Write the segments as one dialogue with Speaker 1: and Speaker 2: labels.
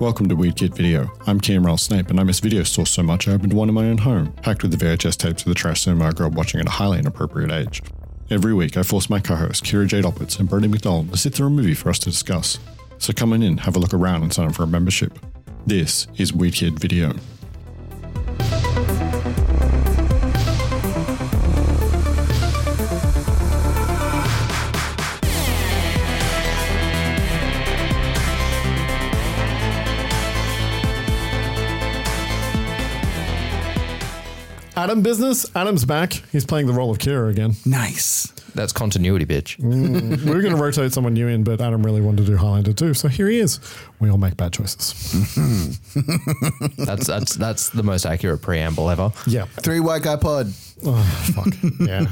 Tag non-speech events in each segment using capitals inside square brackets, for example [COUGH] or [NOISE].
Speaker 1: Welcome to Weird Kid Video. I'm Camrell Snape, and I miss video stores so much I opened one in my own home, packed with the VHS tapes of the trash cinema I grew up watching at a highly inappropriate age. Every week, I force my co hosts, Kira Jade Opitz and Brody McDonald, to sit through a movie for us to discuss. So come on in, have a look around, and sign up for a membership. This is Weird Kid Video. Adam Business, Adam's back. He's playing the role of Kira again. Mm.
Speaker 2: Nice.
Speaker 3: That's continuity,
Speaker 2: [LAUGHS]
Speaker 3: bitch.
Speaker 1: [LAUGHS] we were going to rotate someone new in, but Adam really wanted to do Highlander too, so here he is. We all make bad choices.
Speaker 3: That's that's that's the most accurate preamble ever.
Speaker 1: Yeah.
Speaker 2: Three white guy pod.
Speaker 1: Oh, fuck. Yeah.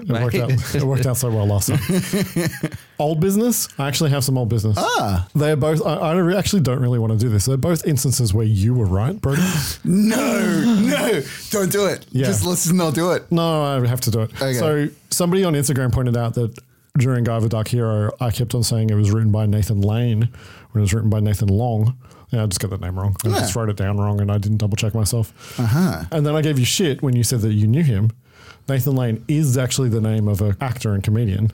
Speaker 1: It worked, out, it worked out so well last time. old business. I actually have some old business. Ah. They're both, I, I re- actually don't really want to do this. They're both instances where you were right, Brody. [LAUGHS] [GASPS]
Speaker 2: No, no, don't do it.
Speaker 1: Yeah.
Speaker 2: Just let's just not do it.
Speaker 1: No, I have to do it.
Speaker 2: Okay.
Speaker 1: So somebody on Instagram pointed out that during Guy of the Dark Hero, I kept on saying it was written by Nathan Lane when it was written by Nathan Long. Yeah, I just got that name wrong. I
Speaker 2: Yeah.
Speaker 1: just wrote it down wrong and I didn't double check myself. Uh-huh. And then I gave you shit when you said that you knew him. Nathan Lane is actually the name of an actor and comedian.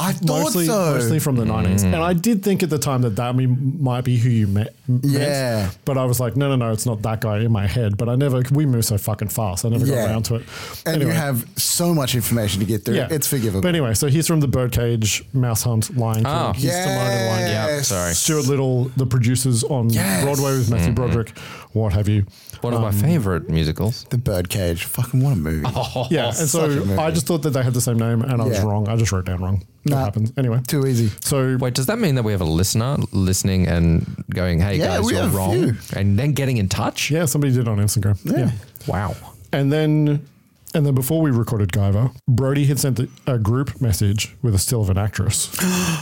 Speaker 2: I thought
Speaker 1: Mostly,
Speaker 2: so.
Speaker 1: mostly from the 90s. And I did think at the time that that me- might be who you met. meant.
Speaker 2: Yeah.
Speaker 1: But I was like, no, no, no, it's not that guy in my head. But I never, we move so fucking fast. I never
Speaker 2: Yeah.
Speaker 1: got around to it.
Speaker 2: and
Speaker 1: Anyway.
Speaker 2: you have so much information to get through. It's forgivable.
Speaker 1: But anyway, so he's from the Birdcage, Mouse Hunt, Lion King.
Speaker 3: Oh.
Speaker 1: he's Timon and Lion King.
Speaker 3: Yeah,
Speaker 2: Yes. [LAUGHS]
Speaker 3: sorry.
Speaker 1: Stuart Little, the producers on
Speaker 2: Yes.
Speaker 1: Broadway with Matthew Broderick, what have you. Um,
Speaker 3: One of my favorite musicals.
Speaker 2: Um,
Speaker 3: Oh,
Speaker 2: The birdcage. Fucking what
Speaker 3: [LAUGHS]
Speaker 2: a movie.
Speaker 1: [LAUGHS] Yeah, and
Speaker 2: such a
Speaker 1: so
Speaker 2: movie.
Speaker 1: I just thought that they had the same name, and I was
Speaker 2: Yeah.
Speaker 1: wrong. I just wrote down wrong. That
Speaker 2: Nah.
Speaker 1: happens anyway.
Speaker 2: Too easy.
Speaker 1: So
Speaker 3: Wait, does that mean that we have a listener listening and going, "Hey
Speaker 2: Yeah,
Speaker 3: guys,
Speaker 2: we
Speaker 3: you're
Speaker 2: have a
Speaker 3: wrong,"
Speaker 2: few.
Speaker 3: and then getting in touch?
Speaker 1: yeah, somebody did on Instagram. yeah.
Speaker 3: Wow.
Speaker 1: And then and then before we recorded Guyver, Brody had sent the, a group message with a still of
Speaker 2: [GASPS]
Speaker 1: an actress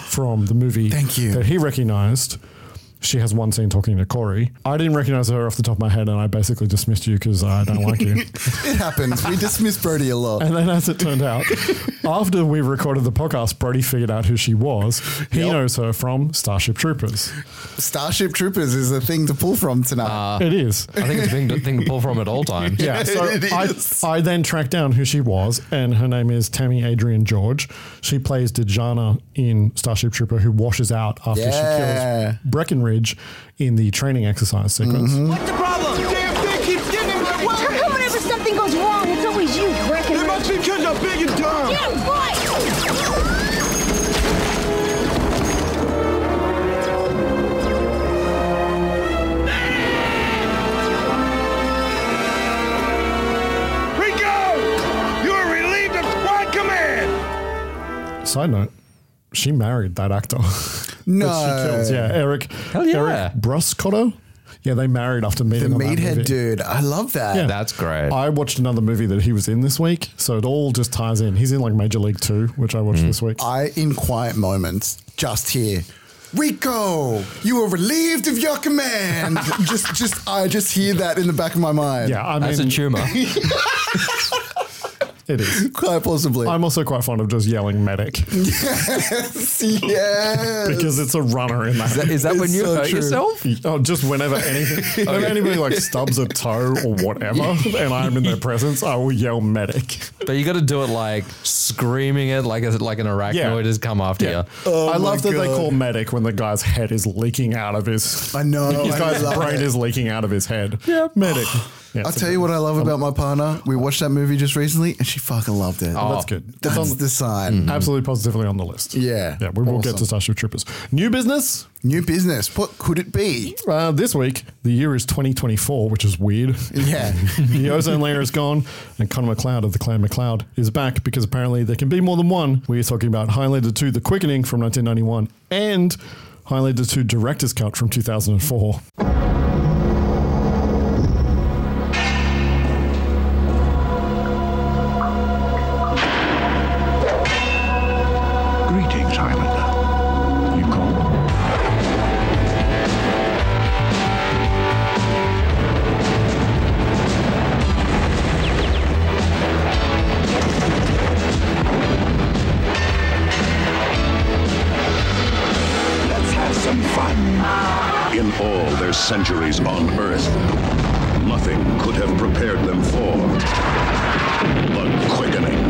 Speaker 1: from the movie
Speaker 2: Thank you.
Speaker 1: that he recognized. She has one scene talking to Corey. I didn't recognize her off the top of my head, and I basically dismissed you because I don't like you.
Speaker 2: [LAUGHS] It happens. We dismiss Brody a lot.
Speaker 1: And then, as it turned
Speaker 2: [LAUGHS]
Speaker 1: out, after we recorded the podcast, Brody figured out who she was. He
Speaker 2: Yep.
Speaker 1: knows her from Starship Troopers.
Speaker 2: Starship Troopers is a thing to pull from tonight.
Speaker 1: it is.
Speaker 3: Uh, I think it's a thing to, thing to pull from at all times.
Speaker 2: [LAUGHS]
Speaker 1: Yeah, so
Speaker 2: It
Speaker 1: I,
Speaker 2: is.
Speaker 1: I then tracked down who she was, and her name is Tammy Adrian George. She plays Dejana in Starship Trooper, who washes out after
Speaker 2: Yeah. Mm-hmm.
Speaker 1: she kills Breckenridge in the training exercise sequence.
Speaker 4: What's the problem? Damn thing keeps getting in my
Speaker 5: How come whenever something goes wrong, it's always you, Breckenridge?
Speaker 4: It must be because I'm big and dumb.
Speaker 5: Yeah, right!
Speaker 4: Rico, you are relieved of squad command.
Speaker 1: Side note, she married that actor. [LAUGHS]
Speaker 2: no.
Speaker 1: That she kills. Yeah, Eric.
Speaker 3: Hell yeah.
Speaker 1: Eric Bruscotto. Yeah, they married after
Speaker 2: The
Speaker 1: meeting. on that movie.
Speaker 2: meathead dude. I love that.
Speaker 1: Yeah.
Speaker 3: That's great.
Speaker 1: I watched another movie that he was in this week, so it all just ties in. He's in like Major League Two, which I
Speaker 3: Mm.
Speaker 1: watched this week.
Speaker 2: I, in quiet moments, just hear, Rico, you were relieved of your
Speaker 1: [LAUGHS]
Speaker 2: command. just, just, I just hear that in the back of my mind.
Speaker 1: yeah, I
Speaker 3: That's a
Speaker 1: mean,
Speaker 3: tumor.
Speaker 1: [LAUGHS] it is.
Speaker 2: Quite possibly.
Speaker 1: I'm also quite fond of just yelling medic
Speaker 2: yes, [LAUGHS] yes.
Speaker 1: because it's a runner in that.
Speaker 3: Is that when
Speaker 2: It's
Speaker 3: you
Speaker 2: so
Speaker 3: hurt
Speaker 2: true.
Speaker 3: yourself?
Speaker 1: Oh, just
Speaker 2: [LAUGHS]
Speaker 1: whenever anything, if anybody like stubs a toe or whatever, and I'm in their presence, I will yell medic.
Speaker 3: But you got to do it like screaming it, like as like an arachnoid has come after you.
Speaker 1: I love
Speaker 2: Oh my
Speaker 1: that they
Speaker 2: God.
Speaker 1: call medic when the guy's head is leaking out of his.
Speaker 2: I know.
Speaker 1: [LAUGHS] His
Speaker 2: I
Speaker 1: guy's
Speaker 2: love
Speaker 1: brain
Speaker 2: it.
Speaker 1: is leaking out of
Speaker 2: [SIGHS]
Speaker 1: his head. Yeah, medic. Yeah,
Speaker 2: I'll
Speaker 1: it's a
Speaker 2: tell
Speaker 1: good-
Speaker 2: you what I
Speaker 3: Um,
Speaker 2: love about my partner. We watched that movie just recently, and she fucking loved it.
Speaker 3: Oh,
Speaker 1: That's good. That's
Speaker 2: That's
Speaker 1: on,
Speaker 2: the
Speaker 3: Mm-hmm.
Speaker 2: sign.
Speaker 1: absolutely positively on the list.
Speaker 2: Yeah.
Speaker 1: yeah. We will get
Speaker 2: Awesome.
Speaker 1: to Starship Troopers. New business
Speaker 2: New business. What could it be?
Speaker 1: uh, this week. The year is 2024, which is weird.
Speaker 2: Yeah.
Speaker 1: [LAUGHS] the ozone layer is gone, and Connor McLeod of the Clan McLeod is back because apparently there can be more than one. We are talking about Highlander 2 The Quickening from 1991 and Highlander 2 Director's Cut from 2004.
Speaker 6: Greetings, Highlander. You called? Let's have some fun.
Speaker 4: In all their centuries on Earth, nothing could have prepared them for the quickening.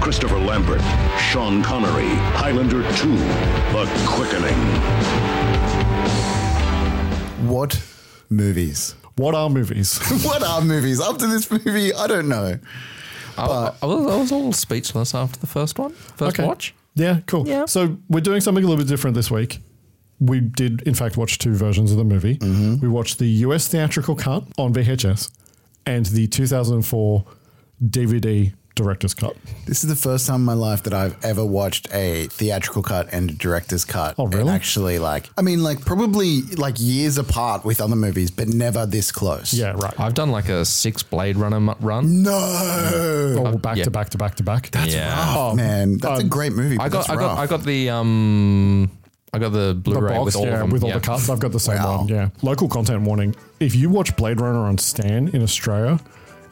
Speaker 4: Christopher Lambert, Sean Connery, Highlander 2, The Quickening.
Speaker 2: What movies?
Speaker 7: What are movies?
Speaker 2: [LAUGHS] what are movies? After this movie, I don't know.
Speaker 3: I, I was, I was a little speechless after the first one, first watch.
Speaker 1: Yeah, cool.
Speaker 3: Yeah.
Speaker 1: So we're doing something a little bit different this week. We did, in fact, watch two versions of the movie.
Speaker 3: Mm-hmm.
Speaker 1: We watched the US theatrical cut on VHS and the 2004 DVD director's cut.
Speaker 2: This is the first time in my life that I've ever watched a theatrical cut and a director's cut.
Speaker 1: Oh,
Speaker 2: And
Speaker 1: really?
Speaker 2: actually, like, I mean, like, probably like years apart with other movies, but never this close.
Speaker 1: Yeah, right.
Speaker 3: I've done like a six Blade Runner mu- run. Uh,
Speaker 2: No,
Speaker 1: Oh, back
Speaker 3: yeah.
Speaker 1: to back to back to back.
Speaker 3: yeah,
Speaker 1: Oh,
Speaker 2: man, that's a
Speaker 1: um,
Speaker 2: great movie. But
Speaker 3: I got,
Speaker 2: that's
Speaker 3: I got,
Speaker 2: rough.
Speaker 3: I got the um, I got the
Speaker 1: The
Speaker 3: Blu-ray
Speaker 1: box,
Speaker 3: with all
Speaker 1: yeah,
Speaker 3: of them.
Speaker 1: with all
Speaker 3: yeah.
Speaker 1: the cuts. I've got the same
Speaker 2: Wow.
Speaker 1: one. Yeah. Local content warning. If you watch Blade Runner on Stan in Australia,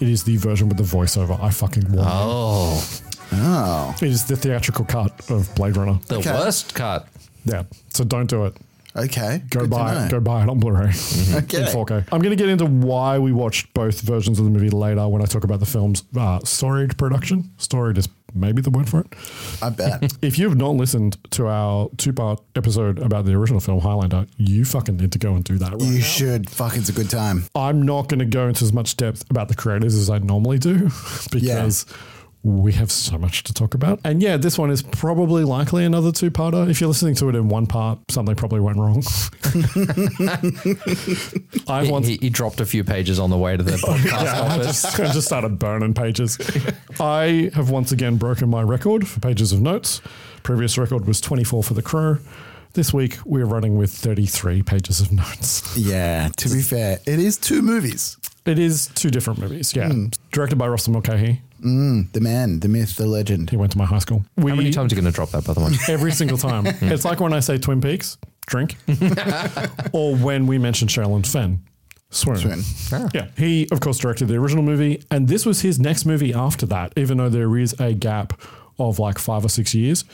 Speaker 1: it is the version with the voiceover. I fucking warn
Speaker 3: Oh,
Speaker 2: Oh,
Speaker 1: you. It is the theatrical cut of Blade Runner.
Speaker 3: the
Speaker 2: Okay.
Speaker 3: worst
Speaker 1: [LAUGHS]
Speaker 3: cut.
Speaker 1: Yeah. So don't do it.
Speaker 2: okay.
Speaker 1: Go
Speaker 2: Good to
Speaker 1: buy
Speaker 2: know. Mm-hmm.
Speaker 1: it. Go buy it on Blu-ray [LAUGHS] in
Speaker 2: Okay.
Speaker 1: 4K. I'm going to get into why we watched both versions of the movie later when I talk about the film's uh, storied production. Storied is maybe the word for it.
Speaker 2: I bet.
Speaker 1: [LAUGHS] If you have not listened to our two-part episode about the original film Highlander, you fucking need to go and do that. Right
Speaker 2: You
Speaker 1: now.
Speaker 2: should. Fuck, it's a good time.
Speaker 1: I'm not going to go into as much depth about the creators as I normally do [LAUGHS] because we have so much to talk about. And yeah, this one is probably likely another two parter. If you're listening to it in one part, something probably went wrong. [LAUGHS] I've
Speaker 3: He,
Speaker 1: once. Oh,
Speaker 3: he, he dropped a few pages on the way
Speaker 1: [LAUGHS]
Speaker 3: to the podcast
Speaker 1: Yeah, I
Speaker 3: office.
Speaker 1: just,
Speaker 3: [LAUGHS]
Speaker 1: I just started burning pages. I have once again broken my record for pages of notes. Previous record was 24 for The Crow. This week, we're running with 33 pages of notes.
Speaker 2: Yeah. To be fair, it is two movies. Hmm.
Speaker 1: It is two different movies. Yeah. Directed by Russell Mulcahy.
Speaker 2: mm, The man, the myth, the legend.
Speaker 1: He went to my high school. We,
Speaker 3: How many times are you going to drop that, by the way?
Speaker 1: [LAUGHS] Every single time. it's like when I say Twin Peaks, drink. or when we mention Sherilyn Fenn, swoon.
Speaker 2: Twin.
Speaker 1: Yeah. He, of course, directed the original movie, and this was his next movie after that, even though there is a gap of like five or six years.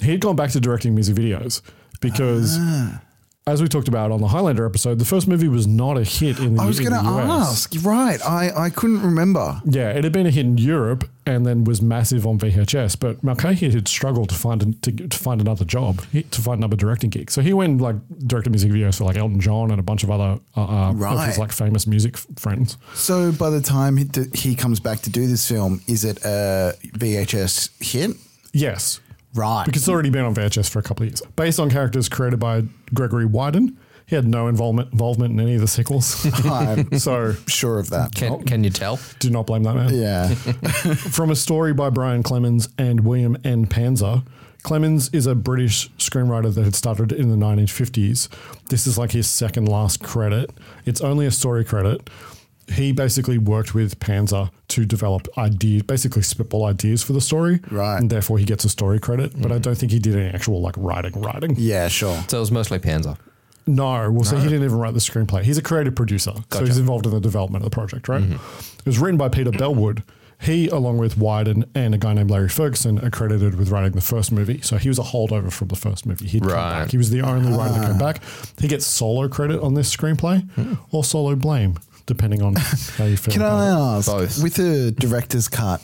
Speaker 1: He had gone back to directing music videos because.
Speaker 2: Ah.
Speaker 1: As we talked about on the Highlander episode, the first movie was not a hit in the
Speaker 2: I was
Speaker 1: in
Speaker 2: going to
Speaker 1: the US.
Speaker 2: ask. Right. I, I couldn't remember.
Speaker 1: Yeah, it had been a hit in Europe and then was massive on VHS. But Mulcahy had struggled to find an, to, to find another job, he- to find another directing gig. So he went and like directed music videos for like Elton John and a bunch of other uh, uh, of
Speaker 2: Right.
Speaker 1: his like famous music f- friends.
Speaker 2: So by the time he, d- he comes back to do this film, is it a VHS hit?
Speaker 1: Yes,
Speaker 2: Right.
Speaker 1: because it's already been on VHS for a couple of years. Based on characters created by Gregory Wyden, he had no involvement involvement in any of
Speaker 2: [LAUGHS]
Speaker 1: the sequels.
Speaker 2: I'm
Speaker 1: [LAUGHS] so
Speaker 2: sure of that.
Speaker 3: Can, can you tell?
Speaker 1: do not blame that man.
Speaker 2: Yeah.
Speaker 1: [LAUGHS] From a story by Brian Clemens and William N. Panzer. Clemens is a British screenwriter that had started in the 1950s. This is like his second last credit. It's only a story credit. He basically worked with Panzer to develop ideas, basically spitball ideas for the story.
Speaker 2: Right. Mm-hmm.
Speaker 1: And therefore he gets a story credit. But I don't think he did any actual like writing, writing.
Speaker 2: Yeah, sure.
Speaker 3: So it was mostly Panzer.
Speaker 1: No, well, so he didn't even write the screenplay. He's a creative producer, so he's involved in the development of the project, right?
Speaker 3: Mm-hmm.
Speaker 1: It was written by Peter Bellwood. He, along with Wyden and a guy named Larry Ferguson, are credited with writing the first movie. So he was a holdover from the first movie. He'd come
Speaker 3: Right. Ah.
Speaker 1: back. He was the only writer to come back. He gets solo credit on this screenplay
Speaker 3: Hmm.
Speaker 1: or solo blame,
Speaker 3: [LAUGHS]
Speaker 1: depending on how you feel.
Speaker 2: Can
Speaker 1: about it.
Speaker 2: I ask
Speaker 3: Both.
Speaker 2: with the director's cut?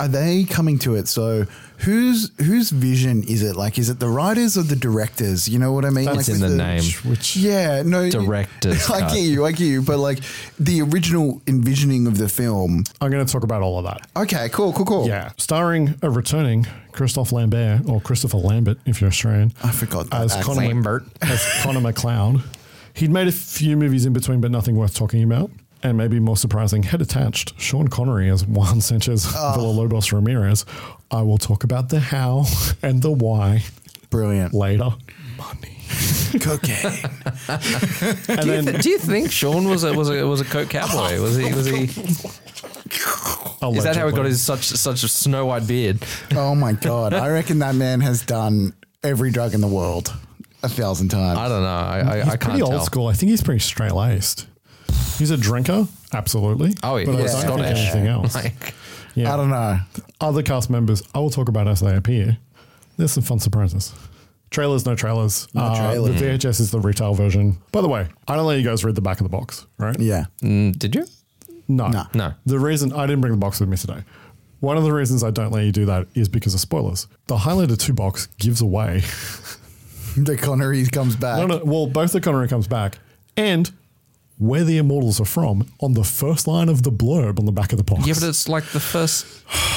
Speaker 2: Are they coming to it? So whose whose vision is it? Like, is it the writers or the directors? You know what I mean?
Speaker 3: That's
Speaker 2: like
Speaker 3: in
Speaker 2: with
Speaker 3: the name.
Speaker 1: Which
Speaker 2: Yeah, no.
Speaker 3: Director's
Speaker 2: [LAUGHS] I
Speaker 3: cut.
Speaker 2: get you. I get you. But like the original envisioning of the film.
Speaker 1: I'm going to talk about all of that.
Speaker 2: Okay, cool, cool, cool.
Speaker 1: Yeah, starring a returning Christophe Lambert or Christopher Lambert, if you're Australian.
Speaker 2: I forgot that
Speaker 1: as
Speaker 2: accent.
Speaker 1: Connor,
Speaker 3: Lambert.
Speaker 1: [LAUGHS] as Connor McLeod. He'd made a few movies in between, but nothing worth talking about. And maybe more surprising, head attached Sean Connery as Juan Sanchez
Speaker 2: Ah.
Speaker 1: Villalobos Ramirez. I will talk about the how [LAUGHS] and the why
Speaker 2: Brilliant.
Speaker 1: later. Money.
Speaker 2: Cocaine.
Speaker 1: [LAUGHS] And then
Speaker 3: Do you think [LAUGHS] Sean was a was a was a coke cowboy? Was he was he? Is that how he got his such such a snow white beard?
Speaker 2: oh my god! I reckon that man has done every drug in the world a thousand times.
Speaker 3: I don't know. I I, I can't
Speaker 1: pretty
Speaker 3: tell.
Speaker 1: old school? I think he's pretty straight laced. He's a drinker, absolutely.
Speaker 3: Oh, yeah,
Speaker 1: but
Speaker 3: he's
Speaker 1: I don't think
Speaker 3: Scottish.
Speaker 1: anything
Speaker 3: [LAUGHS]
Speaker 1: else.
Speaker 3: Like,
Speaker 1: Yeah.
Speaker 2: I don't know.
Speaker 1: other cast members I will talk about as they appear. There's some fun surprises. Trailers, no trailers. No
Speaker 2: trailers.
Speaker 1: The VHS is the retail version. By the way, I don't let you guys read the back of the box, right?
Speaker 2: Yeah.
Speaker 3: Mm, did you?
Speaker 1: No.
Speaker 2: No.
Speaker 3: No.
Speaker 1: The reason I didn't bring the box with me today. One of the reasons I don't let you do that is because of spoilers. The Highlander 2 box gives away.
Speaker 2: [LAUGHS] The Connery comes back.
Speaker 1: No, no, well, both the Connery comes back and where the Immortals are from on the first line of the blurb on the back of the box.
Speaker 3: Yeah, but it's like the first.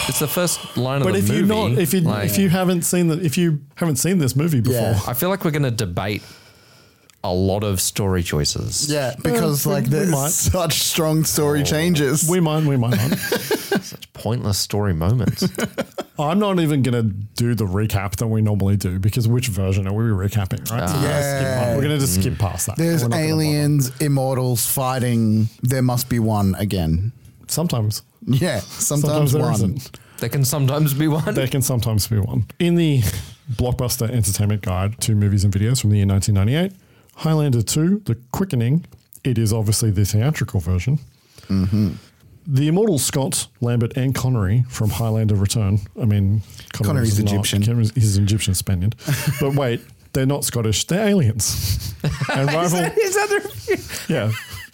Speaker 3: It's the first line
Speaker 1: But
Speaker 3: of
Speaker 1: if
Speaker 3: the
Speaker 1: you
Speaker 3: movie.
Speaker 1: not if you
Speaker 3: like-
Speaker 1: if you haven't seen the if you haven't seen this movie before,
Speaker 2: Yeah.
Speaker 3: I feel like we're going to debate a lot of story choices.
Speaker 2: Yeah, because
Speaker 1: we-
Speaker 2: like
Speaker 1: we
Speaker 2: there's
Speaker 1: might. Oh,
Speaker 2: such strong story changes.
Speaker 1: we might we might
Speaker 2: [LAUGHS]
Speaker 1: not.
Speaker 3: Such pointless story moments.
Speaker 1: I'm not even gonna do the recap that we normally do because which version are we recapping?
Speaker 3: Ah.
Speaker 1: Right, So we're gonna skip
Speaker 2: Yeah.
Speaker 1: past- we're gonna just skip past that.
Speaker 2: there's
Speaker 1: We're not gonna bother.
Speaker 2: aliens, immortals fighting. There must be one again.
Speaker 1: Sometimes,
Speaker 2: Yeah, sometimes,
Speaker 1: sometimes there
Speaker 2: one.
Speaker 1: isn't.
Speaker 3: there can sometimes be one.
Speaker 1: There can sometimes be one. In the Blockbuster Entertainment Guide to Movies and Videos from the year 1998, Highlander 2, The Quickening, it is obviously the theatrical version. Mm-hmm. The immortal Scott, Lambert, and Connery from Highlander Return. I mean,
Speaker 2: Connery's
Speaker 1: not-
Speaker 2: Egyptian.
Speaker 1: Connery's- he's an
Speaker 2: [LAUGHS]
Speaker 1: Egyptian Spaniard. but wait, they're not Scottish, they're aliens. [LAUGHS] And rival, yeah.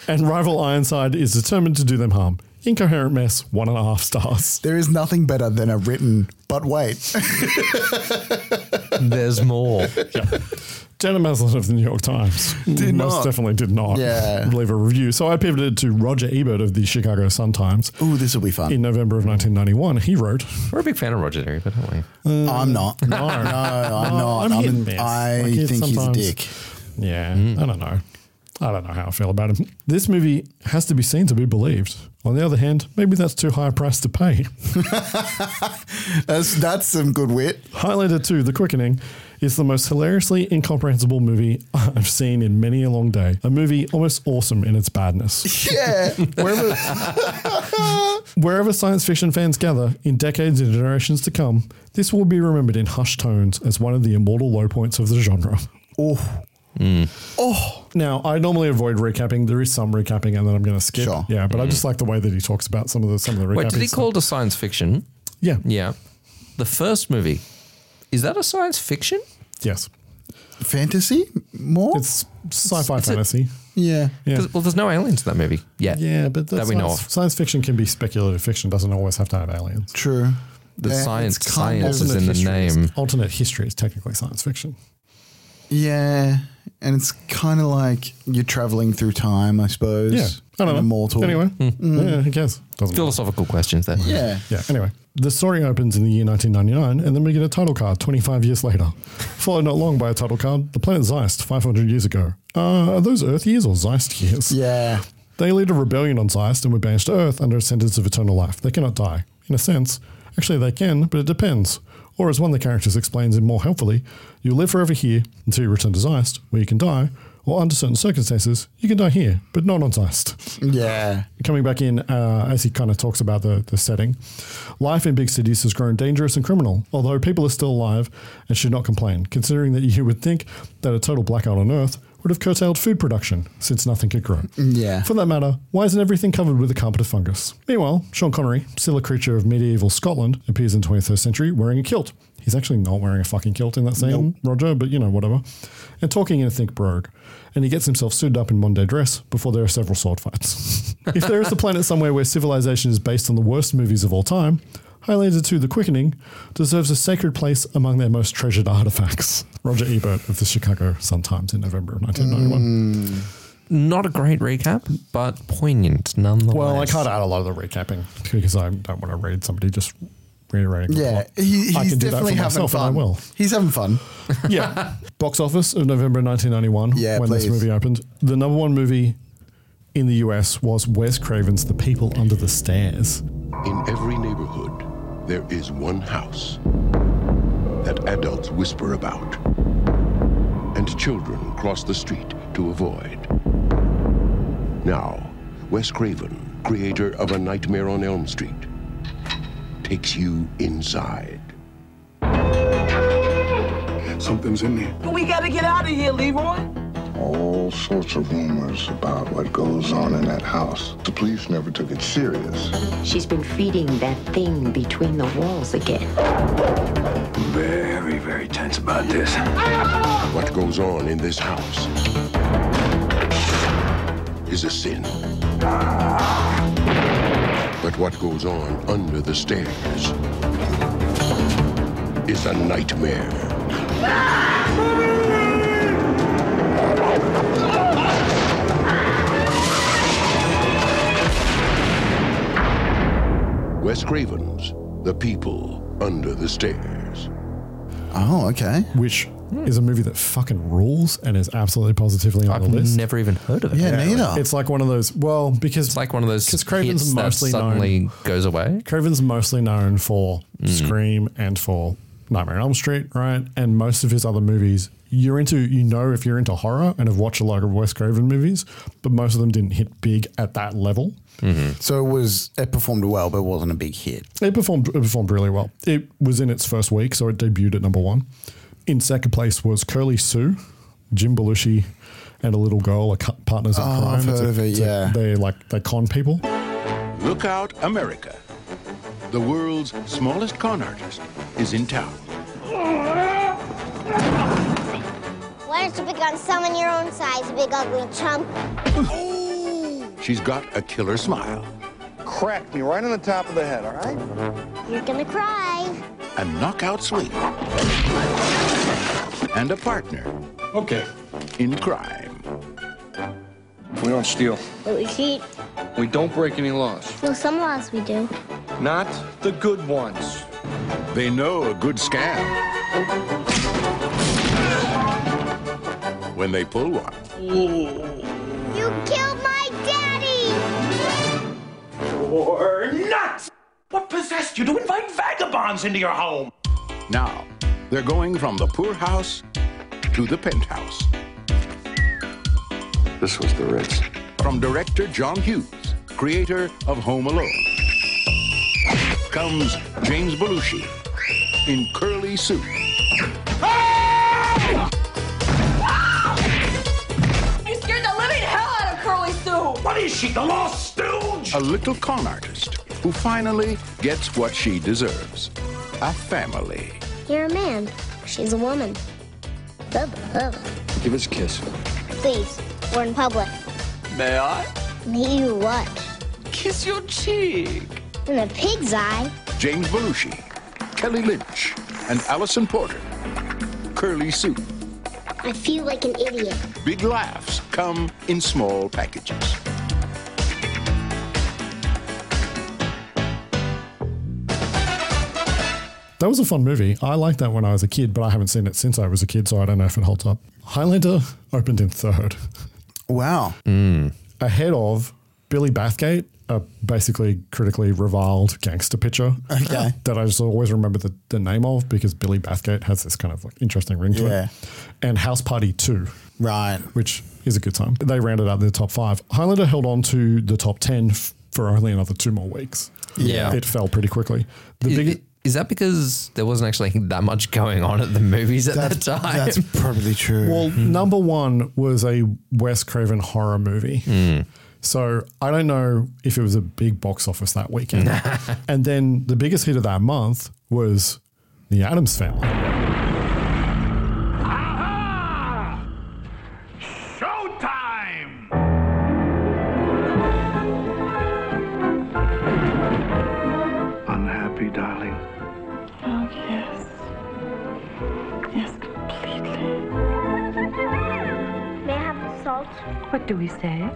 Speaker 1: And rival Ironside is determined to do them harm. Incoherent mess, one and a half stars.
Speaker 2: There is nothing better than a written. But wait,
Speaker 3: [LAUGHS] There's more.
Speaker 1: Jenna Maslin of the New York Times did most
Speaker 2: not.
Speaker 1: definitely did not
Speaker 2: Yeah.
Speaker 1: leave a review. So I pivoted to Roger Ebert of the Chicago Sun Times.
Speaker 2: ooh, this will be fun.
Speaker 1: In November of 1991, he wrote,
Speaker 3: We're a big fan of Roger Ebert, aren't we?
Speaker 2: I'm not. Uh, [LAUGHS] No, I'm not. I'm
Speaker 1: hit and miss.
Speaker 2: I
Speaker 1: Like, it's
Speaker 2: think he's a
Speaker 1: sometimes-
Speaker 2: dick.
Speaker 1: Yeah, I don't know. I don't know how I feel about him. This movie has to be seen to be believed. On the other hand, maybe that's too high a price to pay.
Speaker 2: That's that's [LAUGHS] some good wit.
Speaker 1: Highlander 2, The Quickening, is the most hilariously incomprehensible movie [LAUGHS] I've seen in many a long day. A movie almost awesome in its
Speaker 2: [LAUGHS]
Speaker 1: badness.
Speaker 2: Yeah,
Speaker 1: wherever, wherever science fiction fans gather in decades and generations to come, this will be remembered in hushed tones as one of the immortal low points of the genre.
Speaker 3: Mm.
Speaker 1: Oh. Now, I normally avoid recapping. There is some recapping, and then I'm going to skip.
Speaker 2: Sure. Mm.
Speaker 1: Yeah, but I just like the way that he talks about some of the some of the recapping.
Speaker 3: Wait, did he
Speaker 1: stuff.
Speaker 3: call it a science fiction?
Speaker 1: Yeah.
Speaker 3: Yeah. The first movie. Is that a science fiction?
Speaker 1: Yes.
Speaker 2: fantasy more.
Speaker 1: It's sci-fi
Speaker 3: It's a-
Speaker 1: fantasy.
Speaker 2: yeah,
Speaker 1: Yeah.
Speaker 3: 'Cause- Well, there's no aliens in that movie yet.
Speaker 1: yeah, but that's
Speaker 3: that we know
Speaker 1: science,
Speaker 3: of.
Speaker 1: science fiction can be speculative fiction. Doesn't always have to have aliens.
Speaker 2: true.
Speaker 3: The
Speaker 2: Yeah,
Speaker 3: science,
Speaker 2: it's kind of-
Speaker 3: science is in the name.
Speaker 1: Alternate history is technically science fiction.
Speaker 2: Yeah, and it's kind of like you're traveling through time, I suppose.
Speaker 1: Yeah, I don't
Speaker 2: An
Speaker 1: know.
Speaker 2: Immortal. Mm.
Speaker 1: Anyway, yeah, who cares? Doesn't matter.
Speaker 3: Philosophical questions there.
Speaker 2: Yeah.
Speaker 1: Yeah. Anyway, the story opens in the year 1999, and then we get a title card 25 years later, [LAUGHS] followed not long by a title card: "The Planet Zeist, 500 years ago." Uh, are those Earth years or Zeist years?
Speaker 2: Yeah.
Speaker 1: They lead a rebellion on Zeist and were banished to Earth under a sentence of eternal life. They cannot die. In a sense, actually they can, but it depends. Or as one of the characters explains it more helpfully, you live forever here until you return to Zeist, where you can die, or under certain circumstances, you can die here, but not on Zeist
Speaker 2: Yeah.
Speaker 1: coming back in uh, as he kind of talks about the, the setting life in big cities has grown dangerous and criminal although people are still alive and should not complain considering that you would think that a total blackout on earth would have curtailed food production since nothing could grow
Speaker 2: Yeah.
Speaker 1: for that matter why isn't everything covered with a carpet of fungus meanwhile sean connery still a creature of medieval scotland appears in 21st century wearing a kilt he's actually not wearing a fucking kilt in that scene roger but you know whatever and talking in a think brogue and he gets himself suited up in Monday dress before there are several sword fights. [LAUGHS] if there is a planet somewhere where civilization is based on the worst movies of all time, Highlander 2 The Quickening deserves a sacred place among their most treasured artifacts. Roger Ebert of the Chicago Sun-Times in November of
Speaker 3: Mm.
Speaker 1: 1991.
Speaker 2: Mm.
Speaker 3: Not a great recap, but poignant nonetheless.
Speaker 1: Well, I can't add a lot of the recapping because I don't want to read somebody just reiterating. the
Speaker 2: Yeah.
Speaker 1: plot.
Speaker 2: He,
Speaker 1: I
Speaker 2: he's
Speaker 1: can do that
Speaker 2: definitely having
Speaker 1: for myself,
Speaker 2: fun.
Speaker 1: and I will.
Speaker 2: He's having fun.
Speaker 1: [LAUGHS] yeah. Box office of November 1991
Speaker 2: Yeah,
Speaker 1: when
Speaker 2: please.
Speaker 1: this movie opened. The number one movie in the US was Wes Craven's The People Under the Stairs.
Speaker 4: In every neighborhood, there is one house that adults whisper about and children cross the street to avoid. Now, Wes Craven, creator of A Nightmare on Elm Street, takes you inside.
Speaker 8: But we gotta get out of here, Leroy. all sorts of rumors about what goes on in that house. The police never took it serious.
Speaker 5: She's been feeding that thing between the walls again.
Speaker 8: Very, very tense about this.
Speaker 4: What goes on in this house is a sin. But what goes on under the stairs is a nightmare. Wes Craven's The People Under the Stairs.
Speaker 2: Oh, okay.
Speaker 1: which is a movie that fucking rules and is absolutely positively on
Speaker 3: I've
Speaker 1: the list.
Speaker 3: never even heard of it.
Speaker 2: Yeah, neither.
Speaker 1: It's like one of those. Well, because
Speaker 3: It's like one of those
Speaker 1: because
Speaker 3: Craven's
Speaker 1: Craven's
Speaker 3: hits that
Speaker 1: mostly known.
Speaker 3: suddenly goes away.
Speaker 1: Craven's mostly known for
Speaker 2: Mm-hmm.
Speaker 1: Scream and for Nightmare on Elm Street, right? And most of his other movies, you're into, you know, if you're into horror and have watched a lot of Wes Craven movies, but most of them didn't hit big at that level.
Speaker 2: So it was it performed well, but it wasn't a big hit.
Speaker 1: It performed, it performed really well. It was in its first week, so it debuted at number one. In second place was Curly Sue, Jim Belushi, and a little girl, are cu- partners in
Speaker 2: Oh,
Speaker 1: crime.
Speaker 2: I've
Speaker 1: It's
Speaker 2: heard of it,
Speaker 1: it's
Speaker 2: yeah.
Speaker 1: they like they con people.
Speaker 4: Look out, America. The world's smallest con artist is in town.
Speaker 9: Why don't you pick on someone your own size, big ugly chump?
Speaker 4: She's got a killer smile
Speaker 10: Crack me right on the top of the head, all right?
Speaker 9: You're gonna cry.
Speaker 4: a knockout swing, and a partner
Speaker 10: Okay.
Speaker 4: in crime.
Speaker 10: We don't steal.
Speaker 9: But we cheat.
Speaker 10: We don't break any laws.
Speaker 9: Well, some laws we do.
Speaker 10: Not the good ones.
Speaker 4: They know a good scam when they pull one.
Speaker 9: You killed my daddy!
Speaker 10: Or nuts! What possessed you to invite vagabonds into your home?
Speaker 4: Now, they're going from the poorhouse to the penthouse.
Speaker 8: This was the Ritz.
Speaker 4: From director John Hughes, creator of Home Alone, comes James Belushi in Curly Suit.
Speaker 11: You scared the living hell out of Curly Sue!
Speaker 10: What is she, the lost stooge?
Speaker 4: a little con artist who finally gets what she deserves a family.
Speaker 9: You're a man. She's a woman. Bubba, bubba.
Speaker 10: Give us a kiss.
Speaker 9: Please, we're in public.
Speaker 10: May I?
Speaker 9: You what?
Speaker 10: Kiss your cheek.
Speaker 9: In a pig's eye?
Speaker 4: James Belushi, Kelly Lynch, and Allison Porter. Curly Sue.
Speaker 9: I feel like an idiot.
Speaker 4: Big laughs come in small packages.
Speaker 1: That was a fun movie. I liked that when I was a kid, but I haven't seen it since I was a kid, so I don't know if it holds up. Highlander opened in third,
Speaker 2: Wow.
Speaker 1: ahead of Billy Bathgate, a basically critically reviled gangster pitcher.
Speaker 2: Okay.
Speaker 1: That I just always remember the, the name of because Billy Bathgate has this kind of like interesting ring to
Speaker 2: Yeah.
Speaker 1: it. And House Party 2,
Speaker 2: Right.
Speaker 1: which is a good time. They rounded out the top five. Highlander held on to the top 10 f- for only another two more weeks.
Speaker 3: Yeah.
Speaker 1: It fell pretty quickly. The
Speaker 3: I-
Speaker 1: biggest.
Speaker 3: i- Is that because there wasn't actually that much going on at the movies at that time?
Speaker 2: That's probably true. Hmm.
Speaker 1: Well, number one was a Wes Craven horror movie.
Speaker 3: Hmm.
Speaker 1: So I don't know if it was a big box office that weekend.
Speaker 3: [LAUGHS]
Speaker 1: and then the biggest hit of that month was The Adams Family.
Speaker 10: Showtime!
Speaker 8: Unhappy, darling.
Speaker 11: Oh, yes. Yes, completely.
Speaker 9: May I have the salt?
Speaker 11: What do we say?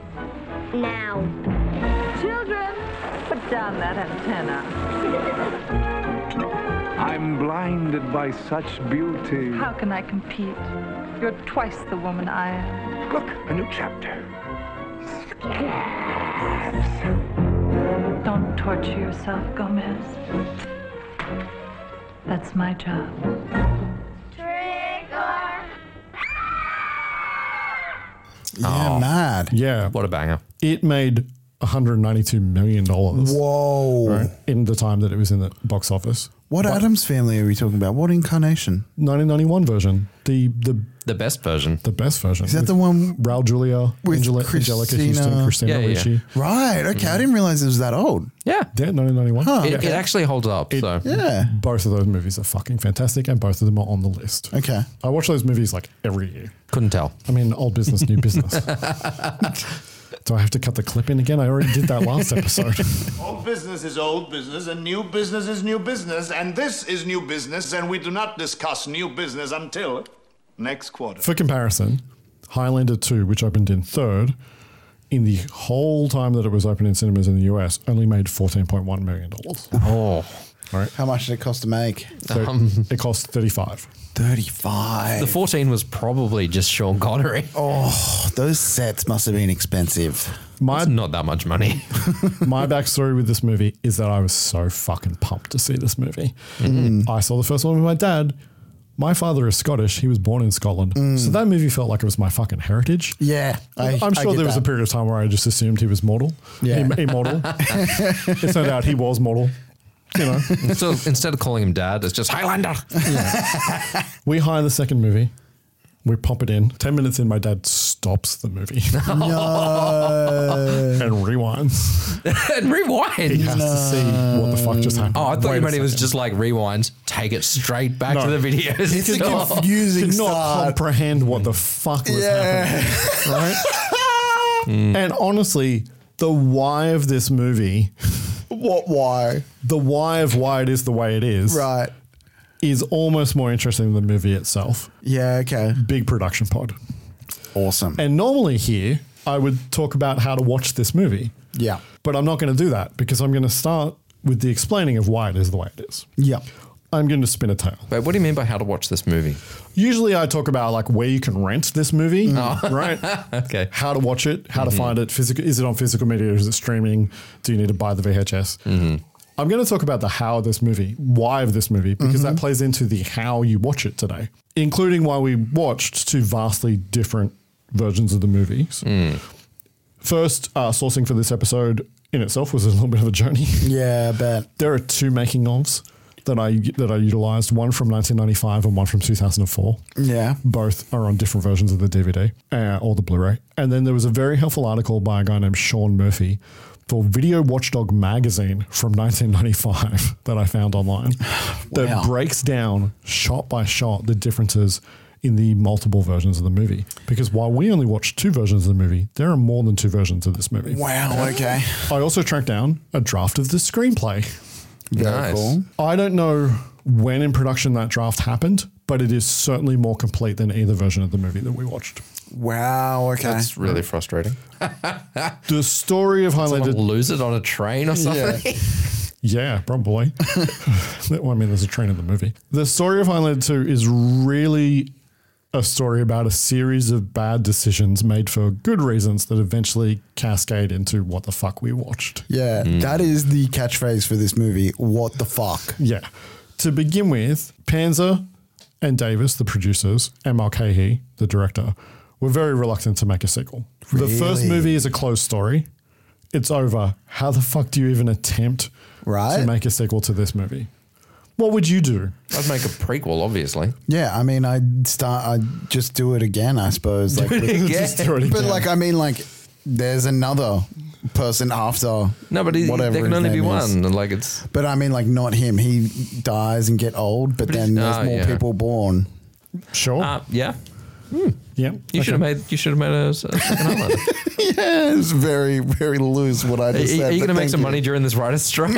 Speaker 9: Now.
Speaker 11: Children, put down that antenna.
Speaker 10: I'm blinded by such beauty.
Speaker 11: How can I compete? You're twice the woman I am.
Speaker 10: Look, a new chapter.
Speaker 11: Don't torture yourself, Gomez. That's my job.
Speaker 2: yeah, mad.
Speaker 1: Yeah.
Speaker 3: Oh. What a banger.
Speaker 1: It made $192 million
Speaker 2: Whoa.
Speaker 1: in the time that it was in the box office.
Speaker 2: What Adams family are we talking about? What incarnation?
Speaker 1: 1991 version. The the
Speaker 3: [LAUGHS] The best version.
Speaker 1: the best version.
Speaker 2: Is that
Speaker 1: with
Speaker 2: the one
Speaker 1: Raul Julia,
Speaker 2: with
Speaker 1: Angela, Angelica Houston,
Speaker 2: Christina-
Speaker 1: Christina
Speaker 3: Yeah, yeah, yeah.
Speaker 1: Ricci.
Speaker 2: Right. Okay. I didn't realize it was that old.
Speaker 3: Yeah.
Speaker 1: Yeah, 1991.
Speaker 3: It,
Speaker 1: Yeah.
Speaker 3: it actually holds up. so
Speaker 2: Yeah.
Speaker 1: Both of those movies are fucking fantastic, and both of them are on the list.
Speaker 2: Okay.
Speaker 1: I watch those movies like every year.
Speaker 3: couldn't tell.
Speaker 1: I mean, old business,
Speaker 3: [LAUGHS]
Speaker 1: new business. [LAUGHS] Do I have to cut the clip in again? I already did
Speaker 3: [LAUGHS]
Speaker 1: that last episode.
Speaker 12: Old business is old business, and new business is new business, and this is new business, and we do not discuss new business until next quarter.
Speaker 1: For comparison, Highlander 2, which opened in third, in the whole time that it was open in cinemas in the US, only made $14.1 million.
Speaker 3: Oh.
Speaker 2: How much did it cost to make?
Speaker 1: So it cost 35.
Speaker 3: The
Speaker 2: Um, Thirty-five.
Speaker 3: 14 was probably just Sean
Speaker 2: [LAUGHS]
Speaker 3: Connery. Oh,
Speaker 2: Those sets must have been expensive.
Speaker 1: My
Speaker 3: not that much money.
Speaker 1: [LAUGHS]
Speaker 3: [LAUGHS]
Speaker 1: my backstory with this movie is that I was so fucking pumped to see this movie.
Speaker 2: Mm.
Speaker 1: I saw the first one with my dad. My father is Scottish. He was born in Scotland. So that movie felt like it was my fucking heritage.
Speaker 2: Mm. Yeah, I,
Speaker 1: I'm sure
Speaker 2: I get
Speaker 1: there was a
Speaker 2: that.
Speaker 1: period of time where I just assumed he was mortal.
Speaker 2: Yeah.
Speaker 1: Im-
Speaker 2: [LAUGHS]
Speaker 1: immortal. it's no doubt he was mortal. You
Speaker 2: [LAUGHS]
Speaker 1: know,
Speaker 3: so instead of calling him dad, it's just Highlander.
Speaker 1: we hire the second movie. We pop it in. 10 minutes in, my dad stops the movie
Speaker 2: No.
Speaker 1: and rewinds.
Speaker 3: and rewind.
Speaker 1: He has to see what the fuck just happened.
Speaker 3: Oh, I thought
Speaker 1: Wait
Speaker 3: you
Speaker 1: a
Speaker 3: meant it was
Speaker 1: second.
Speaker 3: just like rewind, take it straight back to
Speaker 1: No.
Speaker 3: the Oh. video. [LAUGHS]
Speaker 2: It's a
Speaker 3: No.
Speaker 2: confusing
Speaker 1: could not
Speaker 2: start.
Speaker 1: comprehend what the fuck was
Speaker 2: Yeah.
Speaker 1: happening,
Speaker 2: [LAUGHS]
Speaker 1: right?
Speaker 3: Hmm.
Speaker 1: And honestly, the why of this movie,
Speaker 2: What? Why?
Speaker 1: the why of why it is the way it is,
Speaker 2: Right.
Speaker 1: is almost more interesting than the movie itself.
Speaker 2: Yeah. Okay.
Speaker 1: Big production pod.
Speaker 2: Awesome.
Speaker 1: And normally here, I would talk about how to watch this movie,
Speaker 2: yeah.
Speaker 1: but I'm not going to do that because I'm going to start with the explaining of why it is the way it is.
Speaker 2: Yeah.
Speaker 1: I'm going to spin a tale.
Speaker 3: Wait, what do you mean by how to watch this movie?
Speaker 1: Usually, I talk about like where you can rent this movie, right?
Speaker 3: Mm. [LAUGHS] Okay. Mm-hmm.
Speaker 1: how to watch it, how to find it. Physical is it on physical media? Is it streaming? Do you need to buy the VHS?
Speaker 2: Mm-hmm.
Speaker 1: I'm going to talk about the how of this movie, why of this movie, because
Speaker 2: Mm-hmm.
Speaker 1: that plays into the how you watch it today, including why we watched two vastly different versions of the movies.
Speaker 2: Mm.
Speaker 1: First, uh, sourcing for this episode in itself was a little bit of a journey. [LAUGHS]
Speaker 2: Yeah. I bet.
Speaker 1: there are two making ofs that I that I utilized, one from 1995 and one from 2004
Speaker 2: Yeah.
Speaker 1: both are on different versions of the DVD uh, or the Blu-ray. And then there was a very helpful article by a guy named Sean Murphy for Video Watchdog magazine from 1995 [LAUGHS] that I found
Speaker 2: [SIGHS]
Speaker 1: online that
Speaker 2: Wow.
Speaker 1: breaks down shot by shot the differences in the multiple versions of the movie. Because while we only watched two versions of the movie, there are more than two versions of this movie.
Speaker 2: Wow. Okay.
Speaker 1: I also tracked down a draft of the screenplay.
Speaker 3: nice.
Speaker 1: I don't know when in production that draft happened, but it is certainly more complete than either version of the movie that we watched.
Speaker 2: Wow. Okay.
Speaker 3: It's really [LAUGHS] frustrating.
Speaker 1: The story of
Speaker 3: Someone
Speaker 1: Highlander.
Speaker 3: lose it on a train or something.
Speaker 1: Yeah, [LAUGHS] probably. well, I mean, there's a train in the movie. The story of Highlander 2 is really a story about a series of bad decisions made for good reasons that eventually cascade into what the fuck we watched.
Speaker 2: yeah.
Speaker 3: Hmm.
Speaker 2: That is the catchphrase for this movie. What the fuck?
Speaker 1: Yeah. To begin with, Panzer and Davis, the producers, and Mark Hahey, the director, were very reluctant to make a sequel. The first
Speaker 2: Really?
Speaker 1: movie is a closed story. It's over. How the fuck do you even attempt
Speaker 2: Right.
Speaker 1: to make a sequel to this movie? [LAUGHS] What would you do?
Speaker 3: I'd make a prequel, obviously.
Speaker 2: Yeah. I mean, I start. I just do it again. I suppose. Like, with-
Speaker 1: Just do it
Speaker 2: But
Speaker 1: again.
Speaker 2: like, I mean, like, there's another person after.
Speaker 3: No, but it, there can
Speaker 2: his
Speaker 3: only be
Speaker 2: name is.
Speaker 3: one. Like it's
Speaker 2: But I mean, like, not him. He dies and get old, but then there's
Speaker 3: Ah,
Speaker 2: more
Speaker 3: yeah.
Speaker 2: people born.
Speaker 1: Sure.
Speaker 3: uh, yeah.
Speaker 1: yeah.
Speaker 3: You
Speaker 1: Okay.
Speaker 3: should have made you should have made a, a second island.
Speaker 2: [LAUGHS] yeah, it's very, very loose what I
Speaker 3: Are,
Speaker 2: just
Speaker 3: you- are
Speaker 2: said.
Speaker 3: you
Speaker 2: but
Speaker 3: going to make
Speaker 2: thank
Speaker 3: some
Speaker 2: you.
Speaker 3: money during this writer's
Speaker 2: [LAUGHS]
Speaker 3: strike?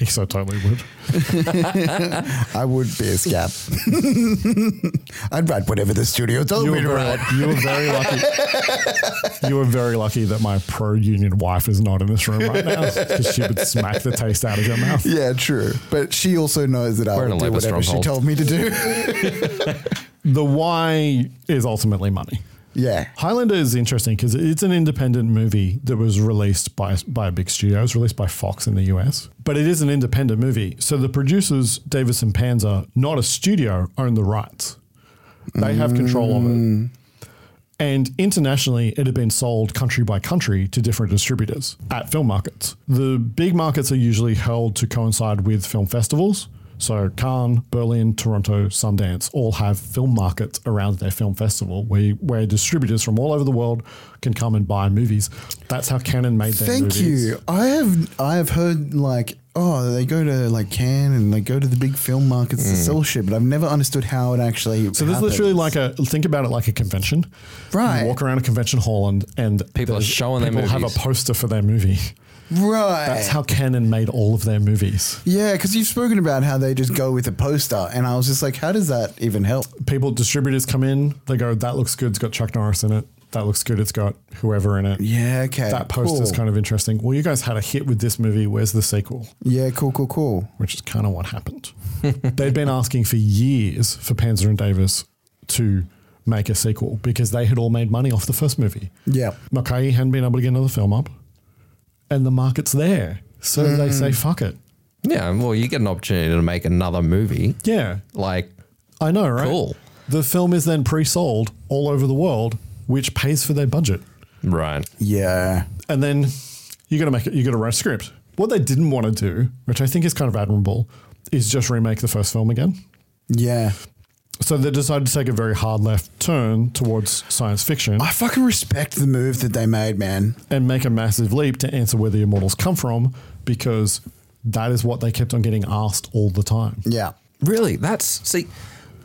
Speaker 1: Yes, I totally would.
Speaker 2: I would be a
Speaker 1: [LAUGHS]
Speaker 2: scab. I'd write whatever the studio told
Speaker 1: You
Speaker 2: me
Speaker 1: were,
Speaker 2: to
Speaker 1: very,
Speaker 2: write.
Speaker 1: you were very
Speaker 2: [LAUGHS]
Speaker 1: lucky. You were very lucky that my pro union wife is not in this room right now because she would smack the taste out of your mouth.
Speaker 2: Yeah, true. But she also knows that I
Speaker 3: We're in
Speaker 2: would
Speaker 3: a
Speaker 2: do
Speaker 3: Labour
Speaker 2: whatever she
Speaker 3: stronghold.
Speaker 2: told me to do.
Speaker 1: [LAUGHS] The why is ultimately money.
Speaker 2: yeah.
Speaker 1: Highlander is interesting because it's an independent movie that was released by by a big studio. It was released by Fox in the US, but it is an independent movie. So the producers, Davis and Panzer, not a studio, own the rights. They have control of it. And internationally, it had been sold country by country to different distributors at film markets. The big markets are usually held to coincide with film festivals. So Cannes, Berlin, Toronto, Sundance all have film markets around their film festival where, where distributors from all over the world can come and buy movies. That's how Canon made their
Speaker 2: Thank
Speaker 1: movies.
Speaker 2: you. I have I have heard like oh they go to like Cannes and they go to the big film markets to
Speaker 3: Hmm.
Speaker 1: Mm.
Speaker 2: sell shit, but I've never understood how it actually.
Speaker 1: So there's literally like a think about it like a convention. Right. You walk around a convention hall and and people
Speaker 3: are showing their
Speaker 1: people have
Speaker 3: movies.
Speaker 1: a poster for their movie.
Speaker 2: right.
Speaker 1: That's how Canon made all of their movies.
Speaker 2: Yeah, because you've spoken about how they just go with a poster, and I was just like, how does that even help?
Speaker 1: People distributors come in, they go, "That looks good. It's got Chuck Norris in it. That looks good. It's got whoever in it."
Speaker 2: Yeah, okay.
Speaker 1: That poster's
Speaker 2: cool.
Speaker 1: kind of interesting. Well, you guys had a hit with this movie. Where's the sequel?
Speaker 2: Yeah, cool, cool, cool.
Speaker 1: Which is kind of what happened. [LAUGHS] They'd been asking for years for Panzer and Davis to make a sequel because they had all made money off the first movie.
Speaker 2: Yeah.
Speaker 1: Mackay hadn't been able to get another film up, and the market's there. So they
Speaker 3: Mm.
Speaker 1: say, fuck it.
Speaker 3: Yeah, well, you get an opportunity to make another movie.
Speaker 1: Yeah.
Speaker 3: Like,
Speaker 1: I know, right?
Speaker 3: Cool.
Speaker 1: The film is then pre sold all over the world, which pays for their budget.
Speaker 3: right.
Speaker 2: Yeah.
Speaker 1: And then you got to make it, you got to write a script. What they didn't want to do, which I think is kind of admirable, is just remake the first film again.
Speaker 2: Yeah.
Speaker 1: So they decided to take a very hard left turn towards science fiction. I
Speaker 2: fucking respect the move that they made, man.
Speaker 1: And make a massive leap to answer where the immortals come from because that is what they kept on getting asked all the time.
Speaker 2: Yeah.
Speaker 3: Really? That's see,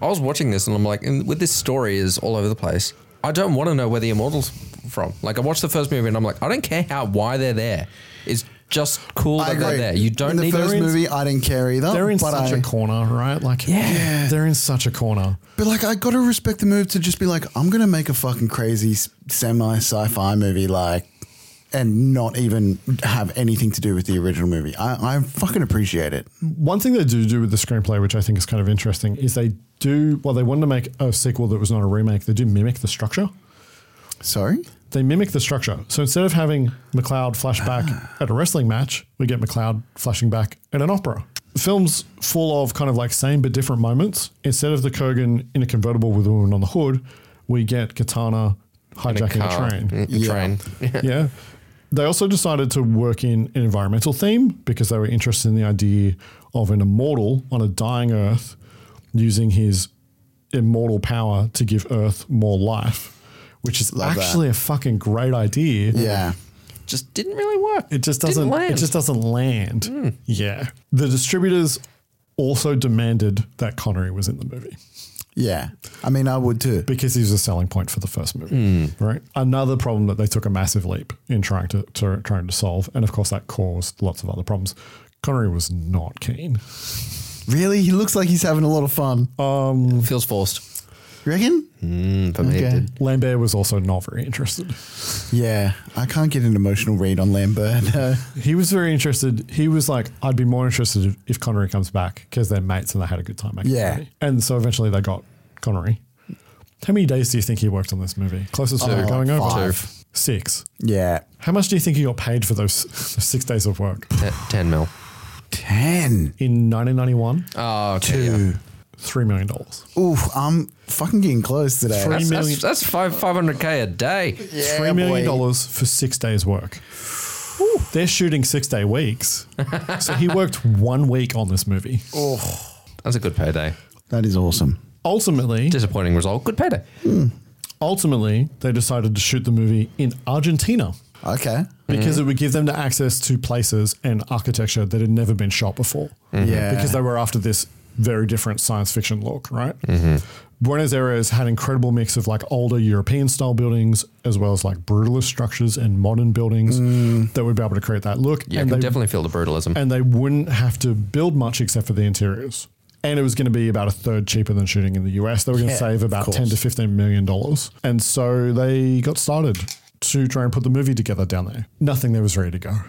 Speaker 3: I was watching this and I'm like, and with this story is all over the place. I don't want to know where the immortals from. Like I watched the first movie and I'm like, I don't care how why they're there. It's just cool that they're there. You don't
Speaker 2: in the
Speaker 3: need
Speaker 2: first
Speaker 3: those-
Speaker 2: movie. I didn't care either.
Speaker 1: They're in
Speaker 2: but
Speaker 1: such a
Speaker 2: I-
Speaker 1: corner, right? Like,
Speaker 2: Yeah.
Speaker 1: they're in such a corner.
Speaker 2: But like, I gotta respect the move to just be like, I'm gonna make a fucking crazy semi sci-fi movie, like, and not even have anything to do with the original movie. I, I fucking appreciate it.
Speaker 1: One thing they do do with the screenplay, which I think is kind of interesting, is they do, well, they wanted to make a sequel that was not a remake. They do mimic the structure.
Speaker 2: Sorry?
Speaker 1: They mimic the structure. So instead of having McLeod flashback at a wrestling match, we get McLeod flashing back at an opera. Films full of kind of like same but different moments. Instead of the Kurgan in a convertible with a woman on the hood, we get Katana hijacking a,
Speaker 3: car.
Speaker 1: train.
Speaker 3: Mm, a train.
Speaker 1: Yeah.
Speaker 3: [LAUGHS]
Speaker 1: They also decided to work in an environmental theme because they were interested in the idea of an immortal on a dying Earth using his immortal power to give Earth more life, which is
Speaker 2: Love that.
Speaker 1: actually a fucking great idea.
Speaker 2: Yeah.
Speaker 3: Just didn't really work.
Speaker 1: It just
Speaker 3: Didn't
Speaker 1: doesn't. It
Speaker 3: land. Hmm.
Speaker 1: just doesn't land. Yeah. The distributors also demanded that Connery was in the movie.
Speaker 2: Yeah. I mean, I would too.
Speaker 1: Because he was a selling point for the first movie,
Speaker 3: Hmm.
Speaker 1: right? Another problem that they took a massive leap in trying to, to trying to solve, and of course that caused lots of other problems. Connery was not keen.
Speaker 2: Really, he looks like he's having a lot of fun.
Speaker 1: Um,
Speaker 3: feels forced.
Speaker 2: You reckon?
Speaker 3: Mm, for me, it
Speaker 2: Okay.
Speaker 3: did.
Speaker 1: Lambert was also not very interested.
Speaker 2: Yeah, I can't get an emotional read on Lambert. [LAUGHS] no.
Speaker 1: He was very interested. He was like, I'd be more interested if, if Connery comes back because they're mates and they had a good time making
Speaker 2: Yeah.
Speaker 1: the movie. And so eventually they got Connery. How many days do you think he worked on this movie? Closest to
Speaker 2: Oh,
Speaker 1: going over
Speaker 2: five.
Speaker 1: six.
Speaker 2: Yeah,
Speaker 1: How much do you think he got paid for those, those six days of work?
Speaker 3: Ten, ten mil.
Speaker 2: ten.
Speaker 1: In 1991,
Speaker 3: Oh, okay, yeah.
Speaker 2: Two.
Speaker 1: $3 million. dollars.
Speaker 2: Oof, I'm fucking getting close today.
Speaker 1: Three
Speaker 3: That's,
Speaker 1: million-
Speaker 3: that's, that's five five hundred k a day.
Speaker 1: $3 million dollars for six days work. They're shooting six day weeks. so he worked one week on this movie.
Speaker 3: Oh, That's a good payday.
Speaker 2: That is awesome.
Speaker 1: Ultimately,
Speaker 3: Disappointing result. Good payday.
Speaker 1: Hmm. ultimately, they decided to shoot the movie in Argentina
Speaker 2: Okay.
Speaker 1: because
Speaker 3: Mm-hmm. Hmm.
Speaker 1: it would give them the access to places and architecture that had never been shot before.
Speaker 2: Yeah.
Speaker 1: Because they were after this very different science fiction look, right? Buenos Aires had an incredible mix of like older European style buildings as well as like brutalist structures and modern buildings
Speaker 2: Mm.
Speaker 1: that would be able to create that look.
Speaker 3: Yeah,
Speaker 1: and
Speaker 3: I can
Speaker 1: they
Speaker 3: definitely feel the brutalism.
Speaker 1: and they wouldn't have to build much except for the interiors. And it was going to be about a third cheaper than shooting in the US. They were going to
Speaker 2: Yeah,
Speaker 1: save
Speaker 2: of
Speaker 1: about
Speaker 2: course.
Speaker 1: 10 to 15 million dollars. And so they got started to try and put the movie together down there. Nothing there was ready to go.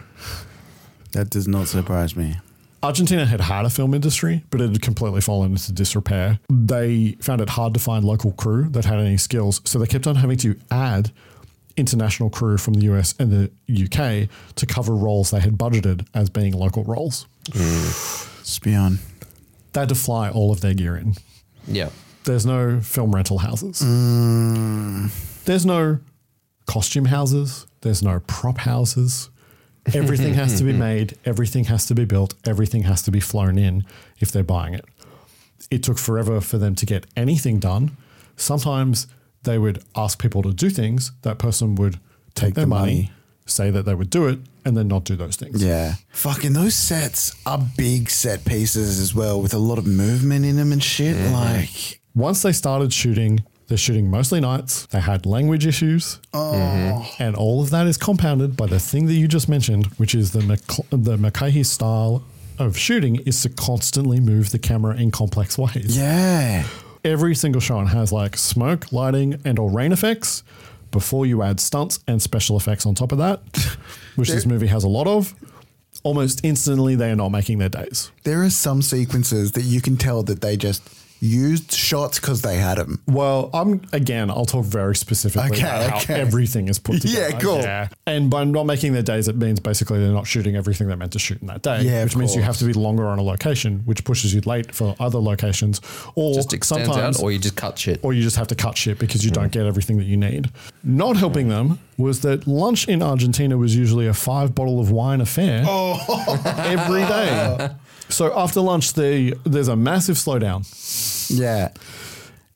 Speaker 2: That does not surprise me.
Speaker 1: Argentina had had a film industry, but it had completely fallen into disrepair. They found it hard to find local crew that had any skills, so they kept on having to add international crew from the US and the UK to cover roles they had budgeted as being local roles.
Speaker 2: Mm. Spion.
Speaker 1: They had to fly all of their gear in.
Speaker 3: yeah.
Speaker 1: There's no film rental houses.
Speaker 2: Mm.
Speaker 1: There's no costume houses. There's no prop houses. Everything
Speaker 2: [LAUGHS]
Speaker 1: has to be made. Everything has to be built. Everything has to be flown in if they're buying it. It took forever for them to get anything done. Sometimes they would ask people to do things. That person would take, their
Speaker 2: the
Speaker 1: money,
Speaker 2: money.
Speaker 1: say that they would do it, and then not do those things.
Speaker 2: Yeah. Fucking those sets are big set pieces as well with a lot of movement in them and shit. Like,
Speaker 1: Once they started shooting, they're shooting mostly nights. They had language issues.
Speaker 2: Oh. Mhm.
Speaker 1: And all of that is compounded by the thing that you just mentioned, which is the, Mc- the McCahey style of shooting is to constantly move the camera in complex ways.
Speaker 2: yeah.
Speaker 1: Every single shot has like smoke, lighting, and or rain effects before you add stunts and special effects on top of that, [LAUGHS] which this movie has a lot of. Almost instantly, they are not making their days.
Speaker 2: There are some sequences that you can tell that they just used shots because they had them.
Speaker 1: Well, I'm again. I'll talk very specifically
Speaker 2: Okay,
Speaker 1: about
Speaker 2: okay.
Speaker 1: how everything is
Speaker 2: [LAUGHS]
Speaker 1: put
Speaker 2: Yeah,
Speaker 1: together.
Speaker 2: cool.
Speaker 1: And by not making their days, it means basically they're not shooting everything they're meant to shoot in that day.
Speaker 2: Yeah, of
Speaker 1: which means you have
Speaker 2: course.
Speaker 1: to be longer on a location, which pushes you late for other locations, or
Speaker 3: Just extends
Speaker 1: sometimes,
Speaker 3: out, or you just cut shit. Mm.
Speaker 1: or you just have to cut shit because you don't get everything that you need. Not helping them was that lunch in Argentina was usually a five bottle of wine affair [LAUGHS]
Speaker 2: [LAUGHS]
Speaker 1: every day. So after lunch, they, there's a massive slowdown.
Speaker 2: Yeah.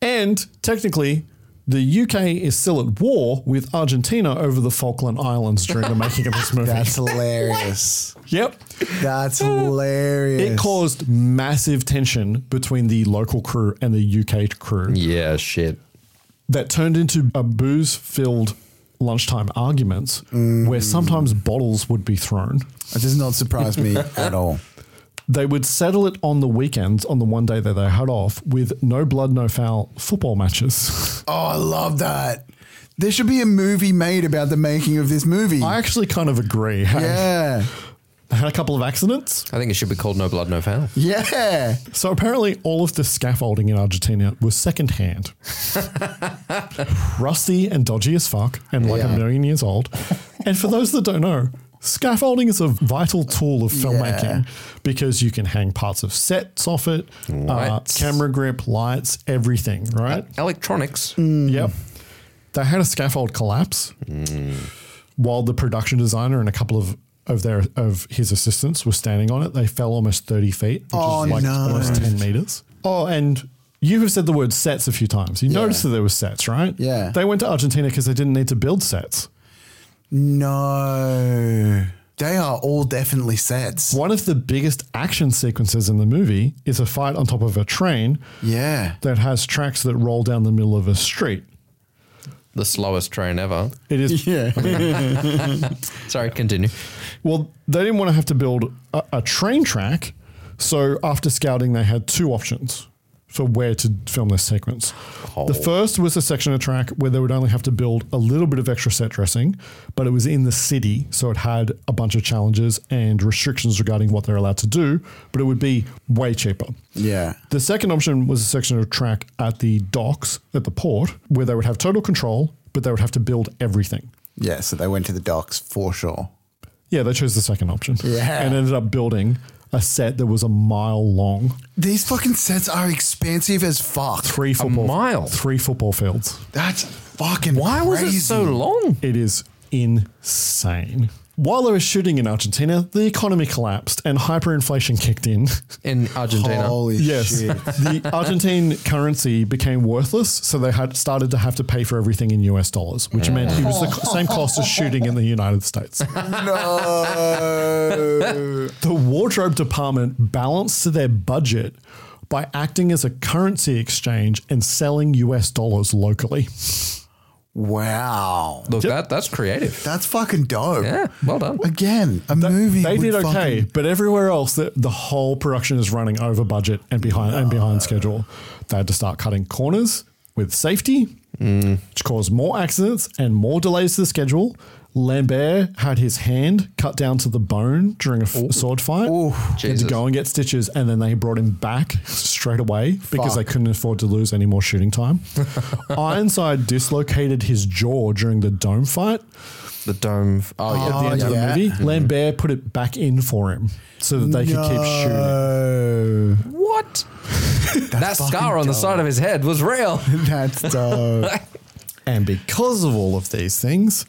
Speaker 1: And technically, the UK is still at war with Argentina over the Falkland Islands during the making of this
Speaker 2: [LAUGHS]
Speaker 1: movie.
Speaker 2: That's hilarious.
Speaker 1: yep. Uh,
Speaker 2: That's hilarious.
Speaker 1: It caused massive tension between the local crew and the UK crew
Speaker 3: Yeah, shit.
Speaker 1: that turned into a booze filled lunchtime arguments where sometimes bottles would be thrown.
Speaker 2: It Mm. does not surprise
Speaker 1: [LAUGHS]
Speaker 2: me at all.
Speaker 1: They would settle it on the weekends, on the one day that they had off, with no blood, no foul football matches. [LAUGHS]
Speaker 2: Oh, I love that. There should be a movie made about the making of this movie.
Speaker 1: I actually kind of agree. [LAUGHS] hey?
Speaker 2: yeah.
Speaker 1: They had a couple of accidents.
Speaker 3: I think it should be called No Blood, No Foul.
Speaker 2: Yeah.
Speaker 1: So apparently, all of the scaffolding in Argentina was secondhand, rusty and dodgy as fuck, and like
Speaker 2: Yeah.
Speaker 1: a million years old. And for those that don't know, scaffolding is a vital tool of filmmaking because you can hang parts of sets off it, uh,
Speaker 3: Lights.
Speaker 1: camera grip, lights, everything. Right?
Speaker 3: Electronics.
Speaker 1: Yep. They had a scaffold collapse while the production designer and a couple of of their of his assistants were standing on it. They fell almost thirty feet, which
Speaker 2: Oh,
Speaker 1: is like
Speaker 2: no.
Speaker 1: almost ten meters. Oh, and you have said the word sets a few times. You noticed that there were sets, right?
Speaker 2: Yeah.
Speaker 1: They went to Argentina because they didn't need to build sets.
Speaker 2: No. They are all definitely sets.
Speaker 1: One of the biggest action sequences in the movie is a fight on top of a train
Speaker 2: Yeah.
Speaker 1: that has tracks that roll down the middle of a street.
Speaker 3: The slowest train ever.
Speaker 1: It is
Speaker 2: Yeah.
Speaker 3: [LAUGHS] Sorry, continue.
Speaker 1: [LAUGHS] Well, they didn't want to have to build a, a train track. So after scouting, they had two options for where to film this sequence. The first was a section of track where they would only have to build a little bit of extra set dressing, but it was in the city. So it had a bunch of challenges and restrictions regarding what they're allowed to do, but it would be way cheaper.
Speaker 2: yeah.
Speaker 1: The second option was a section of track at the docks at the port where they would have total control, but they would have to build everything.
Speaker 2: Yeah. So they went to the docks for sure.
Speaker 1: Yeah, they chose the second option.
Speaker 2: Yeah.
Speaker 1: And ended up building a set that was a mile long.
Speaker 2: These fucking sets are expansive as fuck.
Speaker 1: Three football
Speaker 3: mile?
Speaker 1: Three football fields.
Speaker 2: That's fucking
Speaker 3: Why was it
Speaker 2: crazy.
Speaker 3: so long?
Speaker 1: It is insane. While they were shooting in Argentina, the economy collapsed and hyperinflation kicked in.
Speaker 3: In Argentina.
Speaker 2: Holy
Speaker 1: yes.
Speaker 2: shit.
Speaker 1: the Argentine currency became worthless, so they had started to have to pay for everything in US dollars, which meant it was the
Speaker 3: Oh.
Speaker 1: co- same cost as shooting in the
Speaker 3: [LAUGHS]
Speaker 1: United States.
Speaker 2: No.
Speaker 1: [LAUGHS] the wardrobe department balanced to their budget by acting as a currency exchange and selling US dollars locally.
Speaker 2: wow.
Speaker 3: Look, that that's creative.
Speaker 2: That's fucking dope.
Speaker 3: Yeah, well done.
Speaker 2: Again, a movie.
Speaker 1: They
Speaker 2: would
Speaker 1: did okay,
Speaker 2: fucking-
Speaker 1: but everywhere else, the, the whole production is running over budget and behind and behind schedule. They had to start cutting corners with safety, which caused more accidents and more delays to the schedule. Lambert had his hand cut down to the bone during a f- sword fight. He had to
Speaker 3: Jesus.
Speaker 1: go and get stitches, and then they brought him back straight away because they
Speaker 2: Fuck.
Speaker 1: couldn't afford to lose any more shooting [LAUGHS] time. Ironside dislocated his jaw during the dome fight
Speaker 3: The dome. f- Oh,
Speaker 1: at the
Speaker 3: yeah. Mm-hmm.
Speaker 1: end of
Speaker 2: yeah.
Speaker 1: the movie. Lambert put it back in for him so that they could keep shooting.
Speaker 2: No.
Speaker 3: What? [LAUGHS] that scar on the side of his head was
Speaker 2: [LAUGHS]
Speaker 3: real. [LAUGHS]
Speaker 1: That's dope. and because of all of these things,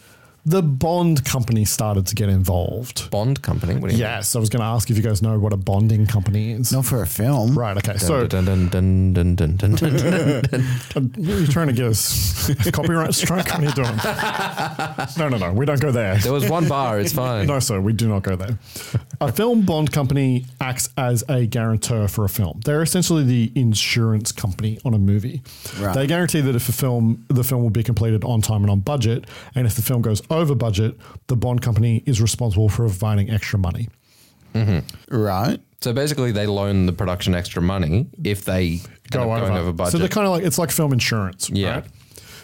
Speaker 1: the Bond company started to get involved.
Speaker 3: Bond company? What do you mean?
Speaker 1: yes, I was going to ask if you guys know what a bonding company is. Not
Speaker 2: for a film.
Speaker 1: Right, okay. so
Speaker 3: dun, dun, dun, dun, dun, dun, dun, dun, [LAUGHS] dun.
Speaker 1: [LAUGHS] you're trying to get us a copyright strike? What are you doing? No, no, no. We don't go there.
Speaker 3: There was one bar. It's fine.
Speaker 1: No, sir, we do not go there. A film bond company acts as a guarantor for a film. They're essentially the insurance company on a movie.
Speaker 2: Right.
Speaker 1: They guarantee that if a film, the film will be completed on time and on budget, and if the film goes over budget, the bond company is responsible for providing extra money.
Speaker 2: Right.
Speaker 3: Mm-hmm. So basically, they loan the production extra money if they go
Speaker 1: Go
Speaker 3: up
Speaker 1: over.
Speaker 3: going over budget.
Speaker 1: So they're kind of like it's like film insurance,
Speaker 3: Yeah.
Speaker 1: right?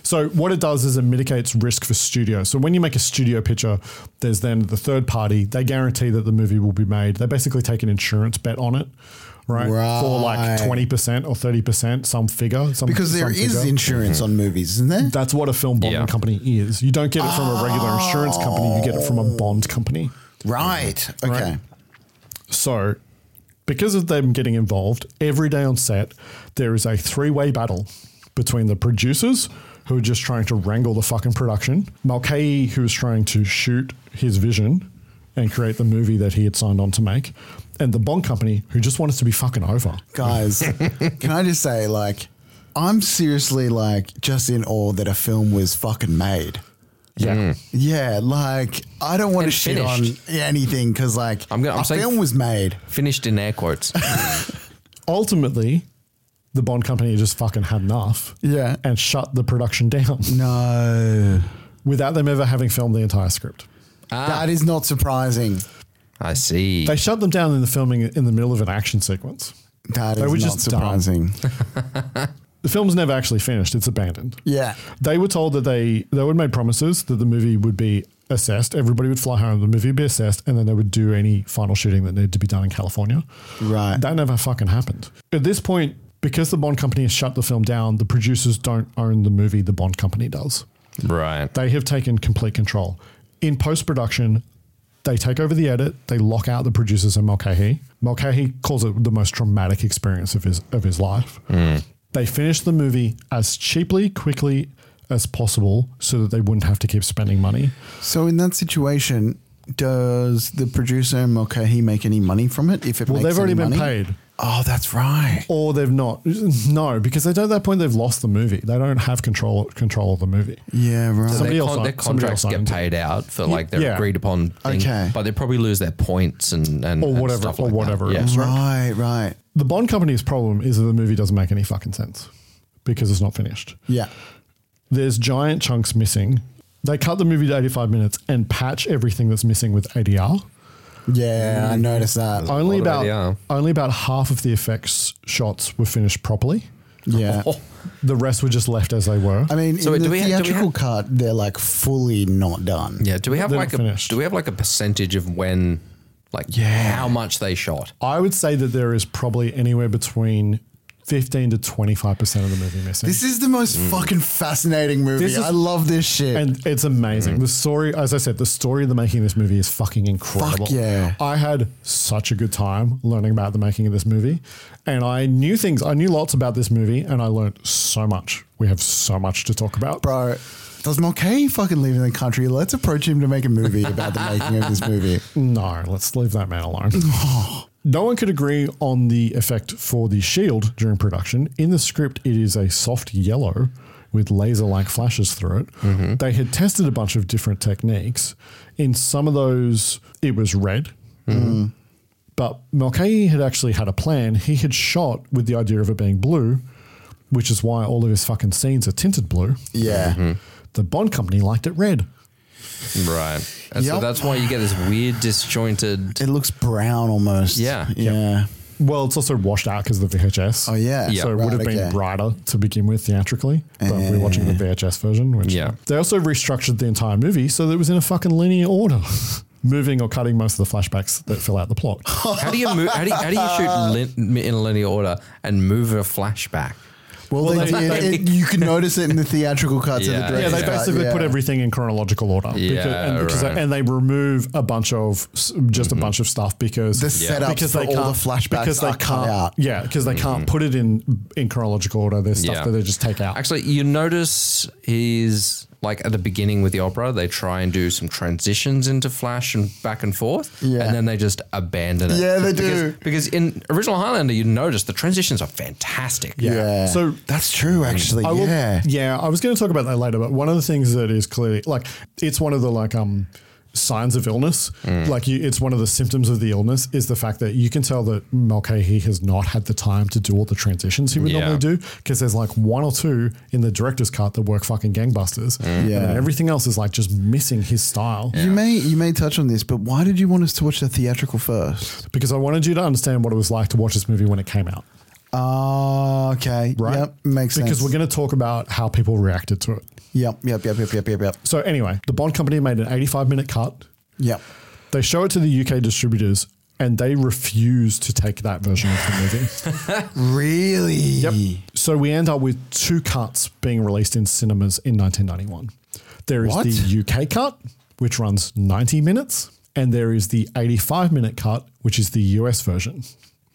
Speaker 1: So what it does is it mitigates risk for studio. So when you make a studio picture, there's then the third party. They guarantee that the movie will be made. They basically take an insurance bet on it, right? For
Speaker 2: Right.
Speaker 1: like twenty percent or thirty percent, some figure. Some,
Speaker 2: Because there
Speaker 1: some
Speaker 2: is
Speaker 1: figure.
Speaker 2: insurance on movies, isn't there?
Speaker 1: That's what a film bonding
Speaker 3: Yeah.
Speaker 1: company is. You don't get it from a regular insurance company. You get it from a bond company.
Speaker 2: Right. Okay.
Speaker 1: Right. So, because of them getting involved, every day on set, there is a three way battle between the producers, who are just trying to wrangle the fucking production, Mulcahy, who is trying to shoot his vision and create the movie that he had signed on to make, and the Bond Company, who just want us to be fucking over. [LAUGHS]
Speaker 2: Guys, can I just say, like, I'm seriously, like, just in awe that a film was fucking made.
Speaker 1: Yeah.
Speaker 2: Yeah, like, I don't want to
Speaker 3: Hmm. And
Speaker 2: shit on
Speaker 3: finished.
Speaker 2: anything because, like,
Speaker 3: I'm gonna- I'm
Speaker 2: a
Speaker 3: saying-
Speaker 2: film was made.
Speaker 3: Finished in air
Speaker 2: [LAUGHS]
Speaker 3: quotes. Ah.
Speaker 1: Ultimately, the Bond Company just fucking had enough
Speaker 2: Yeah.
Speaker 1: and shut the production down
Speaker 2: No.
Speaker 1: without them ever having filmed the entire script.
Speaker 2: That is not surprising.
Speaker 3: I see.
Speaker 1: They shut them down in the filming in the middle of an action sequence.
Speaker 2: That
Speaker 1: They
Speaker 2: is
Speaker 1: were
Speaker 2: not
Speaker 1: just dumb.
Speaker 2: surprising.
Speaker 1: [LAUGHS] The film's never actually finished. It's abandoned.
Speaker 2: Yeah.
Speaker 1: They were told that they they would made promises that the movie would be assessed. Everybody would fly home. The movie would be assessed, and then they would do any final shooting that needed to be done in California.
Speaker 2: Right.
Speaker 1: That never fucking happened. At this point, because the Bond company has shut the film down, the producers don't own the movie. The Bond company does.
Speaker 3: right.
Speaker 1: They have taken complete control. In post production, they take over the edit. They lock out the producers and Mulcahy. Mulcahy calls it the most traumatic experience of his of his life.
Speaker 3: Mm.
Speaker 1: They finish the movie as cheaply, quickly as possible, so that they wouldn't have to keep spending money.
Speaker 2: So, in that situation, does the producer and Mulcahy make any money from it? If it makes
Speaker 1: Well, they've already
Speaker 2: any
Speaker 1: been
Speaker 2: money?
Speaker 1: paid.
Speaker 2: Oh, that's right.
Speaker 1: Or they've not. No, because at that point they've lost the movie. They don't have control control of the movie.
Speaker 2: Yeah, right.
Speaker 1: Somebody
Speaker 3: their,
Speaker 1: else
Speaker 3: con-
Speaker 1: own-
Speaker 3: their
Speaker 1: somebody
Speaker 3: contracts
Speaker 1: else
Speaker 3: get
Speaker 1: owns it.
Speaker 3: paid out for like their
Speaker 1: yeah.
Speaker 3: agreed upon thing,
Speaker 2: Okay.
Speaker 3: but they probably lose their points and, and
Speaker 1: Or
Speaker 3: and
Speaker 1: whatever-
Speaker 3: stuff
Speaker 1: or
Speaker 3: like that.
Speaker 1: whatever it
Speaker 3: Yeah.
Speaker 1: is.
Speaker 2: right, right.
Speaker 1: The Bond company's problem is that the movie doesn't make any fucking sense because it's not finished.
Speaker 2: Yeah.
Speaker 1: there's giant chunks missing. They cut the movie to 85 minutes and patch everything that's missing with ADR.
Speaker 2: Yeah, I noticed that.
Speaker 1: Only
Speaker 3: lot of
Speaker 1: about
Speaker 3: ADR.
Speaker 1: only about half of the effects shots were finished properly.
Speaker 2: Yeah.
Speaker 1: [LAUGHS] Oh. The rest were just left as they were.
Speaker 2: I mean,
Speaker 3: So wait, do
Speaker 2: in the
Speaker 3: we have- do we
Speaker 2: theatrical
Speaker 3: have-
Speaker 2: cut, they're like fully not done.
Speaker 3: Yeah. Do we have
Speaker 1: They're
Speaker 3: like a
Speaker 1: not finished.
Speaker 3: do we have like a percentage of when like how much they shot?
Speaker 1: I would say that there is probably anywhere between 15 to 25% of the movie missing.
Speaker 2: This is the most
Speaker 3: Mm.
Speaker 2: fucking fascinating movie.
Speaker 1: This is-
Speaker 2: I love this shit. Mm.
Speaker 1: and it's amazing. The story, as I said, the story of the making of this movie is fucking incredible.
Speaker 2: yeah.
Speaker 1: I had such a good time learning about the making of this movie, and I knew things. I knew lots about this movie, and I learned so much. We have so much to talk about.
Speaker 2: Bro, does Mulcahy fucking leave in the country? Let's approach him to make a movie about the making of this movie.
Speaker 1: [LAUGHS] No, let's leave that
Speaker 2: [LAUGHS]
Speaker 1: man alone. no one could agree on the effect for the shield during production. In the script, it is a soft yellow with laser like flashes through it.
Speaker 2: Mm-hmm.
Speaker 1: They had tested a bunch of different techniques. In some of those, it was red.
Speaker 2: Mm-hmm.
Speaker 1: But Mulcahy had actually had a plan. He had shot with the idea of it being blue, which is why all of his fucking scenes are tinted blue.
Speaker 2: Yeah.
Speaker 3: Mm-hmm.
Speaker 1: The Bond company liked it red.
Speaker 3: Right. And so
Speaker 2: Yep.
Speaker 3: that's why you get this weird disjointed.
Speaker 2: It looks brown almost.
Speaker 3: Yeah.
Speaker 2: Yeah.
Speaker 1: Well, it's also washed out because of the VHS.
Speaker 2: Oh, yeah.
Speaker 3: Yeah.
Speaker 1: So it would have been
Speaker 2: okay.
Speaker 1: brighter to begin with theatrically, but we're watching the VHS version, which
Speaker 3: Yeah.
Speaker 1: they also restructured the entire movie so that it was in a fucking linear order, [LAUGHS] moving or cutting most of the flashbacks that fill out the plot.
Speaker 2: [LAUGHS]
Speaker 3: How do you move? How do you, how do you shoot lin, in linear order and move a flashback?
Speaker 2: Well,
Speaker 1: Well,
Speaker 2: they,
Speaker 1: they-
Speaker 2: did.
Speaker 1: they-
Speaker 2: It- you can notice it in the theatrical cuts of the
Speaker 1: yeah,
Speaker 2: director's
Speaker 1: they
Speaker 2: cut,
Speaker 1: basically
Speaker 2: yeah.
Speaker 1: put everything in chronological order. because-
Speaker 3: Yeah,
Speaker 1: and, because they-
Speaker 3: right. Mm-hmm.
Speaker 1: and they remove a bunch of s- just a bunch of stuff because
Speaker 2: The
Speaker 1: Yeah.
Speaker 2: setups for all the flashbacks
Speaker 1: because they
Speaker 2: are
Speaker 1: can't
Speaker 2: cut out.
Speaker 1: yeah because they can't put it in in chronological order. There's stuff
Speaker 3: Mm-hmm. Yeah.
Speaker 1: that they just take
Speaker 3: [LAUGHS]
Speaker 1: out.
Speaker 3: Actually, you notice he's like at the beginning with the opera, they try and do some transitions into Flash and back and forth,
Speaker 2: Yeah.
Speaker 3: and then they just abandon it.
Speaker 2: Yeah, they
Speaker 3: Because-
Speaker 2: do.
Speaker 3: Because in original Highlander, you notice the transitions are fantastic.
Speaker 2: Yeah.
Speaker 3: [LAUGHS]
Speaker 1: So-
Speaker 2: that's true, actually.
Speaker 1: I will-
Speaker 2: yeah.
Speaker 1: yeah. I was going to talk about that later, but one of the things that is clearly like it's one of the like um signs of illness. Like you, it's one of the symptoms of the illness is the fact that you can tell that Mulcahy has not had the time to do all the transitions he would
Speaker 3: Yeah.
Speaker 1: normally do because there's like one or two in the director's cut that work fucking gangbusters. And
Speaker 2: Yeah.
Speaker 1: then everything else is like just missing his style.
Speaker 2: You may you may touch on this, but why did you want us to watch the theatrical first?
Speaker 1: Because I wanted you to understand what it was like to watch this movie when it came out.
Speaker 2: Oh, okay.
Speaker 1: Right.
Speaker 2: Yep. Makes sense.
Speaker 1: Because we're going to talk about how people reacted to it.
Speaker 2: Yep. Yep. Yep. Yep. Yep. Yep. Yep.
Speaker 1: So anyway, the Bond company made an 85 minute cut.
Speaker 2: Yep.
Speaker 1: They show it to the UK distributors and they refuse to take that version of the movie.
Speaker 2: Really? Yep.
Speaker 1: so we end up with two cuts being released in cinemas in 1991. There is
Speaker 2: What?
Speaker 1: the UK cut, which runs 90 minutes, and there is the 85 minute cut, which is the US version.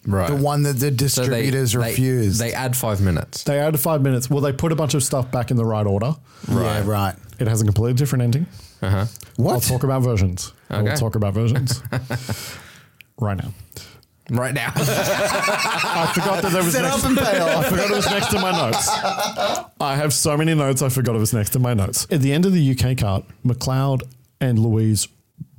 Speaker 3: Right.
Speaker 2: The one that the
Speaker 3: So they-
Speaker 2: distributors
Speaker 3: they-
Speaker 2: refused.
Speaker 3: They, add five minutes.
Speaker 1: They added five minutes. Well, they put a bunch of stuff back in the right order.
Speaker 2: Yeah. Right.
Speaker 1: It has a completely different ending.
Speaker 3: Uh huh.
Speaker 2: What?
Speaker 1: I'll talk about versions.
Speaker 3: Okay.
Speaker 1: I'll talk about versions right now.
Speaker 3: Right now.
Speaker 1: [LAUGHS] I forgot that there was
Speaker 2: Set
Speaker 1: next.
Speaker 2: up and pay
Speaker 1: I
Speaker 2: off.
Speaker 1: forgot it was next to my notes. I have so many notes. I forgot it was next to my notes. At the end of the UK card, McLeod and Louise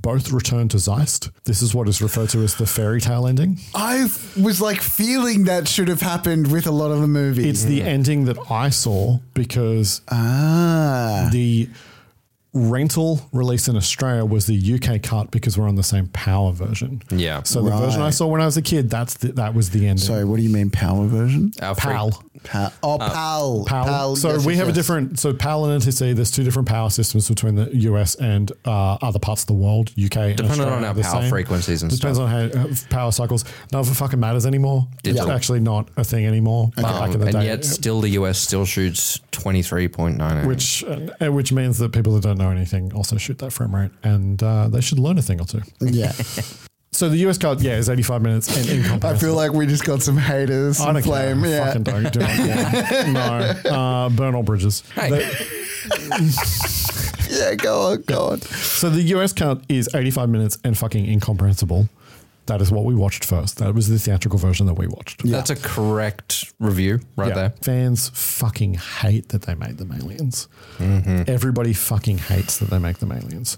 Speaker 1: both return to Zeist. This is what is referred to as the fairy tale ending.
Speaker 2: I was like feeling that should have happened with a lot of the movie.
Speaker 1: It's the ending that I saw because
Speaker 2: ah.
Speaker 1: the rental release in Australia was the UK cut because we're on the same power version.
Speaker 3: Yeah.
Speaker 1: So the version I
Speaker 2: Right.
Speaker 1: saw when I was a kid, that's the, that was the ending.
Speaker 2: Sorry, what do you mean power version?
Speaker 3: Our free-
Speaker 1: pal.
Speaker 2: Pa- oh, PAL.
Speaker 1: Power. so
Speaker 2: yes,
Speaker 1: we
Speaker 2: yes,
Speaker 1: have
Speaker 2: yes.
Speaker 1: a different. So PAL and NTC. There's two different power systems between the US and uh, other parts of the world. UK. and
Speaker 3: Depending
Speaker 1: Australia
Speaker 3: on
Speaker 1: are
Speaker 3: our
Speaker 1: the
Speaker 3: power
Speaker 1: same.
Speaker 3: frequencies and
Speaker 1: Depends
Speaker 3: stuff.
Speaker 1: on how uh, power cycles. None of it fucking matters anymore.
Speaker 3: Digital.
Speaker 1: It's actually not a thing anymore. but
Speaker 3: Um,
Speaker 1: back in the
Speaker 3: and
Speaker 1: day,
Speaker 3: yet, still, the US still shoots 23.98.
Speaker 1: which uh, which means that people that don't know anything also shoot that frame rate, and uh, they should learn a thing or two.
Speaker 3: [LAUGHS]
Speaker 2: Yeah.
Speaker 1: So the US card, yeah, is 85 minutes. And
Speaker 2: I
Speaker 1: incomprehensible.
Speaker 2: feel like we just got some haters.
Speaker 1: I
Speaker 2: Some
Speaker 1: don't
Speaker 2: flame.
Speaker 1: care.
Speaker 2: Yeah.
Speaker 1: I Fucking don't. Do not
Speaker 2: [LAUGHS]
Speaker 1: care. no. Uh, burn all bridges. They-
Speaker 2: Yeah, go on, go on.
Speaker 1: So the US count is 85 minutes and fucking incomprehensible. That is what we watched first. That was the theatrical version that we watched.
Speaker 3: That's a correct review right
Speaker 1: Yeah.
Speaker 3: there.
Speaker 1: Fans fucking hate that they made them aliens.
Speaker 3: Mm-hmm.
Speaker 1: Everybody fucking hates that they make them aliens.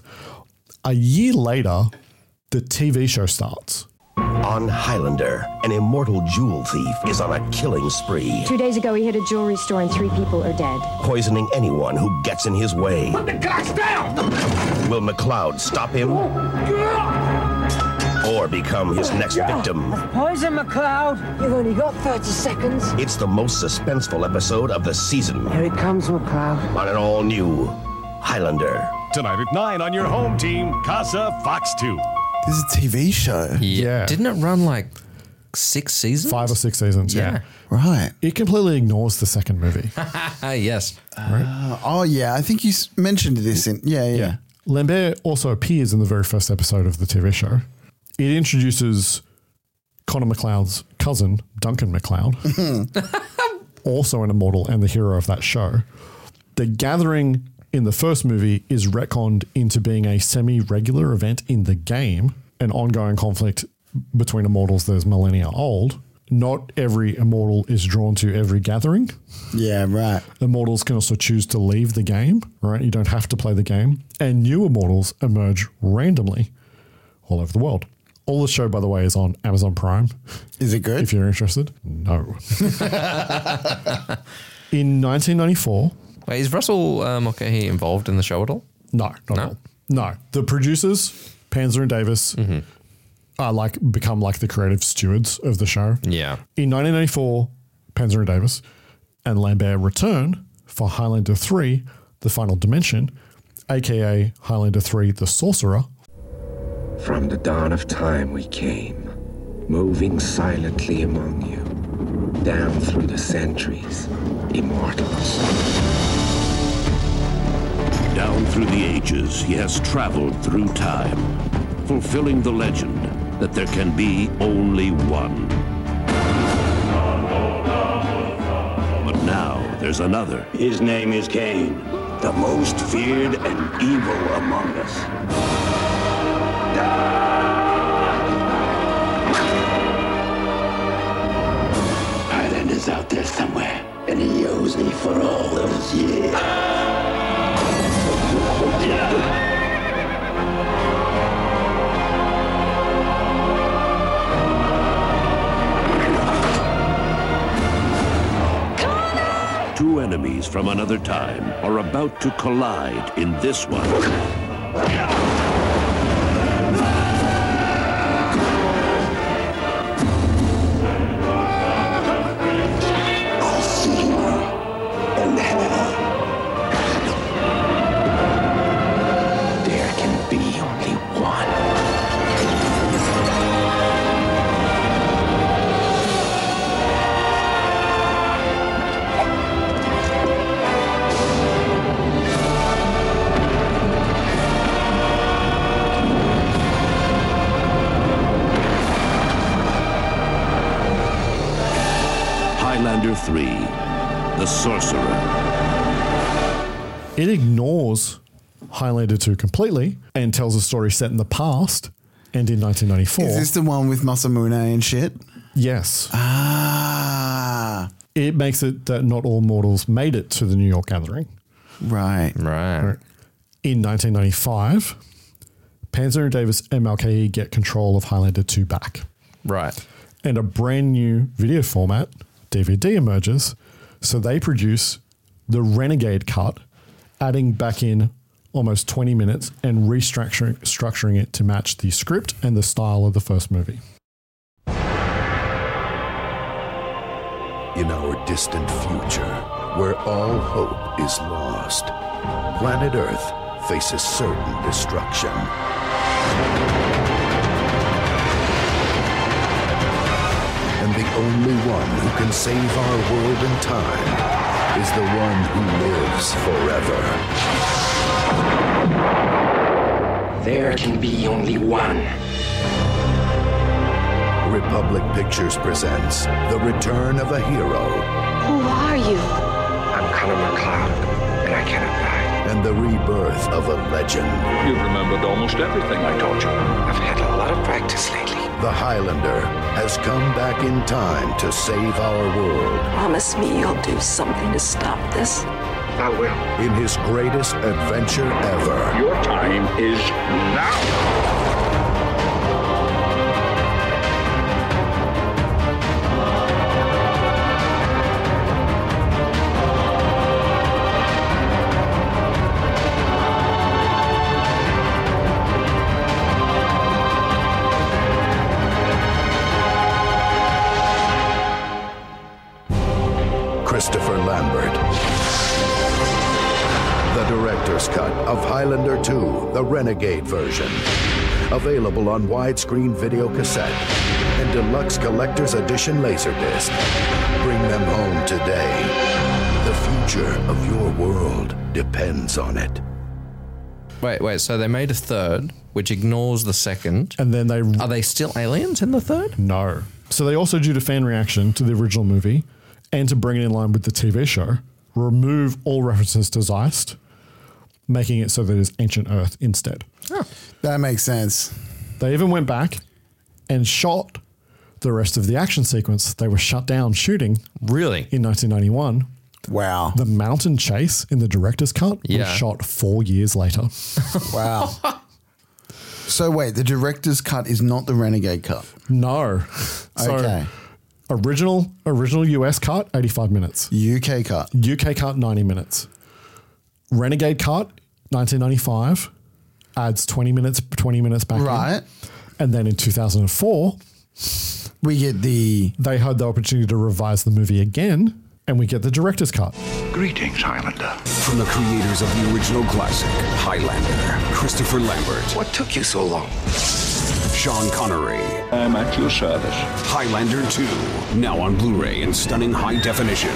Speaker 1: A year later, the TV show starts.
Speaker 13: On Highlander, an immortal jewel thief is on a killing spree,
Speaker 5: Two days ago, he hit a jewelry store and three people are dead.
Speaker 13: poisoning anyone who gets in his way.
Speaker 10: The cock's down!
Speaker 13: Will McLeod stop him or become his next victim?
Speaker 14: Poison McCloud! You've only got 30 seconds.
Speaker 13: It's the most suspenseful episode of the season
Speaker 14: Here it comes, McCloud.
Speaker 13: on an all new Highlander.
Speaker 15: Tonight at 9 on your home team, Casa Fox 2.
Speaker 2: This is a TV show.
Speaker 3: Yeah.
Speaker 1: Yeah.
Speaker 3: Didn't it run like six seasons?
Speaker 1: Five or six seasons. Yeah.
Speaker 3: Yeah.
Speaker 2: Right.
Speaker 1: It completely ignores the second movie.
Speaker 3: Ah, [LAUGHS]
Speaker 1: [LAUGHS]
Speaker 3: yes.
Speaker 2: Oh, yeah. I think you s- mentioned this in. Yeah, yeah.
Speaker 1: Lambert also appears in the very first episode of the TV show. It introduces Connor McLeod's cousin, Duncan
Speaker 2: [LAUGHS]
Speaker 1: McLeod, also an immortal and the hero of that show. The gathering in the first movie is retconned into being a semi regular event in the game, an ongoing conflict between immortals that is millennia old. Not every immortal is drawn to every gathering.
Speaker 2: Yeah, right.
Speaker 1: Immortals can also choose to leave the game, right? You don't have to play the game. And new immortals emerge randomly all over the world. All the show, by the way, is on Amazon Prime
Speaker 2: Is it good?
Speaker 1: if you're interested. No.
Speaker 2: [LAUGHS]
Speaker 1: in 1994,
Speaker 3: Wait, is Russell um, okay? He involved in the show at all?
Speaker 1: no, not at
Speaker 3: No?
Speaker 1: all. No. The producers, Panzer and Davis, are like become like the creative stewards of the show.
Speaker 3: Yeah.
Speaker 1: In 1994, Panzer and Davis and Lambert return for Highlander 3, The Final Dimension, aka Highlander 3, The Sorcerer.
Speaker 16: From the dawn of time we came, moving silently among you.
Speaker 17: down through the centuries, immortals.
Speaker 13: Down through the ages, he has traveled through time, fulfilling the legend that there can be only one. But now there's another.
Speaker 18: His name is Cain, the most feared and evil among us.
Speaker 17: Island is out there somewhere, and he owes me for all those years.
Speaker 13: Two enemies from another time are about to collide in this one.
Speaker 17: There can be only one.
Speaker 13: Highlander 3 The Sorcerer.
Speaker 1: It ignores Highlander 2 completely and tells a story set in the past and in 1994.
Speaker 2: Is this the one with eh? Masamune
Speaker 1: [LAUGHS]
Speaker 2: and shit?
Speaker 1: Yes.
Speaker 2: Ah.
Speaker 1: It makes it that not all mortals made it to the New York gathering.
Speaker 2: Right.
Speaker 3: Right.
Speaker 1: In 1995, Panzer and Davis MLKE E get control of Highlander 2 back.
Speaker 3: Right.
Speaker 1: And a brand new video format, DVD, emerges. So they produce the Renegade cut, adding back in almost 20 minutes and restructuring structuring it to match the script and the style of the first movie.
Speaker 10: In our distant future, where all hope is lost, planet Earth faces certain destruction. And the only one who can save our world in time is the one who lives forever.
Speaker 17: There can be only one.
Speaker 10: Republic Pictures presents The Return of a Hero
Speaker 9: Who are you?
Speaker 17: I'm Connor McCloud, and I cannot die.
Speaker 10: and the Rebirth of a Legend.
Speaker 19: You've remembered almost everything I taught you.
Speaker 17: I've had a lot of practice lately.
Speaker 10: The Highlander has come back in time to save our world
Speaker 20: Promise me you'll do something to stop this.
Speaker 17: I will.
Speaker 10: in his greatest adventure ever.
Speaker 19: Your time is now.
Speaker 10: Christopher Lambert. The director's cut of Highlander 2, the Renegade version. Available on widescreen video cassette and deluxe collector's edition Laserdisc. Bring them home today. The future of your world depends on it.
Speaker 3: Wait, wait. So they made a third, which ignores the second.
Speaker 1: And then they
Speaker 3: Are they still aliens in the third?
Speaker 1: No. So they also, due to fan reaction to the original movie and to bring it in line with the TV show, remove all references to Zeist, making it so that it's ancient Earth instead.
Speaker 2: That makes sense.
Speaker 1: They even went back and shot the rest of the action sequence. They were shut down shooting
Speaker 3: Really?
Speaker 1: in 1991.
Speaker 2: Wow.
Speaker 1: The mountain chase in the director's cut was
Speaker 3: Yeah.
Speaker 1: shot four years later.
Speaker 2: Wow. so wait, the director's cut is not the Renegade cut.
Speaker 1: No. So,
Speaker 2: Okay.
Speaker 1: Original original US cut, 85 minutes.
Speaker 2: UK cut.
Speaker 1: UK cut 90 minutes. Renegade cut 1995 adds 20 minutes 20 minutes back in.
Speaker 2: Right.
Speaker 1: And then in 2004
Speaker 2: We get the
Speaker 1: they had the opportunity to revise the movie again and we get the director's cut.
Speaker 19: Greetings, Highlander.
Speaker 18: From the creators of the original classic, Highlander, Christopher Lambert.
Speaker 17: What took you so long?
Speaker 18: Sean Connery.
Speaker 19: I'm at your service.
Speaker 18: Highlander 2, now on Blu ray in stunning high definition.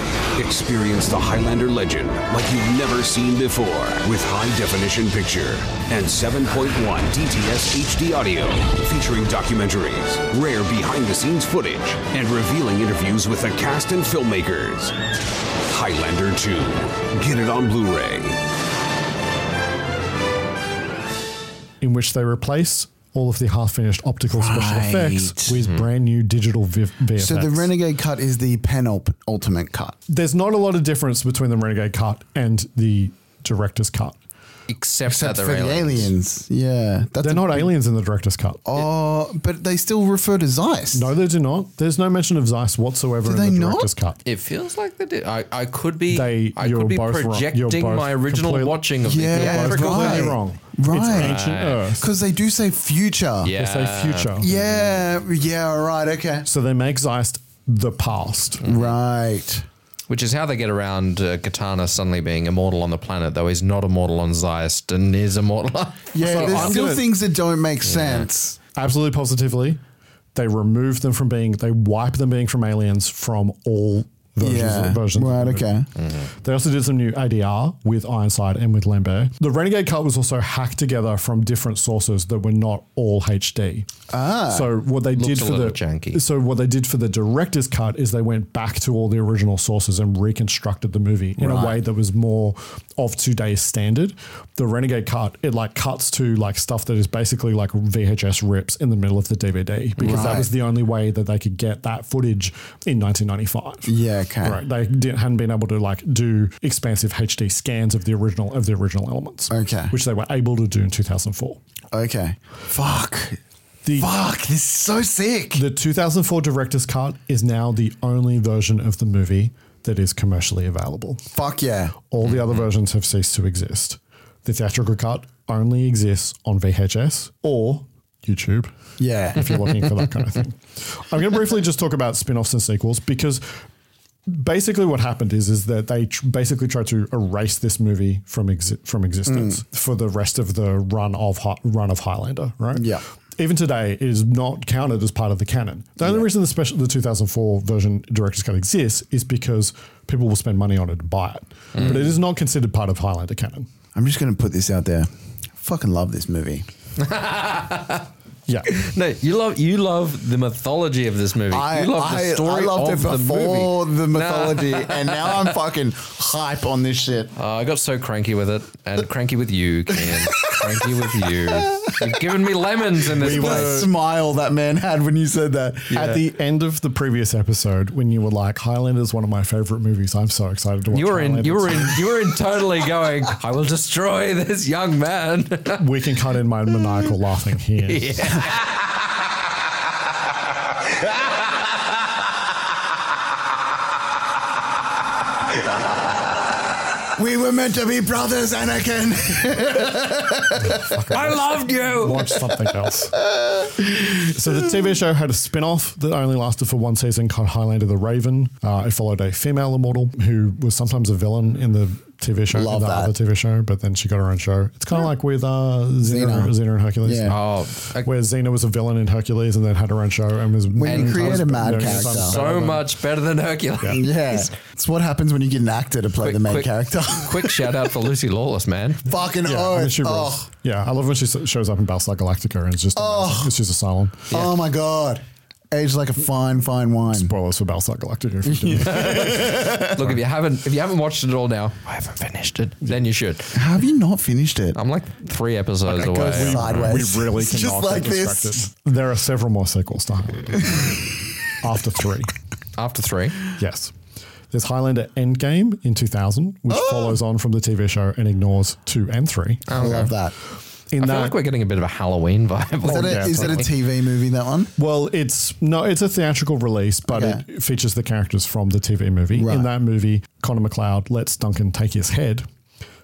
Speaker 18: Experience the Highlander legend like you've never seen before with high definition picture and 7.1 DTS HD audio featuring documentaries, rare behind the scenes footage, and revealing interviews with the cast and filmmakers. Highlander 2. Get it on Blu ray.
Speaker 1: in which they replace all of the half-finished optical special
Speaker 2: Right.
Speaker 1: effects with brand new digital vi- VFX.
Speaker 2: So the Renegade cut is the penultimate cut.
Speaker 1: There's not a lot of difference between the Renegade cut and the director's cut.
Speaker 3: Except,
Speaker 2: Except
Speaker 3: that they're
Speaker 2: for the aliens. Yeah.
Speaker 1: They're not aliens in the director's cut.
Speaker 2: Oh, but they still refer to Zeiss.
Speaker 1: No, they do not. There's no mention of Zeiss whatsoever
Speaker 2: Do
Speaker 1: in
Speaker 2: they
Speaker 1: the
Speaker 2: not?
Speaker 1: director's cut.
Speaker 3: It feels like they did. I, I could be
Speaker 1: They-
Speaker 3: I
Speaker 1: you're
Speaker 3: could be
Speaker 1: both wrong. You're
Speaker 3: projecting
Speaker 1: both
Speaker 3: my original
Speaker 1: complete-
Speaker 3: watching of
Speaker 1: Yeah,
Speaker 3: the
Speaker 1: you're both completely
Speaker 2: right.
Speaker 1: wrong. It's
Speaker 2: Right.
Speaker 1: ancient Earth.
Speaker 2: Because they do say future.
Speaker 1: They say future.
Speaker 2: Yeah. Yeah. all Right. Okay.
Speaker 1: So they make Zeist the past.
Speaker 2: Right.
Speaker 3: Which is how they get around uh, Katana suddenly being immortal on the planet, though he's not immortal on Zeist and is immortal.
Speaker 2: [LAUGHS] Yeah.
Speaker 1: So
Speaker 2: there's
Speaker 1: I'm
Speaker 2: still
Speaker 1: gonna-
Speaker 2: things that don't make sense.
Speaker 1: Absolutely positively. They remove them from being, they wipe them being from aliens from all versions.
Speaker 2: Yeah.
Speaker 1: versions of
Speaker 2: Right,
Speaker 1: the movie.
Speaker 2: okay.
Speaker 3: Mm-hmm.
Speaker 1: They also did some new ADR with Ironside and with Lambert. The Renegade cut was also hacked together from different sources that were not all HD.
Speaker 2: Ah.
Speaker 1: So what they
Speaker 3: Looks
Speaker 1: did
Speaker 3: a
Speaker 1: for the
Speaker 3: little janky.
Speaker 1: so what they did for the director's cut is they went back to all the original sources and reconstructed the movie in
Speaker 2: Right.
Speaker 1: a way that was more of today's standard. The Renegade cut it like cuts to like stuff that is basically like VHS rips in the middle of the DVD because that
Speaker 2: Right.
Speaker 1: was the only way that they could get that footage in 1995.
Speaker 2: Yeah. Okay.
Speaker 1: Right. They didn't, hadn't been able to like do expansive HD scans of the original of the original elements.
Speaker 2: Okay.
Speaker 1: Which they were able to do in 2004.
Speaker 2: Okay. Fuck.
Speaker 1: The,
Speaker 2: Fuck. This is so sick.
Speaker 1: The 2004 director's cut is now the only version of the movie that is commercially available.
Speaker 2: Fuck yeah.
Speaker 1: All the
Speaker 2: Mm-hmm.
Speaker 1: other versions have ceased to exist. The theatrical cut only exists on VHS or YouTube.
Speaker 2: Yeah.
Speaker 1: if you're looking for that kind of thing. I'm going to briefly just talk about spin-offs and sequels because basically what happened is is that they tr- basically tried to erase this movie from exi- from existence for the rest of the run of Hi- run of Highlander, right?
Speaker 2: Yeah.
Speaker 1: Even today, it is not counted as part of the canon. The only reason the special the 2004 version director's cut exists is because people will spend money on it to buy it,
Speaker 3: Mm.
Speaker 1: but it is not considered part of Highlander canon.
Speaker 2: I'm just going to put this out there. Fucking love this movie.
Speaker 1: Yeah.
Speaker 3: no, you love you love the mythology of this movie.
Speaker 2: I,
Speaker 3: you love
Speaker 2: I,
Speaker 3: the story
Speaker 2: I loved
Speaker 3: of
Speaker 2: it before
Speaker 3: the, movie. [LAUGHS]
Speaker 2: the, mythology,
Speaker 3: Nah.
Speaker 2: and now I'm fucking hype on this shit.
Speaker 3: Uh, I got so cranky with it, and cranky with you, Ken. cranky with you. You've given me lemons in this
Speaker 2: The
Speaker 3: place.
Speaker 2: smile that man had when you said that.
Speaker 3: Yeah.
Speaker 1: At the end of the previous episode, when you were like, "Highlander's one of my favorite movies. I'm so excited to watch."
Speaker 3: You were in.
Speaker 1: Highlander
Speaker 3: You were
Speaker 1: 2."
Speaker 3: in.
Speaker 1: [LAUGHS]
Speaker 3: You were in. Totally going. I will destroy this young man.
Speaker 1: We can cut in my
Speaker 3: [LAUGHS]
Speaker 1: maniacal laughing here.
Speaker 2: We were meant to be brothers, Anakin.
Speaker 1: [LAUGHS]
Speaker 3: I loved you.
Speaker 1: Watch something else. So the TV show had a spin-off that only lasted for one season called Highlander the Raven. Uh, it followed a female immortal who was sometimes a villain in the TV show,
Speaker 2: Love
Speaker 1: the
Speaker 2: that.
Speaker 1: other TV show, but then she got her own show. It's kind of like with uh, Xena,
Speaker 2: Xena.
Speaker 1: Xena and Hercules.
Speaker 2: Yeah.
Speaker 3: Oh,
Speaker 1: Where Xena was a villain in Hercules and then had her own show and was
Speaker 2: When you create a mad character.
Speaker 3: so much better than Hercules.
Speaker 2: yeah. It's what happens when you get an actor to play the main
Speaker 3: quick-
Speaker 2: character.
Speaker 3: Quick shout out for Lucy Lawless, man.
Speaker 2: Fucking
Speaker 1: Yeah,
Speaker 2: oath.
Speaker 1: and then she
Speaker 2: oh,
Speaker 3: [LAUGHS]
Speaker 1: rules. yeah, I love when she s- shows up in Battlestar Galactica and it's just amazing. it's just asylum.
Speaker 2: oh my God. Aged like a fine, fine wine.
Speaker 1: Spoilers for Battlestar Galactica. If you
Speaker 2: [LAUGHS]
Speaker 1: didn't.
Speaker 3: Look, if you haven't if you haven't watched it all now, I haven't finished it. Then you should.
Speaker 2: Have you not finished it?
Speaker 3: I'm like three episodes
Speaker 2: It goes
Speaker 3: away.
Speaker 2: sideways.
Speaker 1: We really
Speaker 2: It's just
Speaker 1: cannot get
Speaker 2: like this.
Speaker 1: distracted. There are several more sequels
Speaker 2: [LAUGHS]
Speaker 1: to Highlander after three.
Speaker 3: After three,
Speaker 1: Yes. There's Highlander Endgame in 2000, which follows on from the TV show and ignores two and three.
Speaker 2: Oh! I love that.
Speaker 1: In
Speaker 3: I feel
Speaker 1: that,
Speaker 3: like we're getting a bit of a Halloween vibe.
Speaker 2: Is that, a,
Speaker 1: yeah,
Speaker 2: is that a
Speaker 3: totally.
Speaker 2: TV movie, that one?
Speaker 1: well, it's no, it's a theatrical release, but
Speaker 2: Okay.
Speaker 1: it features the characters from the TV movie.
Speaker 2: Right.
Speaker 1: In that movie, Connor McLeod lets Duncan take his head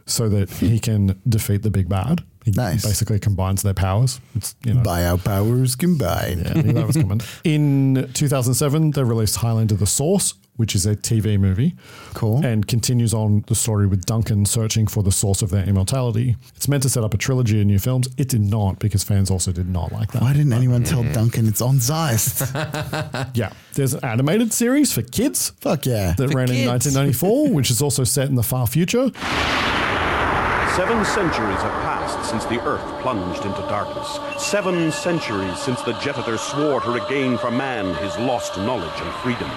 Speaker 1: so that he can defeat the big bad. He
Speaker 2: Nice.
Speaker 1: basically combines their powers. It's you know
Speaker 2: By our powers combined. [LAUGHS]
Speaker 1: Yeah, I knew that was coming. In 2007, they released Highlander The Source, which is a TV movie.
Speaker 2: Cool.
Speaker 1: And continues on the story with Duncan searching for the source of their immortality. It's meant to set up a trilogy of new films. It did not because fans also did not like that.
Speaker 2: Why didn't anyone tell Duncan it's on [LAUGHS] Zeist?
Speaker 1: yeah. There's an animated series for kids.
Speaker 2: Fuck yeah.
Speaker 1: That
Speaker 2: For
Speaker 1: ran in
Speaker 2: kids.
Speaker 1: 1994, which is also set in the far future.
Speaker 19: Seven centuries have passed since the Earth plunged into darkness. Seven centuries since the Jetater swore to regain for man his lost knowledge and freedom.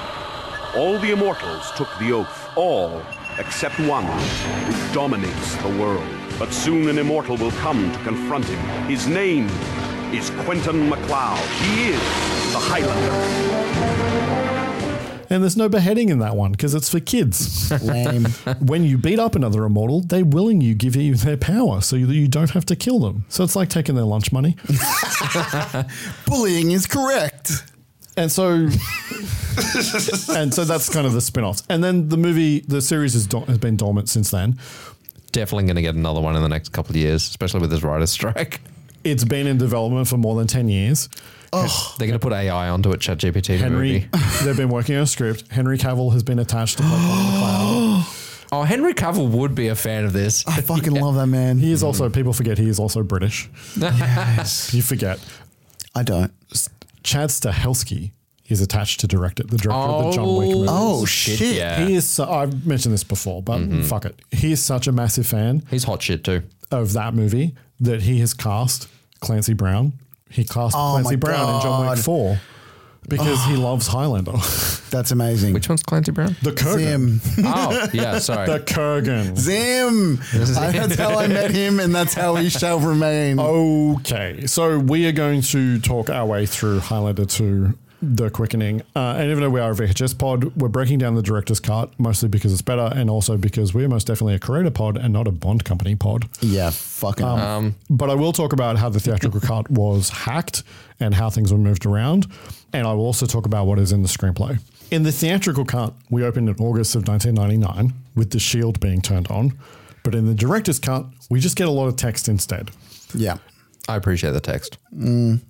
Speaker 19: All the immortals took the oath, all except one, who dominates the world. But soon an immortal will come to confront him. His name is Quentin MacLeod. He is the Highlander.
Speaker 1: And there's no beheading in that one because it's for kids.
Speaker 2: Lame.
Speaker 1: [LAUGHS] when you beat up another immortal, they willing you give you their power so you, you don't have to kill them. So it's like taking their lunch money.
Speaker 2: [LAUGHS] Bullying is correct. [LAUGHS]
Speaker 1: And so and so that's kind of the spin-offs. And then the movie, the series has, dor- has been dormant since then.
Speaker 3: Definitely going to get another one in the next couple of years, especially with this writer's strike. [LAUGHS]
Speaker 1: It's been in development for more than 10 years.
Speaker 3: Oh. They're going to put AI onto it, ChatGPT.
Speaker 1: Henry, [LAUGHS] they've been working on a script. Henry Cavill has been attached to Blackbird McLeod.
Speaker 3: [GASPS] Oh, Henry Cavill would be a fan of this.
Speaker 2: I fucking love that man.
Speaker 1: He is also, people forget he is also British.
Speaker 2: Yes.
Speaker 1: [LAUGHS] You forget.
Speaker 2: I don't.
Speaker 1: Chad Stahelski is attached to direct it, the director of the John Wick movies.
Speaker 2: Oh, shit. Shit, yeah.
Speaker 1: He is, so, I've mentioned this before, but
Speaker 3: Mhm.
Speaker 1: fuck it. He is such a massive fan
Speaker 3: He's hot shit too.
Speaker 1: of that movie that he has cast Clancy Brown. He cast
Speaker 2: Oh
Speaker 1: Clancy
Speaker 2: my
Speaker 1: Brown in John Wick
Speaker 2: God. Oh.
Speaker 1: 4 because he loves Highlander. [LAUGHS]
Speaker 2: That's amazing. Which
Speaker 3: one's Clancy Brown?
Speaker 1: The Kurgan.
Speaker 2: Zim.
Speaker 1: [LAUGHS]
Speaker 3: Oh, yeah, sorry.
Speaker 1: The
Speaker 2: [LAUGHS]
Speaker 1: Kurgan.
Speaker 2: Zim. I- that's how I met him, and that's how he shall remain.
Speaker 1: Okay, so we are going to talk our way through Highlander 2 The Quickening. Uh, and even though we are a VHS pod, we're breaking down the director's cut mostly because it's better and also because we're most definitely a creator pod and not a Bond company pod.
Speaker 2: Yeah, fucking.
Speaker 1: Um, but I will talk about how the theatrical cut was hacked and how things were moved around. And I will also talk about what is in the screenplay. In the theatrical cut, we opened in August of 1999 with the shield being turned on. But in the director's cut, we just get a lot of text instead.
Speaker 2: yeah.
Speaker 3: I appreciate the text.
Speaker 2: Mm.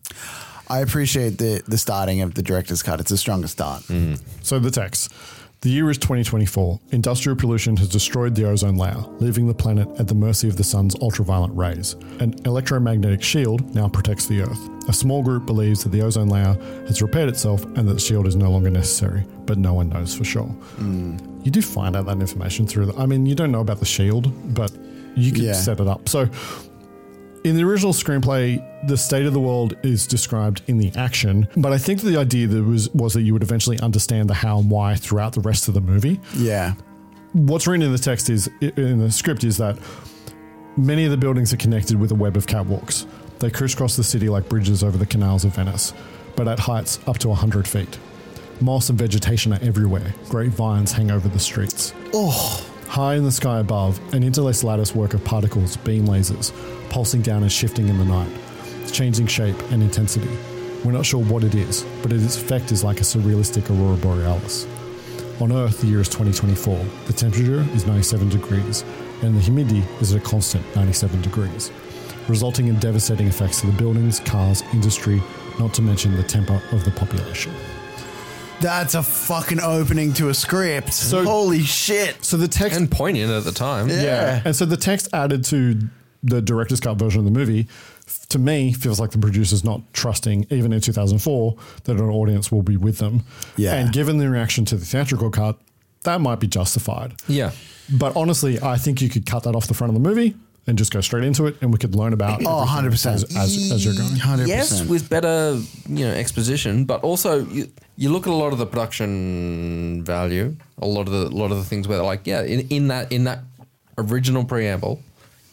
Speaker 2: I appreciate the the starting of the director's cut. It's the strongest start.
Speaker 3: Mm-hmm.
Speaker 1: So the text. The year is 2024. Industrial pollution has destroyed the ozone layer, leaving the planet at the mercy of the sun's ultraviolet rays. An electromagnetic shield now protects the Earth. A small group believes that the ozone layer has repaired itself and that the shield is no longer necessary, but no one knows for sure. You do find out that information through. The, I mean, you don't know about the shield, but you can
Speaker 2: Yeah.
Speaker 1: set it up. So in the original screenplay, the state of the world is described in the action, but I think the idea that was was that you would eventually understand the how and why throughout the rest of the movie.
Speaker 2: Yeah.
Speaker 1: What's written in the text is in the script is that many of the buildings are connected with a web of catwalks. They crisscross the city like bridges over the canals of Venice, but at heights up to 100 feet. Moss and vegetation are everywhere. Great vines hang over the streets.
Speaker 2: Oh.
Speaker 1: High in the sky above, an interlaced lattice work of particles, beam lasers, pulsing down and shifting in the night, It's changing shape and intensity. We're not sure what it is, but its effect is like a surrealistic aurora borealis. On Earth, the year is 2024. The temperature is 97 degrees, and the humidity is at a constant 97 degrees, resulting in devastating effects to the buildings, cars, industry, not to mention the temper of the population.
Speaker 2: That's a fucking opening to a script. Holy shit.
Speaker 1: So the text
Speaker 3: and poignant at the time.
Speaker 1: And so the text added to the director's cut version of the movie, f- to me, feels like the producer's not trusting, even in 2004, that an audience will be with them.
Speaker 2: Yeah.
Speaker 1: And given the reaction to the theatrical cut, that might be justified.
Speaker 3: Yeah.
Speaker 1: But honestly, I think you could cut that off the front of the movie and just go straight into it, and we could learn about
Speaker 2: Oh,
Speaker 1: everything
Speaker 2: 100%.
Speaker 1: as, as, as you're going.
Speaker 3: Yes, with better you know exposition, but also you, you look at a lot of the production value, a lot of the lot of the things where they're like, yeah, in, in that in that original preamble,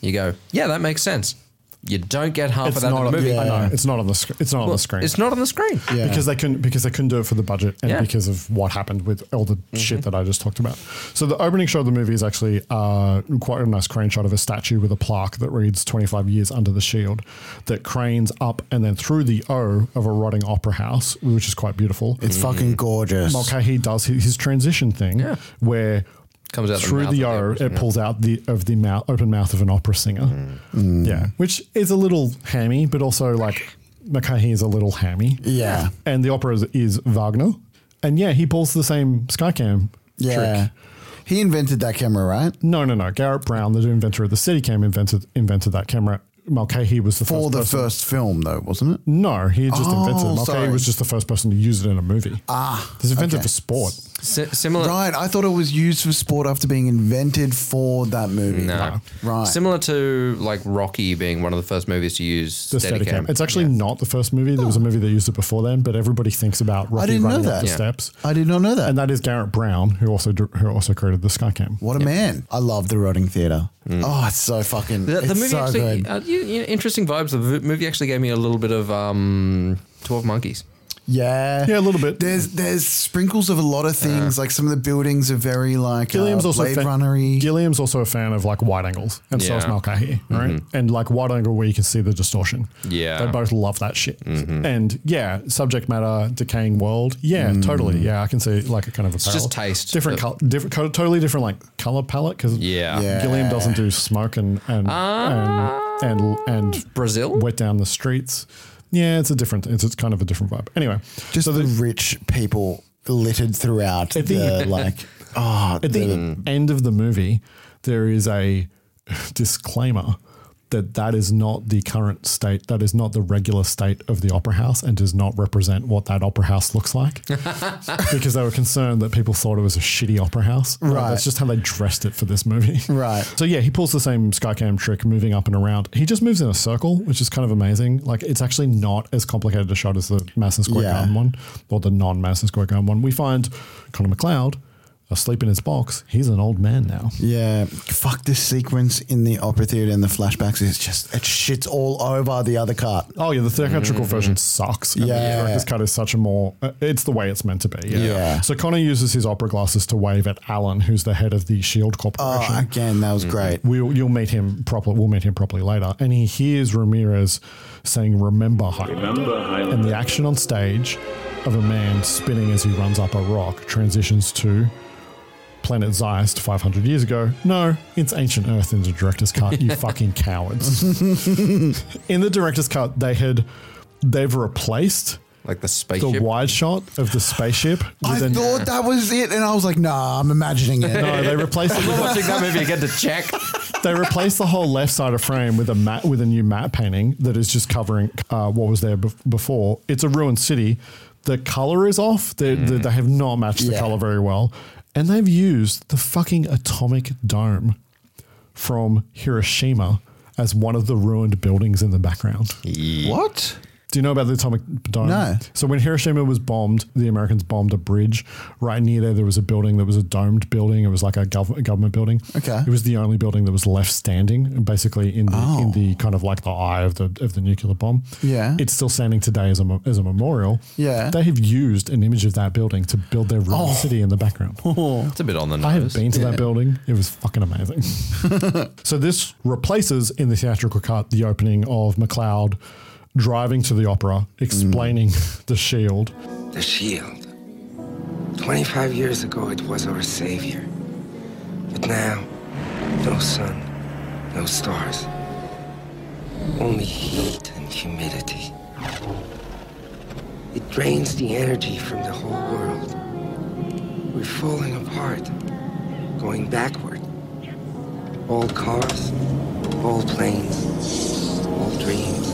Speaker 3: you go, yeah, that makes sense. You don't get half of
Speaker 1: It's
Speaker 3: that
Speaker 1: not,
Speaker 3: in the
Speaker 1: on,
Speaker 3: movie.
Speaker 1: I know, it's not on the sc- it's not on
Speaker 3: Well,
Speaker 1: the screen.
Speaker 3: It's not on the screen.
Speaker 1: because they couldn't because they couldn't do it for the budget and
Speaker 3: Yeah. Mm-hmm.
Speaker 1: because of what happened with all the shit that I just talked about. So the opening shot of the movie is actually uh, quite a nice crane shot of a statue with a plaque that reads 25 years under the shield that cranes up and then through the O of a rotting opera house, which is quite beautiful.
Speaker 2: It's
Speaker 3: Mm-hmm.
Speaker 2: fucking gorgeous.
Speaker 1: Mulcahy does his, his transition thing where
Speaker 3: Comes out the
Speaker 1: through
Speaker 3: mouth of
Speaker 1: the,
Speaker 3: the
Speaker 1: O,
Speaker 3: opera Mm.
Speaker 1: it
Speaker 3: singer.
Speaker 1: pulls out the of the mouth open mouth of an opera singer.
Speaker 2: Mm.
Speaker 1: Yeah, which is a little hammy, but also like Mackay is a little hammy.
Speaker 2: Yeah.
Speaker 1: and the opera is, is Wagner, And yeah, he pulls the same Skycam
Speaker 2: Yeah.
Speaker 1: trick.
Speaker 2: He invented that camera, right?
Speaker 1: No, no, no. Garrett Brown, the inventor of the Citycam, invented invented that camera. Mulcahy was the
Speaker 2: For
Speaker 1: first
Speaker 2: the
Speaker 1: person.
Speaker 2: first film, though, wasn't it?
Speaker 1: No, he had just
Speaker 2: Oh,
Speaker 1: invented it. Mulcahy
Speaker 2: sorry.
Speaker 1: was just the first person to use it in a movie.
Speaker 2: Ah,
Speaker 1: This is invented
Speaker 2: okay.
Speaker 1: for sport.
Speaker 3: similar.
Speaker 2: Right, I thought it was used for sport after being invented for that movie.
Speaker 3: No.
Speaker 2: Right.
Speaker 3: Similar to like Rocky being one of the first movies to use
Speaker 1: The Steadicam. It's actually not the first movie. There was a movie that used it before then, but everybody thinks about Rocky
Speaker 2: Oh. didn't know
Speaker 1: running up
Speaker 2: that.
Speaker 1: the
Speaker 2: Yeah.
Speaker 1: steps.
Speaker 2: I did not know that.
Speaker 1: And that is Garrett Brown, who also dir- who also created the Skycam.
Speaker 2: What a man. I love the Rotting Theatre. Oh, it's so
Speaker 3: Mm.
Speaker 2: fucking.
Speaker 3: The, the
Speaker 2: it's
Speaker 3: movie
Speaker 2: so
Speaker 3: actually,
Speaker 2: good.
Speaker 3: uh, you, you know, interesting vibes. The v- movie actually gave me a little bit of um, Twelve Monkeys.
Speaker 2: Yeah.
Speaker 1: Yeah, a little bit.
Speaker 2: There's there's sprinkles of a lot of things. like some of the buildings are very like
Speaker 1: Gilliam's
Speaker 2: uh,
Speaker 1: also a
Speaker 2: Blade
Speaker 1: fan,
Speaker 2: Runnery.
Speaker 1: Gilliam's also a fan of like wide angles, and so is
Speaker 3: Yeah.
Speaker 1: Mulcahy, right?
Speaker 3: Mhm.
Speaker 1: And like wide angle where you can see the distortion.
Speaker 3: Yeah. Mm.
Speaker 1: they both love that shit.
Speaker 3: Mm-hmm. [LAUGHS]
Speaker 1: [LAUGHS] And yeah, subject matter, decaying world. Yeah,
Speaker 2: Mm.
Speaker 1: totally. Yeah, I can see like a kind of a
Speaker 3: It's just
Speaker 1: parallel.
Speaker 3: taste.
Speaker 1: different,
Speaker 3: Uh,
Speaker 1: col- different, co- totally different like color palette because
Speaker 3: Yeah. Yeah.
Speaker 1: Gilliam doesn't do smoke and and and, and and
Speaker 3: Brazil
Speaker 1: wet down the streets. Yeah, it's a different. It's, it's kind of a different vibe. Anyway,
Speaker 2: Just the, rich people littered throughout the,
Speaker 1: At the-
Speaker 2: like. Oh,
Speaker 1: [LAUGHS] At the end of the movie, there is a [LAUGHS] disclaimer that that is not the current state. That is not the regular state of the opera house, and does not represent what that opera house looks like. [LAUGHS] because they were concerned that people thought it was a shitty opera house. No,
Speaker 2: Right.
Speaker 1: that's just how they dressed it for this movie. [LAUGHS]
Speaker 2: Right.
Speaker 1: So yeah, he pulls the same skycam trick, moving up and around. He just moves in a circle, which is kind of amazing. Like it's actually not as complicated a shot as the Madison Square
Speaker 2: Yeah.
Speaker 1: Garden one, or the non-Madison Square Garden one. We find Connor McLeod asleep in his box. He's an old man now.
Speaker 2: Yeah, fuck this sequence in the opera theater and the flashbacks is just it shits all over the
Speaker 1: [LAUGHS]
Speaker 2: other [LAUGHS] cut.
Speaker 1: Oh yeah, the theatrical version sucks. And
Speaker 2: Yeah.
Speaker 1: the director's cut is such a more. uh, It's the way it's meant to be. Yeah.
Speaker 2: Yeah.
Speaker 1: So Connor uses his opera glasses to wave at Alan, who's the head of the Shield
Speaker 2: Oh,
Speaker 1: E Corporation.
Speaker 2: again, that was great.
Speaker 1: We'll you'll meet him properly. We'll meet him properly later. And he hears Ramirez saying, "Remember Highlander."
Speaker 21: Remember Highlander.
Speaker 1: And the action on stage of a man spinning as he runs up a rock transitions to Planet Zeist 500 years ago. No, it's Ancient Earth in the director's
Speaker 2: [LAUGHS]
Speaker 1: cut. You fucking cowards. in the director's cut, they had they've replaced
Speaker 3: like the
Speaker 1: the
Speaker 3: spaceship.
Speaker 1: wide shot of the spaceship.
Speaker 2: I
Speaker 1: with an-
Speaker 2: thought that was it, and I was like, nah, I'm imagining it.
Speaker 1: no, they replaced it
Speaker 3: I'm
Speaker 2: [LAUGHS]
Speaker 1: with
Speaker 3: not
Speaker 1: a-
Speaker 3: watching that movie again to check.
Speaker 1: they replaced the whole left side of frame with a mat with a new matte painting that is just covering uh, what was there bef- before. It's a ruined city. The color is off. They, they,
Speaker 3: Mm.
Speaker 1: they have not matched the
Speaker 2: Yeah.
Speaker 1: color very well, and they've used the fucking atomic dome from Hiroshima as one of the ruined buildings in the background.
Speaker 2: what?
Speaker 1: Do you know about the atomic dome?
Speaker 2: No.
Speaker 1: So when Hiroshima was bombed, the Americans bombed a bridge right near there. There was a building that was a domed building. It was like a, gov- a government building.
Speaker 2: Okay.
Speaker 1: It was the only building that was left standing, basically in the in
Speaker 2: Oh.
Speaker 1: the kind of like the eye of the of the nuclear bomb.
Speaker 2: Yeah.
Speaker 1: It's still standing today as a mo- as a memorial.
Speaker 2: Yeah.
Speaker 1: They have used an image of that building to build their ruined
Speaker 2: Oh.
Speaker 1: city in the background.
Speaker 3: It's a bit on the
Speaker 1: I have
Speaker 3: nose.
Speaker 1: been to that building. It was fucking
Speaker 2: [LAUGHS]
Speaker 1: amazing. so this replaces in the theatrical cut the opening of McLeod driving to the opera, explaining
Speaker 2: Mm.
Speaker 1: [LAUGHS] the shield.
Speaker 17: The shield. 25 years ago, it was our savior. But now, no sun, no stars. Only heat and humidity. It drains the energy from the whole world. We're falling apart, going backward. All cars, all planes, all dreams.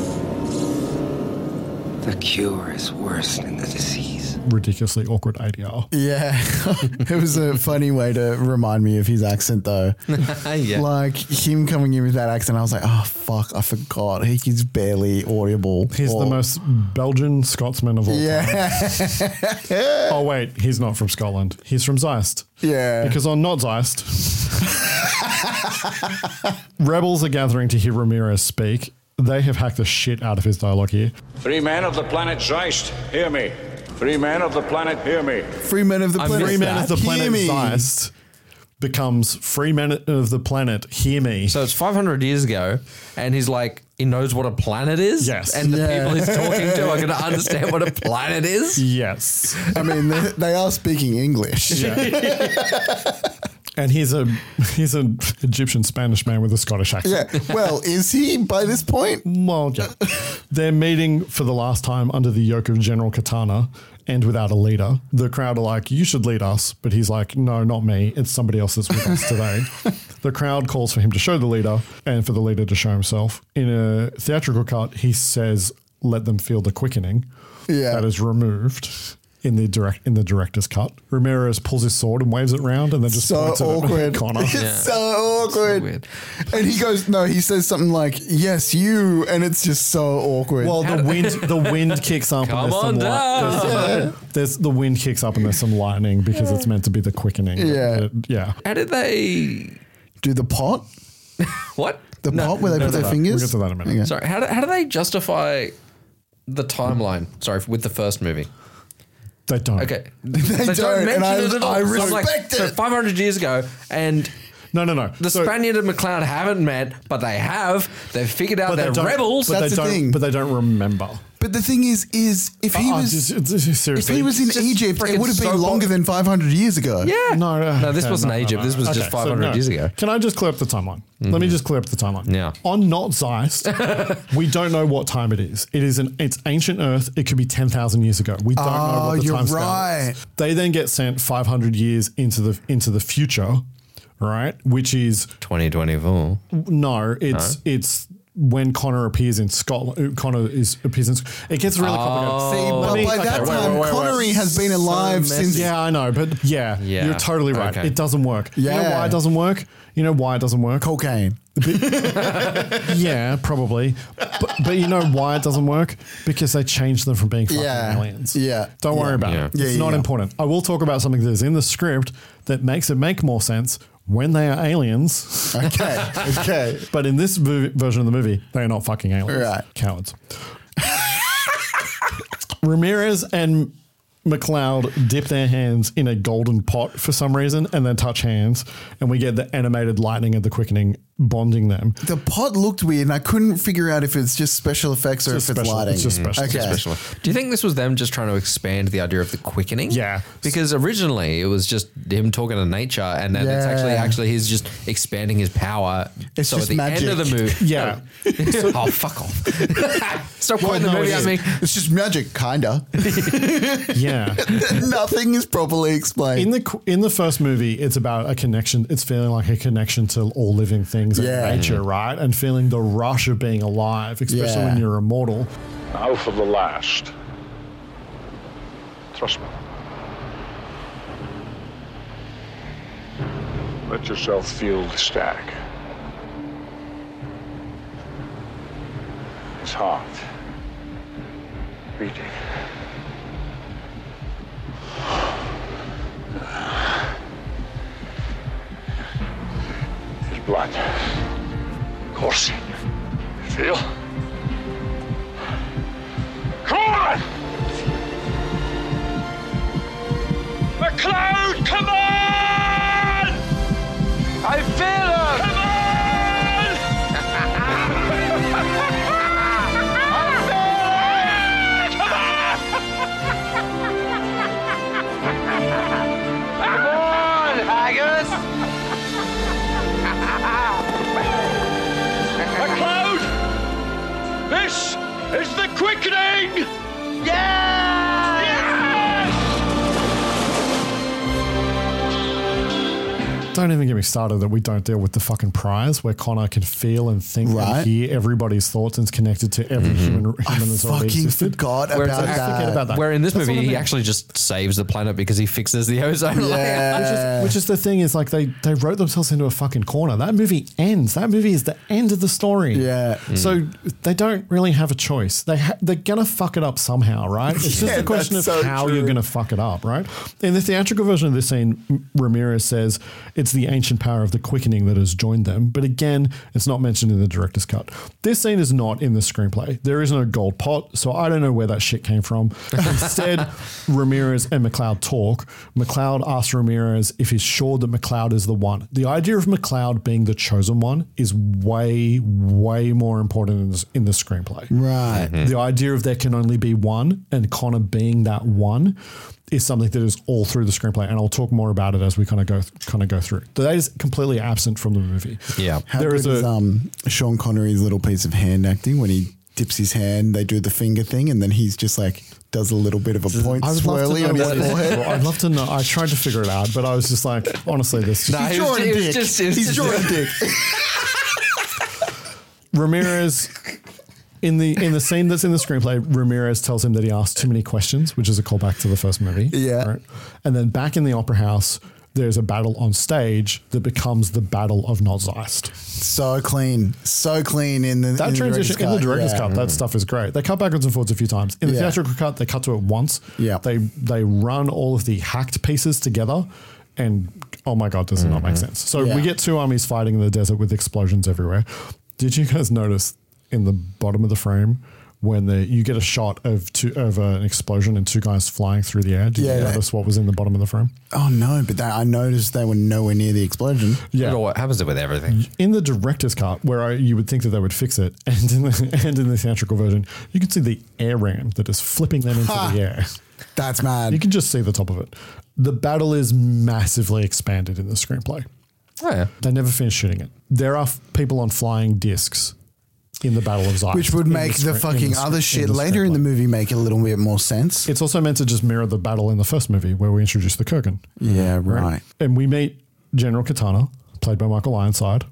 Speaker 17: The cure is worse than the disease.
Speaker 1: Ridiculously awkward ADR.
Speaker 2: Yeah, [LAUGHS] it was a funny way to remind me of his accent, though.
Speaker 3: [LAUGHS] yeah.
Speaker 2: Like him coming in with that accent, I was like, oh fuck, I forgot. He's barely audible.
Speaker 1: He's
Speaker 2: Or-
Speaker 1: the most Belgian Scotsman of
Speaker 2: [LAUGHS]
Speaker 1: all
Speaker 2: Yeah.
Speaker 1: time. Oh wait, he's not from Scotland. He's from Zeist.
Speaker 2: Yeah. [LAUGHS]
Speaker 1: Because on not Zeist, rebels are gathering to hear Ramirez speak. They have hacked the shit out of his dialogue here.
Speaker 22: Free men of the planet Zeist, hear me. Free men of the planet, hear me.
Speaker 2: Free men of the
Speaker 1: I
Speaker 2: planet.
Speaker 1: Free Men of the
Speaker 2: Hear
Speaker 1: Planet
Speaker 2: me.
Speaker 1: Zeist becomes Free Men of the Planet Hear Me.
Speaker 3: So it's 500 years ago, and he's like, he knows what a planet is.
Speaker 1: Yes.
Speaker 3: And the
Speaker 1: Yeah.
Speaker 3: people he's talking to are going to understand what a planet is.
Speaker 1: Yes.
Speaker 2: I mean, they, they are speaking English.
Speaker 1: Yeah. [LAUGHS] And he's a he's an Egyptian Spanish man with a Scottish accent.
Speaker 2: [LAUGHS] Yeah. Well, is he by this point?
Speaker 1: Well,
Speaker 2: [LAUGHS]
Speaker 1: yeah. They're meeting for the last time under the yoke of General Katana and without a leader. The crowd are like, "You should lead us," but he's like, "No, not me. It's somebody else that's
Speaker 2: [LAUGHS]
Speaker 1: with us today." the crowd calls for him to show the leader and for the leader to show himself. In a theatrical cut, he says, "Let them feel the quickening."
Speaker 2: Yeah.
Speaker 1: That is removed. In the direct in the director's cut, Ramirez pulls his sword and waves it round, and then just
Speaker 2: so
Speaker 1: points it at
Speaker 2: awkward. [LAUGHS]
Speaker 1: Connor.
Speaker 2: It's so awkward. and he goes, no, he says something like, yes, you. And it's just so awkward. [LAUGHS]
Speaker 1: Well, the wind the wind kicks up
Speaker 3: Come
Speaker 1: and there's some
Speaker 3: on
Speaker 1: light. There's,
Speaker 3: down.
Speaker 1: there's- the wind kicks up and there's some lightning because it's meant to be the quickening.
Speaker 2: Yeah.
Speaker 1: It- yeah.
Speaker 3: How did they?
Speaker 2: Do the pot?
Speaker 3: What?
Speaker 2: The pot where they put their
Speaker 1: no.
Speaker 2: fingers?
Speaker 1: We'll get to that in a minute.
Speaker 2: Okay.
Speaker 3: Sorry. How do, how do they justify the timeline? Sorry, with the first movie.
Speaker 1: They don't.
Speaker 3: Okay,
Speaker 2: [LAUGHS] They don't, and I- I respect
Speaker 3: So
Speaker 2: it.
Speaker 3: 500 years ago, and
Speaker 1: No, no, no.
Speaker 3: the
Speaker 1: So-
Speaker 3: Spaniard and McLeod haven't met, but they have. They've figured out
Speaker 1: But
Speaker 3: they're
Speaker 1: they don't-
Speaker 3: rebels.
Speaker 1: But
Speaker 2: That's the
Speaker 1: they don't.
Speaker 2: thing.
Speaker 1: But they don't remember.
Speaker 2: But the thing is, is if he
Speaker 1: Uh-uh,
Speaker 2: was
Speaker 1: just- just- just
Speaker 2: if he
Speaker 1: seriously.
Speaker 2: was in
Speaker 3: Just
Speaker 2: Egypt, it
Speaker 3: freaking
Speaker 2: would have been
Speaker 3: so-
Speaker 2: longer than 500 years ago.
Speaker 3: yeah.
Speaker 1: No, no,
Speaker 3: No, this
Speaker 1: okay,
Speaker 3: wasn't Egypt. This was just
Speaker 1: so
Speaker 3: 500 years ago. Mm-hmm.
Speaker 1: Can I just clear up the timeline? Let me just clear up the timeline.
Speaker 3: Yeah.
Speaker 1: On Not Zeist, we don't know what time it is. It is an it's ancient Earth. It could be 10,000 years ago. We don't know
Speaker 2: Oh,
Speaker 1: what the
Speaker 2: you're
Speaker 1: time scale
Speaker 2: right.
Speaker 1: is. They then get sent 500 years into the into the future, right? Which is
Speaker 3: 2024.
Speaker 1: no, it's it's when Connor appears in Scotland. uh, Connor is appears in. Sc- It gets
Speaker 3: Oh.
Speaker 1: really complicated.
Speaker 2: See, but
Speaker 1: Let me-
Speaker 2: by
Speaker 1: okay,
Speaker 2: that
Speaker 1: wait,
Speaker 2: time,
Speaker 1: wait, wait, wait.
Speaker 2: Connery has been alive since.
Speaker 1: Yeah, I know, but yeah,
Speaker 3: Yeah.
Speaker 1: you're totally right.
Speaker 3: Okay.
Speaker 1: It doesn't work. You know
Speaker 2: Yeah.
Speaker 1: why it doesn't work? You know why it doesn't work?
Speaker 2: Cocaine.
Speaker 1: [LAUGHS] yeah, probably. But, but you know why it doesn't work? Because they changed them from being fucking
Speaker 2: Yeah.
Speaker 1: aliens.
Speaker 2: Yeah.
Speaker 1: Don't worry
Speaker 2: Yeah.
Speaker 1: about
Speaker 3: Yeah.
Speaker 1: it.
Speaker 2: Yeah,
Speaker 1: it's
Speaker 2: yeah,
Speaker 1: not
Speaker 2: yeah.
Speaker 1: important. I will talk about something that is in the script that makes it make more sense when they are aliens. [LAUGHS]
Speaker 2: Okay. Okay.
Speaker 1: But in this vo- version of the movie, they are not fucking aliens.
Speaker 2: Right.
Speaker 1: Cowards. Ramirez and McLeod dip their hands in a golden pot for some reason and then touch hands, and we get the animated lightning and the quickening bonding them.
Speaker 2: The pot looked weird, and I couldn't figure out if it's just special effects or
Speaker 1: just
Speaker 2: if it's
Speaker 1: special-
Speaker 2: lighting.
Speaker 1: it's just special-
Speaker 2: Okay.
Speaker 1: it's
Speaker 3: Especially. Do you think this was them just trying to expand the idea of the quickening?
Speaker 1: Yeah.
Speaker 3: Because originally it was just him talking to nature, and then it's
Speaker 2: Yeah.
Speaker 3: actually actually he's just expanding his power.
Speaker 2: It's
Speaker 3: so
Speaker 2: just
Speaker 3: at the
Speaker 2: magic.
Speaker 3: end of the movie,
Speaker 1: [LAUGHS] Yeah.
Speaker 3: [LAUGHS] oh fuck off! Stop quoting the
Speaker 1: no,
Speaker 3: movie
Speaker 1: it
Speaker 3: at
Speaker 1: is.
Speaker 3: me.
Speaker 2: [LAUGHS] It's just magic, kinda.
Speaker 1: [LAUGHS] Yeah.
Speaker 2: [LAUGHS] Nothing is properly explained.
Speaker 1: In the qu- in the first movie, it's about a connection. It's feeling like a connection to all living things and
Speaker 2: Yeah.
Speaker 1: nature, right? And feeling the rush of being alive, especially
Speaker 2: Yeah.
Speaker 1: when you're immortal.
Speaker 22: Now for the last. Trust me. Let yourself feel the static. It's hard. Beating. There's blood. Coursing. Feel? Come on! McLeod, come on! I feel him! Come on! I feel him! Come on! Come on, Haggis! McLeod! This is the quickening! Yes!
Speaker 1: Don't even get me started that we don't deal with the fucking prize where Connor can feel and think
Speaker 2: Right. Mm-hmm.
Speaker 1: and hear everybody's thoughts and is connected to every human, human
Speaker 2: I
Speaker 1: that's already
Speaker 2: fucking
Speaker 1: existed.
Speaker 2: forgot
Speaker 3: Where
Speaker 2: about
Speaker 3: it's
Speaker 1: I forget
Speaker 2: that.
Speaker 1: about that.
Speaker 3: Where in this
Speaker 1: That's
Speaker 3: movie
Speaker 1: what I
Speaker 3: he
Speaker 1: mean.
Speaker 3: actually just saves the planet because he fixes the ozone [LAUGHS] layer.
Speaker 1: Which
Speaker 2: Yeah.
Speaker 1: is, which is the thing is like they, they wrote themselves into a fucking corner. That movie ends. That movie is the end of the story.
Speaker 2: Yeah.
Speaker 1: So they don't really have a choice. They ha- they're gonna fuck it up somehow, right? It's just
Speaker 2: Yeah,
Speaker 1: a question of
Speaker 2: that's so
Speaker 1: how
Speaker 2: true.
Speaker 1: you're gonna fuck it up, right? In the theatrical version of this scene, M- Ramirez says it's the ancient power of the quickening that has joined them. But again, it's not mentioned in the director's cut. This scene is not in the screenplay. There is no gold pot, so I don't know where that shit came from. Instead, [LAUGHS] Ramirez and McLeod talk. McLeod asks Ramirez if he's sure that McLeod is the one. The idea of McLeod being the chosen one is way, way more important in, this, in the screenplay.
Speaker 2: Right.
Speaker 1: Uh,
Speaker 3: Mm-hmm.
Speaker 1: The idea of there can only be one and Connor being that one is something that is all through the screenplay, and I'll talk more about it as we kind of go kind of go through through. That is completely absent from the movie.
Speaker 3: Yeah.
Speaker 2: How there is
Speaker 1: a-
Speaker 2: um, Sean Connery's little piece of hand acting when he dips his hand, they do the finger thing, and then he's just like does a little bit of a point
Speaker 1: I would love to
Speaker 2: swirly
Speaker 1: know
Speaker 2: on his
Speaker 1: what it is
Speaker 2: forehead. [LAUGHS]
Speaker 1: for. I'd love to know. I tried to figure it out, but I was just like, honestly, this.
Speaker 3: Nah, he was-
Speaker 2: drawing
Speaker 3: he was
Speaker 2: dick.
Speaker 3: just- he was
Speaker 2: He's
Speaker 3: just-
Speaker 2: drawing dick.
Speaker 1: Ramirez in the in the scene that's in the screenplay, Ramirez tells him that he asked too many questions, which is a callback to the first movie. Yeah. And then back in the opera house, there's a battle on stage that becomes the battle of Not Zeist.
Speaker 2: So clean, so clean in the
Speaker 1: That
Speaker 2: in
Speaker 1: transition
Speaker 2: the
Speaker 1: in the director's
Speaker 2: yeah. Mm.
Speaker 1: cut, that stuff is great. They cut backwards and forwards a few times. In the
Speaker 2: Yeah.
Speaker 1: theatrical cut, they cut to it once. Yeah. They they run all of the hacked pieces together, and oh my god, does it not make sense? So
Speaker 2: Mm-hmm. Yeah.
Speaker 1: we get two armies fighting in the desert with explosions everywhere. Did you guys notice in the bottom of the frame? When the, you get a shot of two of an explosion and two guys flying through the air, did
Speaker 2: Yeah,
Speaker 1: you
Speaker 2: that-
Speaker 1: notice what was in the bottom of the frame?
Speaker 2: Oh no! But that, I noticed they were nowhere near the explosion.
Speaker 1: Yeah.
Speaker 3: Well, oh, what happens with everything?
Speaker 1: in the director's cut, where I, you would think that they would fix it, [LAUGHS] and in the and in the theatrical version, you can see the air ram that is flipping them into
Speaker 2: Ha!
Speaker 1: the air.
Speaker 2: That's mad.
Speaker 1: You can just see the top of it. The battle is massively expanded in the screenplay.
Speaker 3: Oh, yeah.
Speaker 1: They never finished shooting it. There are f- people on flying discs in the Battle of Zeist,
Speaker 2: Which would
Speaker 1: in
Speaker 2: make the,
Speaker 1: screen- in
Speaker 2: fucking
Speaker 1: scr-
Speaker 2: other
Speaker 1: in
Speaker 2: shit
Speaker 1: the
Speaker 2: later in the movie make a little bit more sense.
Speaker 1: It's also meant to just mirror the battle in the first movie where we introduce the Kurgan.
Speaker 2: Yeah, right.
Speaker 1: And we meet General Katana, played by Michael Ironside.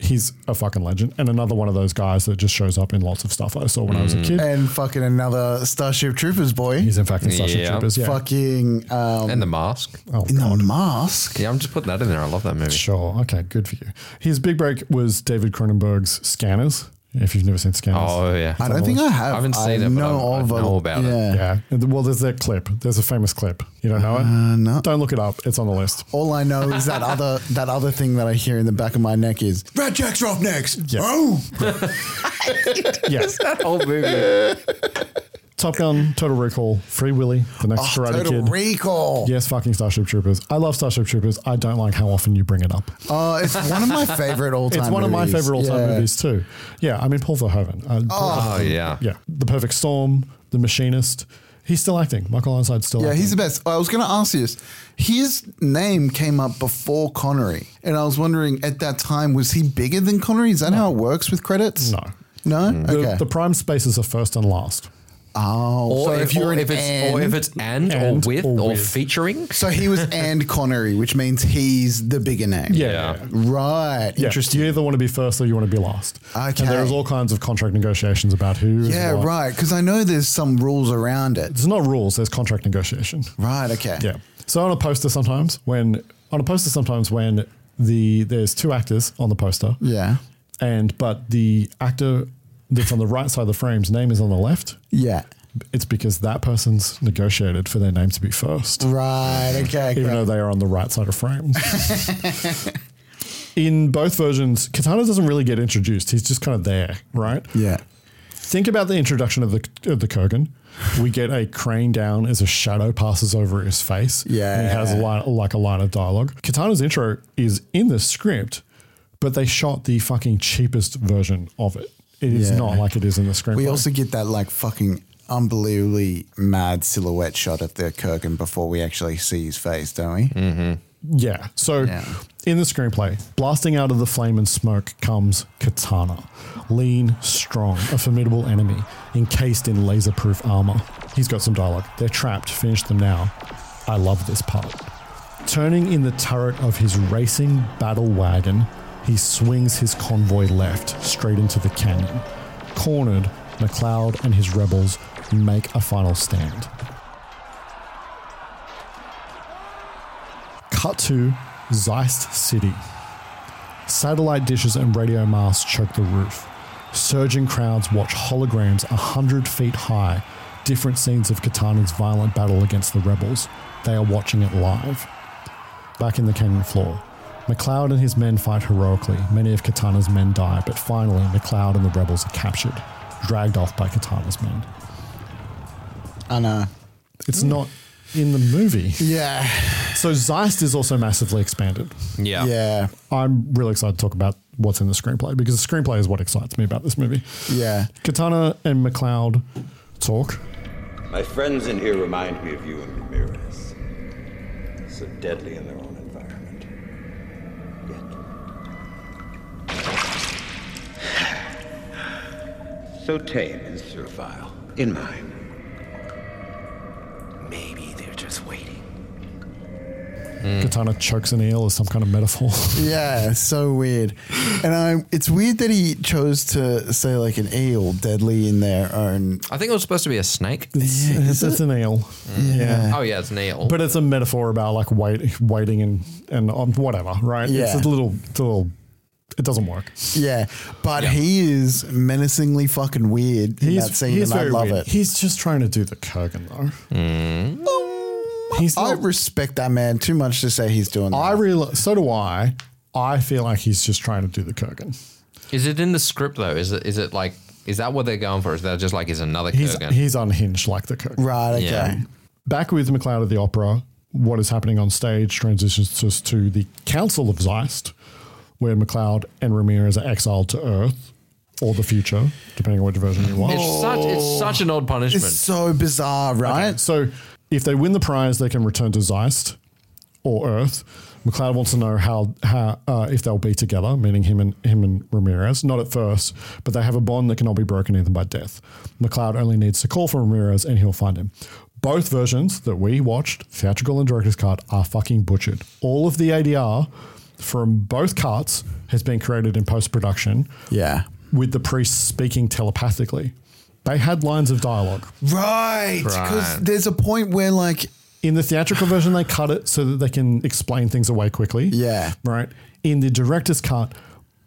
Speaker 1: He's a fucking legend and another one of those guys that just shows up in lots of stuff I saw when I
Speaker 3: Mm.
Speaker 1: was a kid.
Speaker 2: And fucking another Starship Troopers boy.
Speaker 1: He's in fact in Starship
Speaker 3: Yeah.
Speaker 1: Troopers. Yeah.
Speaker 2: Fucking um,
Speaker 3: And the mask.
Speaker 2: in the mask.
Speaker 3: Yeah, I'm just putting that in there. I love that movie.
Speaker 1: Oh, Sure. Okay. Good for you. His big break was David Cronenberg's Scanners. If you've never seen Scanners,
Speaker 3: Oh, yeah.
Speaker 2: I don't think I have.
Speaker 3: I haven't seen it, but
Speaker 2: know
Speaker 3: I- I
Speaker 2: of a-
Speaker 3: know about it.
Speaker 2: yeah.
Speaker 1: Yeah. And th- Well, there's that clip. There's a famous clip. You don't know it?
Speaker 2: Uh,
Speaker 1: no. Don't look it up. It's on the list.
Speaker 2: All I know is that
Speaker 1: [LAUGHS]
Speaker 2: other that other thing that I hear in the back of my neck is Rat Ah, Jack's off next. Oh,
Speaker 1: Yes.
Speaker 3: that whole movie.
Speaker 1: Top Gun, Total Recall, Free Willy, The Next Karate
Speaker 2: Oh, Total
Speaker 1: Kid.
Speaker 2: Recall.
Speaker 1: Yes, fucking Starship Troopers. I love Starship Troopers. I don't like how often you bring it up.
Speaker 2: Oh, it's one of my favorite all time.
Speaker 1: [LAUGHS] It's one of my favorite all-time movies too. Yeah, I mean Paul Verhoeven. Uh, Paul
Speaker 3: Oh,
Speaker 1: Verhoeven,
Speaker 3: yeah.
Speaker 1: yeah. The Perfect Storm, The Machinist. He's still acting. Michael Ironside's still.
Speaker 2: Yeah,
Speaker 1: acting.
Speaker 2: he's the best. I was going to ask you this. His name came up before Connery, and I was wondering at that time was he bigger than Connery? Is that how it works with credits?
Speaker 1: No. Mm.
Speaker 2: no.
Speaker 3: Mm.
Speaker 1: The,
Speaker 2: Okay.
Speaker 1: the prime spaces are first and last.
Speaker 2: oh,
Speaker 3: Or,
Speaker 2: so
Speaker 3: if, you're or,
Speaker 2: an
Speaker 3: if it's, or if it's and,
Speaker 1: And
Speaker 3: or with
Speaker 1: or
Speaker 3: or,
Speaker 1: with.
Speaker 3: featuring.
Speaker 2: so he
Speaker 3: [LAUGHS]
Speaker 2: was and Connery, which means he's the bigger name.
Speaker 1: Yeah. yeah. yeah.
Speaker 2: Right.
Speaker 1: Yeah,
Speaker 2: Interesting.
Speaker 1: You either want to be first or you want to be last.
Speaker 2: Okay.
Speaker 1: And there's all kinds of contract negotiations about who. is
Speaker 2: Yeah,
Speaker 1: what.
Speaker 2: right. Because I know there's some rules around it.
Speaker 1: It's not rules, there's contract negotiation.
Speaker 2: Right. Okay.
Speaker 1: Yeah. So on a poster sometimes when on a poster sometimes when the there's two actors on the poster.
Speaker 2: Yeah.
Speaker 1: And but the actor that's on the right side of the frame's name is on the left.
Speaker 2: Yeah.
Speaker 1: It's because that person's negotiated for their name to be first.
Speaker 2: Right. Okay.
Speaker 1: Even though
Speaker 2: okay.
Speaker 1: they are on the right side of frame.
Speaker 2: [LAUGHS]
Speaker 1: In both versions, Katana doesn't really get introduced. He's just kind of there, right?
Speaker 2: Yeah.
Speaker 1: Think about the introduction of the of the Kurgan. We get a crane down as a shadow passes over his face. and he has a
Speaker 2: Yeah.
Speaker 1: line, like a line of dialogue. Katana's intro is in the script, but they shot the fucking cheapest version of it. It is
Speaker 2: Yeah.
Speaker 1: not like it is in the screenplay.
Speaker 2: We also get that like fucking unbelievably mad silhouette shot of the Kurgan before we actually see his face, don't we?
Speaker 3: Mm-hmm.
Speaker 1: Yeah. So
Speaker 2: Yeah.
Speaker 1: in the screenplay, blasting out of the flame and smoke comes Katana, lean, strong, a formidable enemy, encased in laser proof armor. He's got some dialogue. They're trapped, finish them now. I love this part. Turning in the turret of his racing battle wagon, he swings his convoy left, straight into the canyon. Cornered, McLeod and his rebels make a final stand. Cut to Zeist City. Satellite dishes and radio masts choke the roof. Surging crowds watch holograms a 100 feet high, different scenes of Katana's violent battle against the rebels. They are watching it live. Back in the canyon floor, McLeod and his men fight heroically. Many of Katana's men die, but finally, McLeod and the rebels are captured, dragged off by Katana's men.
Speaker 2: I know.
Speaker 1: It's not in the movie.
Speaker 2: Yeah.
Speaker 1: So Zeist is also massively expanded.
Speaker 3: Yeah.
Speaker 2: Yeah.
Speaker 1: I'm really excited to talk about what's in the screenplay because the screenplay is what excites me about this movie.
Speaker 2: Yeah.
Speaker 1: Katana and McLeod talk.
Speaker 23: My friends in here remind me of you and Ramirez. So deadly in their own environment. [SIGHS] so tame and servile. In mine.
Speaker 17: Maybe they're just waiting.
Speaker 3: Mm.
Speaker 1: Katana chokes an eel as some kind of metaphor. [LAUGHS]
Speaker 2: Yeah, it's so weird. And I, it's weird that he chose to say like an eel deadly in their own.
Speaker 3: I think it was supposed to be a snake.
Speaker 1: It's, it's, it's an eel. Yeah.
Speaker 3: Oh yeah, it's an eel.
Speaker 1: But it's a metaphor about like wait, waiting and and um, whatever, right? It's
Speaker 2: Yeah.
Speaker 1: a little, it's a little. It doesn't work.
Speaker 2: Yeah, but he is menacingly fucking weird in that scene, and I love it.
Speaker 1: He's just trying to do the Kurgan though.
Speaker 2: Mm. I respect that man too much to say he's doing that.
Speaker 1: I realize. So do I. I feel like he's just trying to do the Kurgan.
Speaker 3: Is it in the script though? Is it is it like is that what they're going for? Is that just like is another
Speaker 1: He's
Speaker 3: Kurgan?
Speaker 1: he's unhinged like the Kurgan.
Speaker 2: Right.
Speaker 3: okay. Yeah.
Speaker 1: Back with McLeod at the opera, what is happening on stage transitions us to the Council of Zeist, where McLeod and Ramirez are exiled to Earth or the future, depending on which version you want.
Speaker 3: It's such it's such an odd punishment.
Speaker 2: It's so bizarre, right?
Speaker 1: So if they win the prize, they can return to Zeist or Earth. McLeod wants to know how how uh, if they'll be together, meaning him and him and Ramirez. Not at first, but they have a bond that cannot be broken even by death. McLeod only needs to call for Ramirez, and he'll find him. Both versions that we watched, theatrical and director's cut, are fucking butchered. All of the ADR from both cuts has been created in post production.
Speaker 2: Yeah,
Speaker 1: with the priests speaking telepathically. They had lines of dialogue.
Speaker 2: Right, because
Speaker 1: Right.
Speaker 2: there's a point where like
Speaker 1: In the theatrical version, they cut it so that they can explain things away quickly.
Speaker 2: Yeah.
Speaker 1: Right. In the director's cut,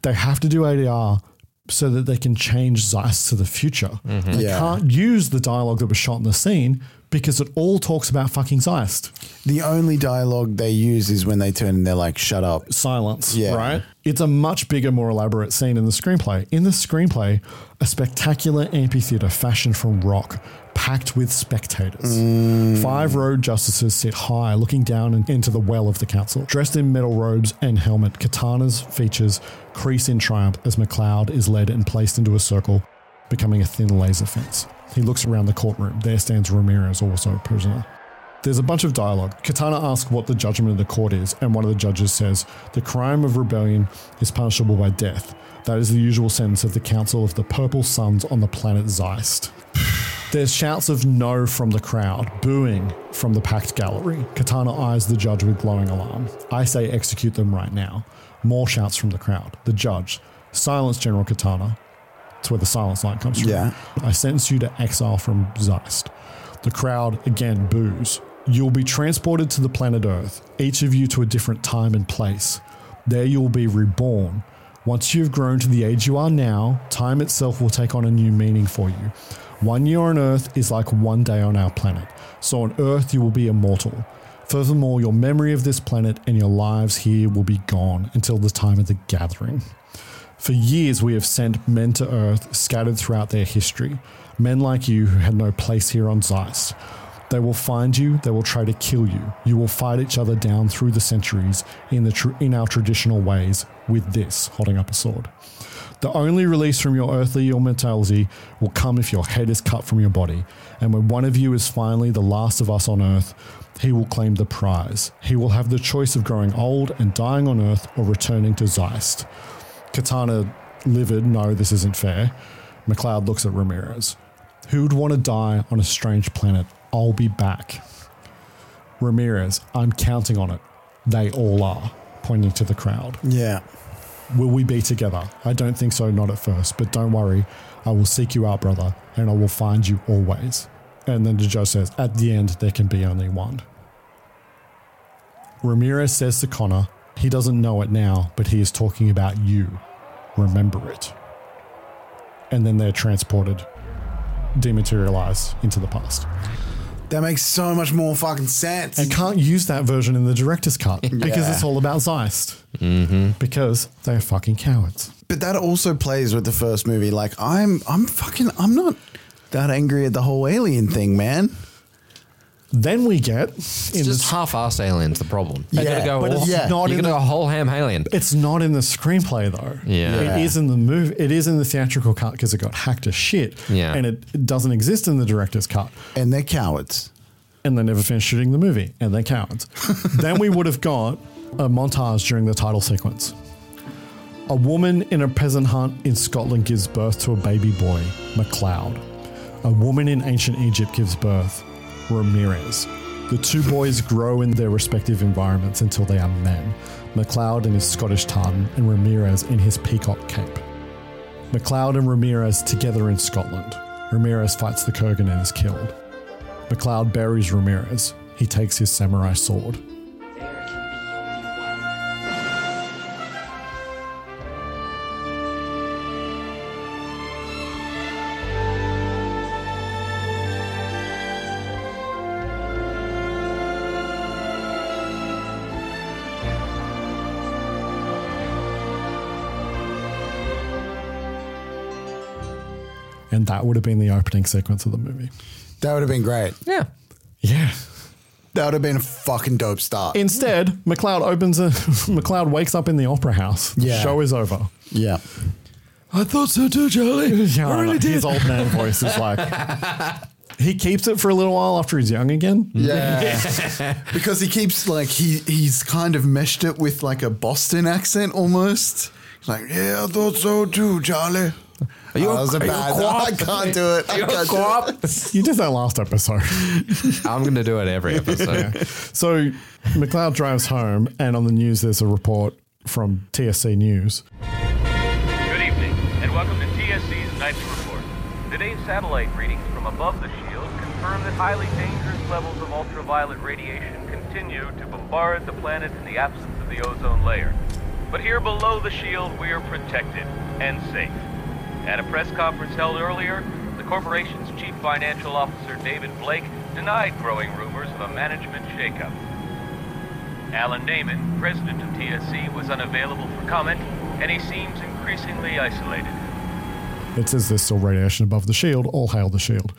Speaker 1: they have to do ADR so that they can change Zeiss to the future.
Speaker 2: Mhm.
Speaker 1: They
Speaker 2: Yeah.
Speaker 1: can't use the dialogue that was shot in the scene because it all talks about fucking Zeiss.
Speaker 2: the only dialogue they use is when they turn and they're like, "Shut up,
Speaker 1: silence."
Speaker 2: Yeah,
Speaker 1: Right? It's a much bigger, more elaborate scene in the screenplay. In the screenplay, a spectacular amphitheatre fashioned from rock, packed with spectators.
Speaker 2: Mm.
Speaker 1: Five road justices sit high, looking down and into the well of the council, dressed in metal robes and helmet, katanas, features crease in triumph as McLeod is led and placed into a circle, becoming a thin laser fence. He looks around the courtroom. There stands Ramirez, also a prisoner. There's a bunch of dialogue. Katana asks what the judgment of the court is, and one of the judges says, The crime of rebellion is punishable by death. That is the usual sentence of the Council of the Purple Suns on the planet Zeist. [SIGHS] There's shouts of no from the crowd, booing from the packed gallery. Katana eyes the judge with glowing alarm. I say, Execute them right now. More shouts from the crowd. The judge, Silence, General Katana. It's where the silence line comes from.
Speaker 2: Yeah.
Speaker 1: I sentence you to exile from Zeist. The crowd again boos. You'll be transported to the planet Earth, each of you to a different time and place. There you'll be reborn. Once you've grown to the age you are now, time itself will take on a new meaning for you. One year on Earth is like one day on our planet, so on Earth you will be immortal. Furthermore, your memory of this planet and your lives here will be gone until the time of the gathering. For years, we have sent men to Earth scattered throughout their history. Men like you who had no place here on Zeiss. They will find you, they will try to kill you. You will fight each other down through the centuries in, the tr- in our traditional ways with this, holding up a sword. The only release from your earthly immortality will come if your head is cut from your body. And when one of you is finally the last of us on earth, he will claim the prize. He will have the choice of growing old and dying on earth or returning to Zeist. Katana, livid, no, this isn't fair. McLeod looks at Ramirez. Who'd want to die on a strange planet? I'll be back. Ramirez, I'm counting on it. They all are, pointing to the crowd.
Speaker 2: Yeah.
Speaker 1: Will we be together? I don't think so, not at first, but don't worry. I will seek you out, brother, and I will find you always. And then the judge says, At the end, there can be only one. Ramirez says to Connor, He doesn't know it now, but he is talking about you. Remember it. And then they're transported, dematerialized into the past.
Speaker 2: that makes so much more fucking sense."
Speaker 1: And can't use that version in the director's cut because
Speaker 2: Yeah.
Speaker 1: it's all about Zeist.
Speaker 2: Mm-hmm.
Speaker 1: Because they're fucking cowards.
Speaker 2: But that also plays with the first movie. Like I'm, I'm fucking, I'm not that angry at the whole alien thing, man.
Speaker 1: Then we get
Speaker 3: it's just half-assed aliens. The problem. You
Speaker 1: Yeah,
Speaker 3: gotta go.
Speaker 1: but
Speaker 3: all-
Speaker 1: it's
Speaker 3: yeah.
Speaker 1: not
Speaker 3: you
Speaker 1: in
Speaker 3: gotta
Speaker 1: the-
Speaker 3: go whole ham alien.
Speaker 1: It's not in the screenplay though.
Speaker 3: Yeah.
Speaker 1: [LAUGHS] it is in the movie. It is in the theatrical cut because it got hacked to shit.
Speaker 3: Yeah.
Speaker 1: and it, it doesn't exist in the director's cut.
Speaker 2: And they're cowards.
Speaker 1: And they never finished shooting the movie, and they're
Speaker 2: [LAUGHS]
Speaker 1: cowards. then we would have got a montage during the title sequence A woman in a peasant hut in Scotland gives birth to a baby boy, MacLeod. A woman in ancient Egypt gives birth, Ramirez. The two boys grow in their respective environments until they are men MacLeod in his Scottish tartan and Ramirez in his peacock cape. MacLeod and Ramirez together in Scotland. Ramirez fights the Kurgan and is killed. MacLeod buries Ramirez. He takes his samurai sword. And that would have been the opening sequence of the movie.
Speaker 2: That would have been great.
Speaker 3: Yeah.
Speaker 1: Yeah.
Speaker 2: That would have been a fucking dope start.
Speaker 1: Instead, McLeod opens a [LAUGHS] McLeod wakes up in the opera house.
Speaker 2: Yeah.
Speaker 1: Show is over.
Speaker 2: yeah.
Speaker 1: I thought so too, [LAUGHS] Charlie.
Speaker 2: I really did.
Speaker 1: His old man voice is like he keeps it for a little while after he's young again. [LAUGHS]
Speaker 3: [LAUGHS]
Speaker 2: Yeah. because he keeps like he he's kind of meshed it with like a Boston accent almost. He's like, yeah, I thought so too, Charlie.
Speaker 3: Are you
Speaker 2: Oh,
Speaker 3: a-
Speaker 2: that was a
Speaker 3: are you a
Speaker 2: bad-
Speaker 3: quap?
Speaker 2: [LAUGHS] I can't do it.
Speaker 3: Are
Speaker 2: I
Speaker 3: you a
Speaker 2: can't do
Speaker 3: quap?
Speaker 2: it.
Speaker 1: [LAUGHS] You did that last episode.
Speaker 3: I'm going to do it every
Speaker 1: [LAUGHS]
Speaker 3: episode.
Speaker 1: So McLeod drives home, and on the news, there's a report from TSC News.
Speaker 7: Good evening, and welcome to TSC's Nightly Report. Today's satellite readings from above the shield confirm that highly dangerous levels of ultraviolet radiation continue to bombard the planet in the absence of the ozone layer. But here below the shield, we are protected and safe. At a press conference held earlier, the corporation's chief financial officer, David Blake, denied growing rumors of a management shakeup. Alan Naiman, president of TSC, was unavailable for comment, and he seems increasingly isolated.
Speaker 1: It says there's still radiation above the shield. All hail the shield.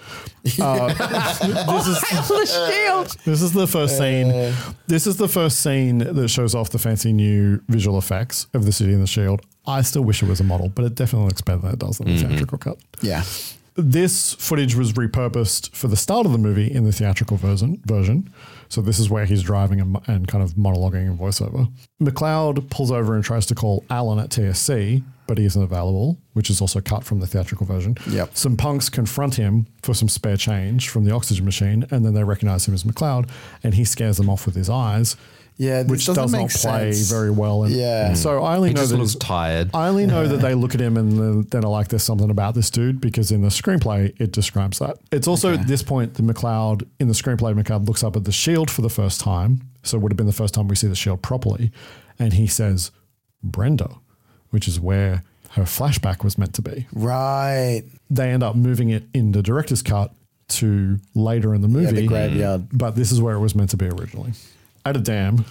Speaker 1: Uh, [LAUGHS]
Speaker 7: this
Speaker 1: is-
Speaker 7: the shield.
Speaker 1: This is the first scene. This is the first scene that shows off the fancy new visual effects of the city in the shield. I still wish it was a model, but it definitely looks better than it does in
Speaker 2: Mm-hmm.
Speaker 1: the theatrical cut.
Speaker 2: Yeah.
Speaker 1: This footage was repurposed for the start of the movie in the theatrical version. Version. So this is where he's driving and, and kind of monologuing in voiceover. McLeod pulls over and tries to call Alan at TSC, but he isn't available, which is also cut from the theatrical version.
Speaker 2: Yep.
Speaker 1: Some punks confront him for some spare change from the oxygen machine, and then they recognize him as McLeod, and he scares them off with his eyes.
Speaker 2: Yeah, this
Speaker 1: which
Speaker 2: doesn't
Speaker 1: does not
Speaker 2: make
Speaker 1: play
Speaker 2: sense.
Speaker 1: very well. And
Speaker 2: Yeah.
Speaker 1: so I
Speaker 3: Mm.
Speaker 1: only
Speaker 3: He
Speaker 1: know
Speaker 3: just
Speaker 1: that
Speaker 3: looks
Speaker 1: he's-
Speaker 3: tired.
Speaker 1: I only know
Speaker 3: [LAUGHS]
Speaker 1: that they look at him and then- then are like, "There's something about this dude," because in the screenplay it describes that. It's also at this point that McLeod in the screenplay McLeod looks up at the shield for the first time, so it would have been the first time we see the shield properly, and he says, "Brenda," which is where her flashback was meant to be.
Speaker 2: Right.
Speaker 1: They end up moving it in the director's cut to later in the movie,
Speaker 2: graveyard.
Speaker 1: But this is where it was meant to be originally, at a dam.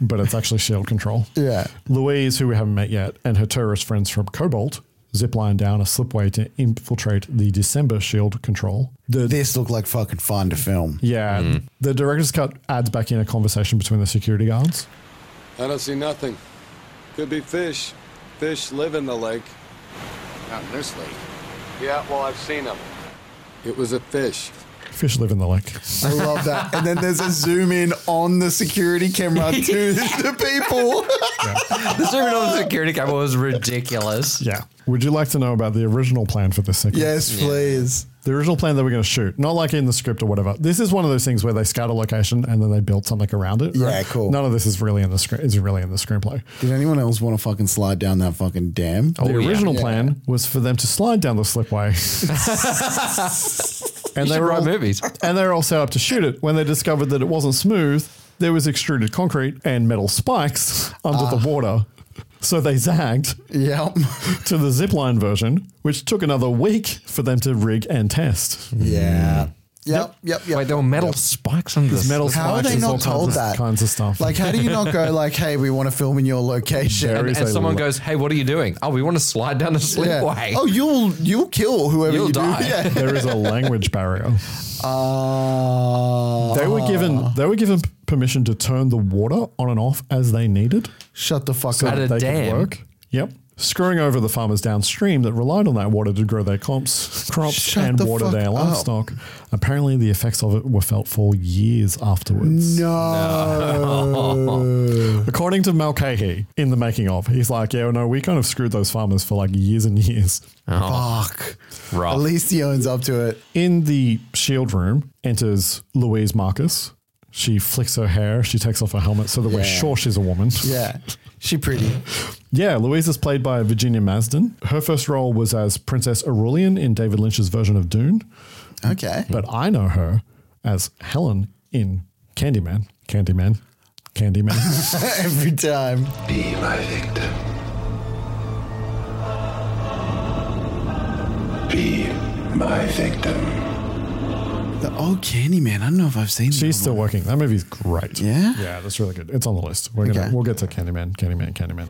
Speaker 1: But it's actually shield control.
Speaker 2: Yeah.
Speaker 1: Louise, who we haven't met yet, and her tourist friends from Cobalt zipline down a slipway to infiltrate the December shield control.
Speaker 2: this looked like fucking fun to film.
Speaker 1: Yeah. The director's cut adds back in a conversation between the security guards.
Speaker 24: [LAUGHS] I don't see nothing. Could be fish. Fish live in the lake. Not in this lake. Yeah, well, I've seen them. It was a fish.
Speaker 1: Fish live in the lake.
Speaker 2: I love that. And then there's a zoom in on the security
Speaker 3: [LAUGHS]
Speaker 2: camera to the people.
Speaker 3: the zoom in on the security camera was ridiculous.
Speaker 1: Yeah. [LAUGHS] Would you like to know about the original plan for this sequence?
Speaker 2: Yes, please.
Speaker 1: The original plan that we're going to shoot, not like in the script or whatever. This is one of those things where they scout a location and then they build something around it.
Speaker 2: Yeah, cool.
Speaker 1: None of this is really in the script. Is really in the screenplay.
Speaker 2: [LAUGHS] Did anyone else want to fucking slide down that fucking dam?
Speaker 3: Oh,
Speaker 1: the original plan was for them to slide down the slipway,
Speaker 2: [LAUGHS]
Speaker 1: and
Speaker 3: You
Speaker 1: they
Speaker 3: should
Speaker 1: were
Speaker 3: write
Speaker 1: all,
Speaker 3: movies.
Speaker 1: [LAUGHS] and they were all set up to shoot it. When they discovered that it wasn't smooth, there was extruded concrete and metal spikes [LAUGHS] under
Speaker 3: Ah.
Speaker 1: the water. So they zagged
Speaker 2: yeah.
Speaker 1: [LAUGHS] to the zipline version, which took another week for them to rig and test.
Speaker 2: Yeah. Yep. Yep.
Speaker 3: Wait, there were metal spikes on this.
Speaker 1: metal
Speaker 2: How are
Speaker 1: spikes
Speaker 2: they
Speaker 1: and all
Speaker 2: not
Speaker 1: kinds
Speaker 2: told
Speaker 1: of-
Speaker 2: that?
Speaker 1: kinds of stuff.
Speaker 2: Like, how do you not
Speaker 1: [LAUGHS]
Speaker 2: go like, "Hey, we want to film in your location"?
Speaker 3: And, and someone
Speaker 2: goes.
Speaker 3: goes, "Hey, what are you doing? Oh, we want to slide down a slipway."
Speaker 2: Oh, you'll you'll kill whoever
Speaker 3: You'll
Speaker 2: you
Speaker 3: die.
Speaker 2: do. [LAUGHS] Yeah.
Speaker 1: there is a language barrier.
Speaker 2: Uh,
Speaker 1: They were given they were given p- permission to turn the water on and off as they needed.
Speaker 2: Shut the fuck
Speaker 1: so
Speaker 2: up.
Speaker 1: that they could work. Yep. screwing over the farmers downstream that relied on that water to grow their comps, crops
Speaker 2: Shut
Speaker 1: and
Speaker 2: the
Speaker 1: water
Speaker 2: fuck
Speaker 1: their
Speaker 2: up.
Speaker 1: livestock. Apparently, the effects of it were felt for years afterwards.
Speaker 2: [LAUGHS] No.
Speaker 1: [LAUGHS] According to Mulcahy in the making of, he's like, yeah, no, we kind of screwed those farmers for like years and years.
Speaker 2: Fuck. At least he owns up to it.
Speaker 1: In the shield room enters Louise Marcus. She flicks her hair. She takes off her helmet so that we're
Speaker 2: Yeah.
Speaker 1: sure she's a woman.
Speaker 2: Yeah. [LAUGHS] She pretty.
Speaker 1: Yeah, Louise is played by Virginia Masden. Her first role was as Princess Aurelian in David Lynch's version of Dune.
Speaker 2: Okay.
Speaker 1: But I know her as Helen in Candyman. Candyman. Candyman.
Speaker 2: Every time.
Speaker 9: Be my victim. Be my victim.
Speaker 2: [LAUGHS] The old Candyman. I don't know if I've seen
Speaker 1: She's still working. That movie's great.
Speaker 2: Yeah?
Speaker 1: Yeah, that's really good. It's on the list. We're gonna
Speaker 9: Okay.
Speaker 1: we'll get to Candyman,
Speaker 2: [LAUGHS]
Speaker 1: Candyman, Candyman.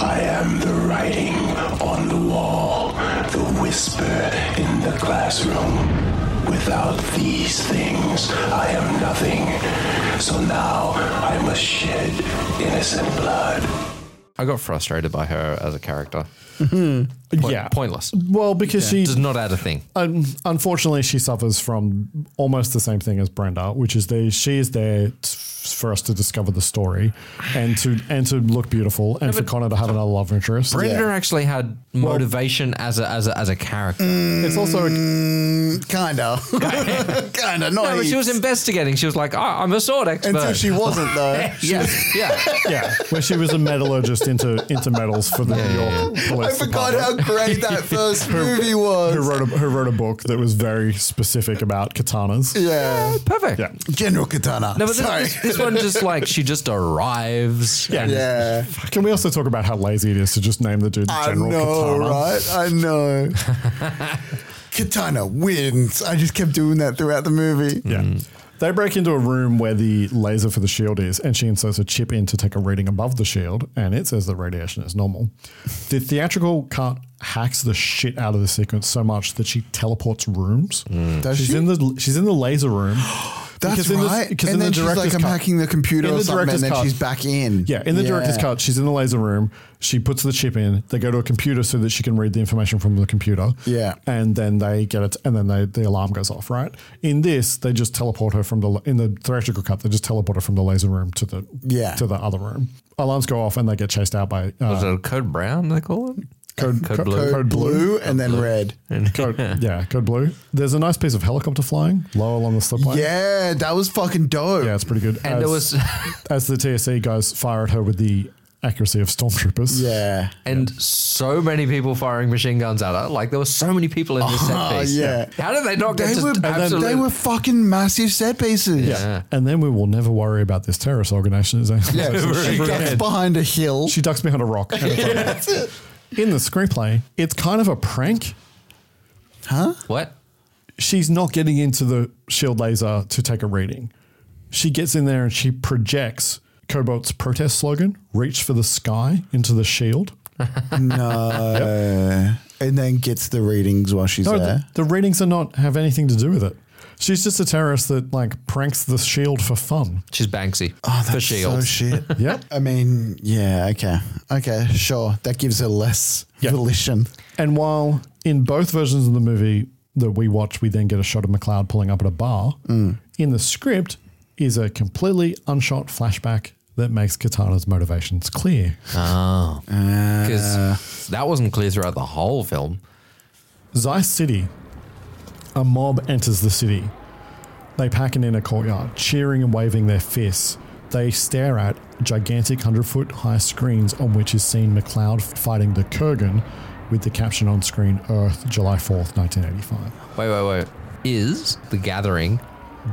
Speaker 9: I am the writing on the wall, the whisper in the classroom. Without these things, I am nothing. So now I must shed innocent blood.
Speaker 3: I got frustrated by her as a character.
Speaker 1: yeah.
Speaker 3: Pointless.
Speaker 1: Well, because she
Speaker 3: does not add a thing.
Speaker 1: Um, unfortunately, she suffers from almost the same thing as Brenda, which is the she is there t- for us to discover the story and to and to look beautiful and for Connor to have another love interest.
Speaker 3: Brenda actually had motivation as a as a as a character.
Speaker 1: It's also
Speaker 2: Mm, kinda, Mm,
Speaker 3: [LAUGHS]
Speaker 2: kinda. Not
Speaker 3: no, but she was investigating. She was like, oh, "I'm a sword expert."
Speaker 2: Until she wasn't, though.
Speaker 3: [LAUGHS] yeah,
Speaker 2: [LAUGHS]
Speaker 3: yeah,
Speaker 1: yeah, where she was a metallurgist into into metals for the New York
Speaker 2: I
Speaker 1: Police
Speaker 2: forgot how
Speaker 1: Department.
Speaker 2: great
Speaker 1: [LAUGHS]
Speaker 2: that first
Speaker 1: Who-
Speaker 2: movie was.
Speaker 1: Who wrote a who wrote a book that was very specific about katanas?
Speaker 2: Yeah.
Speaker 3: Perfect.
Speaker 1: Yeah.
Speaker 2: General Katana.
Speaker 3: No, but this,
Speaker 2: Sorry.
Speaker 3: this, this one just like she just arrives.
Speaker 1: Yeah.
Speaker 3: and-
Speaker 2: Yeah.
Speaker 1: Can we also talk about how lazy it is to just name the dude
Speaker 2: I
Speaker 1: General
Speaker 2: know,
Speaker 1: Katana?
Speaker 2: right? I [LAUGHS] know. Katana wins. I just kept doing that throughout the movie.
Speaker 1: Yeah. They break into a room where the laser for the shield is, and she inserts a chip in to take a reading above the shield, and it says the radiation is normal. The theatrical cut hacks the shit out of the sequence so much that she teleports rooms.
Speaker 2: Does
Speaker 1: she's
Speaker 2: she?
Speaker 1: in the she's in the laser room.
Speaker 2: [GASPS] That's
Speaker 1: because in the-
Speaker 2: right.
Speaker 1: because
Speaker 2: and
Speaker 1: in
Speaker 2: then
Speaker 1: the
Speaker 2: she's like,
Speaker 1: director's
Speaker 2: I'm
Speaker 1: cut-
Speaker 2: hacking the computer
Speaker 1: in
Speaker 2: or
Speaker 1: the
Speaker 2: something,
Speaker 1: director's
Speaker 2: and then
Speaker 1: cut-
Speaker 2: she's back in.
Speaker 1: yeah, in the director's cut, she's in the laser room. She puts the chip in. They go to a computer so that she can read the information from the computer.
Speaker 2: Yeah.
Speaker 1: and then they get it, and then they, the alarm goes off. Right in this, they just teleport her from the in the theatrical cut. They just teleport her from the laser room to the
Speaker 2: Yeah.
Speaker 1: to the other room. Alarms go off, and they get chased out by
Speaker 3: Was
Speaker 1: uh,
Speaker 3: it Code Brown? They call it
Speaker 1: code, co- code, blue.
Speaker 2: Blue and then red. [LAUGHS]
Speaker 1: Code, yeah, code blue. There's a nice piece of helicopter flying low along the slipway.
Speaker 2: Yeah, that was fucking dope.
Speaker 1: Yeah, it's pretty good.
Speaker 3: And there was-
Speaker 1: [LAUGHS] as the TSC guys fire at her with the accuracy of stormtroopers.
Speaker 2: Yeah.
Speaker 3: and so many people firing machine guns at her. Like there were so many people in this
Speaker 2: [LAUGHS] Oh,
Speaker 3: set piece.
Speaker 2: yeah.
Speaker 3: How did they not get
Speaker 2: They
Speaker 3: to
Speaker 2: were,
Speaker 3: absolute?
Speaker 2: they were fucking massive set pieces.
Speaker 1: Yeah. And then we will never worry about this terrorist organization. [LAUGHS]
Speaker 2: Yeah, she ducks behind a hill.
Speaker 1: She ducks behind
Speaker 2: [LAUGHS]
Speaker 1: a rock. and it's over. [LAUGHS] In the screenplay, it's kind of a prank.
Speaker 2: Huh?
Speaker 3: What?
Speaker 1: She's not getting into the shield laser to take a reading. She gets in there and she projects Cobalt's protest slogan, reach for the sky, into the shield.
Speaker 2: [LAUGHS] No. And then gets the readings while she's
Speaker 1: No,
Speaker 2: there.
Speaker 1: the, the readings are not have anything to do with it. She's just a terrorist that like pranks the shield for fun.
Speaker 3: She's Banksy.
Speaker 2: Oh, that's
Speaker 3: for
Speaker 2: [LAUGHS]
Speaker 3: shields.
Speaker 2: so shit.
Speaker 1: [LAUGHS] Yep.
Speaker 2: I mean, yeah, okay. Okay, sure. That gives her less volition.
Speaker 1: And while in both versions of the movie that we watch, we then get a shot of McLeod pulling up at a bar,
Speaker 2: Mm,
Speaker 1: in the script is a completely unshot flashback that makes Katana's motivations clear.
Speaker 2: Ah.
Speaker 3: Oh, because
Speaker 2: Uh.
Speaker 3: that wasn't clear throughout the whole film.
Speaker 1: Zeiss City, a mob enters the city. They pack an inner courtyard, cheering and waving their fists. They stare at gigantic 100 foot high screens on which is seen McLeod fighting the Kurgan with the caption on screen Earth, July 4th, 1985.
Speaker 3: Wait, wait, wait. Is the gathering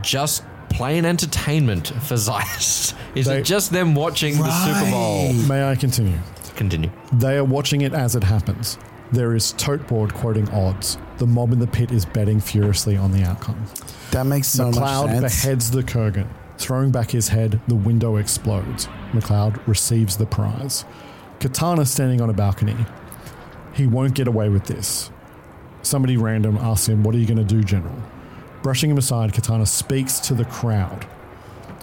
Speaker 3: just plain entertainment for Zeiss? [LAUGHS] Is
Speaker 1: They-
Speaker 3: it just them watching the Super Bowl?
Speaker 1: May I continue?
Speaker 3: Continue.
Speaker 1: They are watching it as it happens. There is tote board quoting odds. The mob in the pit is betting furiously on the outcome.
Speaker 2: That makes so
Speaker 1: McLeod
Speaker 2: much sense.
Speaker 1: beheads the Kurgan. Throwing back his head, the window explodes. McLeod receives the prize. Katana standing on a balcony. He won't get away with this. Somebody random asks him, What are you going to do, General? Brushing him aside, Katana speaks to the crowd.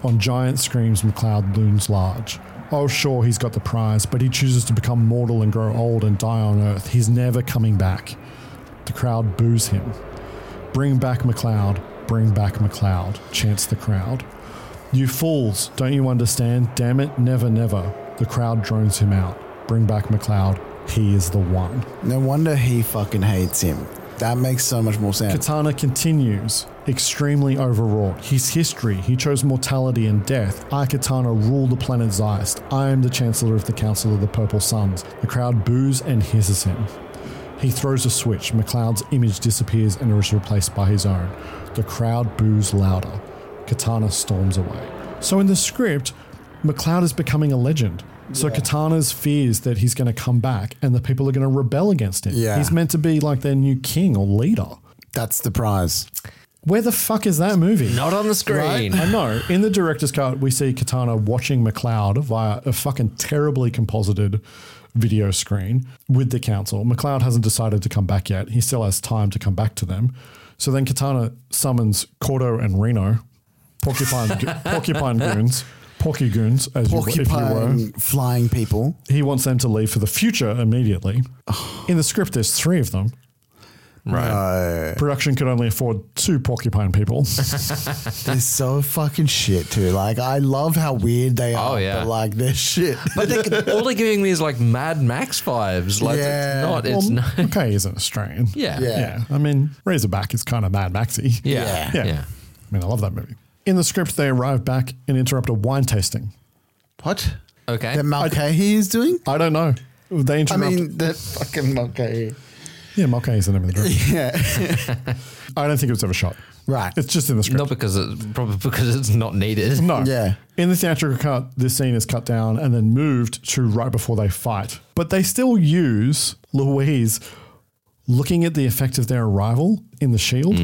Speaker 1: On giant screens, McLeod looms large. Oh, sure, he's got the prize, but he chooses to become mortal and grow old and die on Earth. He's never coming back. The crowd boos him. Bring back McLeod, bring back McLeod, chants the crowd. You fools, don't you understand? Damn it, never, never. The crowd drones him out. Bring back McLeod, he is the one.
Speaker 2: No wonder he fucking hates him. That makes so much more sense.
Speaker 1: Katana continues, extremely overwrought. His history, he chose mortality and death. I, Katana, rule the planet Zeist. I am the Chancellor of the Council of the Purple Suns. The crowd boos and hisses him. He throws a switch. McLeod's image disappears and is replaced by his own. The crowd boos louder. Katana storms away. So in the script, McLeod is becoming a legend. So Katana's fears that he's going to come back and the people are going to rebel against him.
Speaker 2: Yeah.
Speaker 1: He's meant to be like their new king or leader.
Speaker 2: That's the prize.
Speaker 1: Where the fuck is that movie?
Speaker 3: Not on the screen.
Speaker 1: Right? I know. In the director's cut, we see Katana watching McLeod via a fucking terribly composited video screen with the council. McLeod hasn't decided to come back yet. He still has time to come back to them. So then Katana summons Cordo and Reno, porcupine, [LAUGHS] go-
Speaker 3: [LAUGHS]
Speaker 1: porcupine goons, porky goons, as you, if you were.
Speaker 2: Porcupine flying people.
Speaker 1: He wants them to leave for the future
Speaker 2: [SIGHS]
Speaker 1: immediately. In the script, there's three of them.
Speaker 3: Right.
Speaker 1: Production could only afford two
Speaker 2: [LAUGHS]
Speaker 1: porcupine people.
Speaker 2: They're so Oh, fucking shit too. Like I love how weird they are.
Speaker 3: Oh, yeah.
Speaker 2: But like they're
Speaker 1: [LAUGHS]
Speaker 2: shit.
Speaker 3: But
Speaker 2: [LAUGHS]
Speaker 3: they, all they're giving me is like Mad Max vibes. Like
Speaker 2: Yeah.
Speaker 3: it's not. It's not.
Speaker 1: okay, he's an Australian.
Speaker 3: [LAUGHS] Yeah.
Speaker 1: yeah. I mean, Razorback is kind of Mad Maxy.
Speaker 3: Yeah.
Speaker 1: yeah.
Speaker 3: Yeah.
Speaker 1: I mean, I love that movie. In the script, they arrive back and interrupt a wine tasting.
Speaker 2: what?
Speaker 3: Okay.
Speaker 2: That Mulcahy is doing?
Speaker 1: I don't know. They
Speaker 2: I
Speaker 1: interrupt.
Speaker 2: mean that fucking Mulcahy.
Speaker 1: yeah, Mulcahy is the name
Speaker 2: [LAUGHS]
Speaker 1: of the director.
Speaker 2: Yeah.
Speaker 1: [LAUGHS] I don't think it was ever shot.
Speaker 2: right.
Speaker 1: It's just in the script.
Speaker 3: Not because it's probably because it's not needed.
Speaker 1: No.
Speaker 2: Yeah.
Speaker 1: In the theatrical cut, this scene is cut down and then moved to right before they fight. But they still use Louise looking at the effect of their arrival in the shield,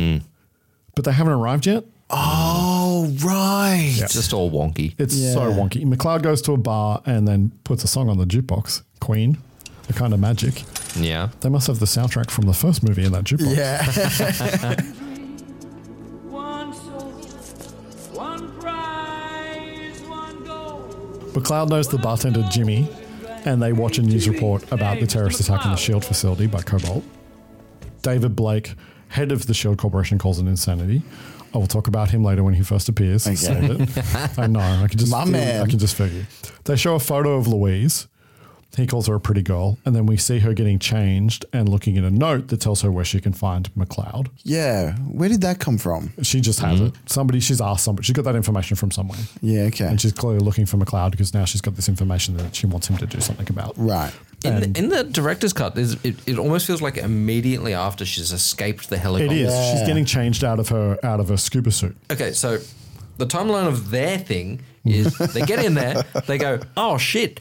Speaker 1: but they haven't arrived yet.
Speaker 2: Oh right.
Speaker 3: It's just all wonky.
Speaker 1: It's so wonky. McLeod goes to a bar and then puts a song on the jukebox, Queen, the kind of magic.
Speaker 3: Yeah.
Speaker 1: They must have the soundtrack from the first movie in that jukebox.
Speaker 2: Yeah.
Speaker 1: [LAUGHS]
Speaker 14: One soul, one prize, one goal.
Speaker 1: McLeod knows the bartender Jimmy, and they watch a news report about the terrorist attack on the Shield E facility by Cobalt. David Blake, head of the Shield E Corporation, calls it insanity. I will talk about him later when he first appears.
Speaker 2: Okay.
Speaker 1: Save it. I know. [LAUGHS] I can just
Speaker 2: My
Speaker 1: feel-
Speaker 2: man.
Speaker 1: I can just figure. They show a photo of Louise. He calls her a pretty girl, and then we see her getting changed and looking at a note that tells her where she can find McLeod.
Speaker 2: yeah. Where did that come from?
Speaker 1: She just has
Speaker 3: Mm-hmm.
Speaker 1: it. Somebody, she's asked somebody. She got that information from somewhere.
Speaker 2: Yeah, okay.
Speaker 1: And she's clearly looking for McLeod because now she's got this information that she wants him to do something about.
Speaker 2: right.
Speaker 3: In the, in the director's cut, is it, it almost feels like immediately after she's escaped the
Speaker 1: It
Speaker 3: helicopter.
Speaker 1: is. She's getting changed out of her out of her scuba suit.
Speaker 3: Okay, so the timeline of their thing is they get in there, they go, oh shit,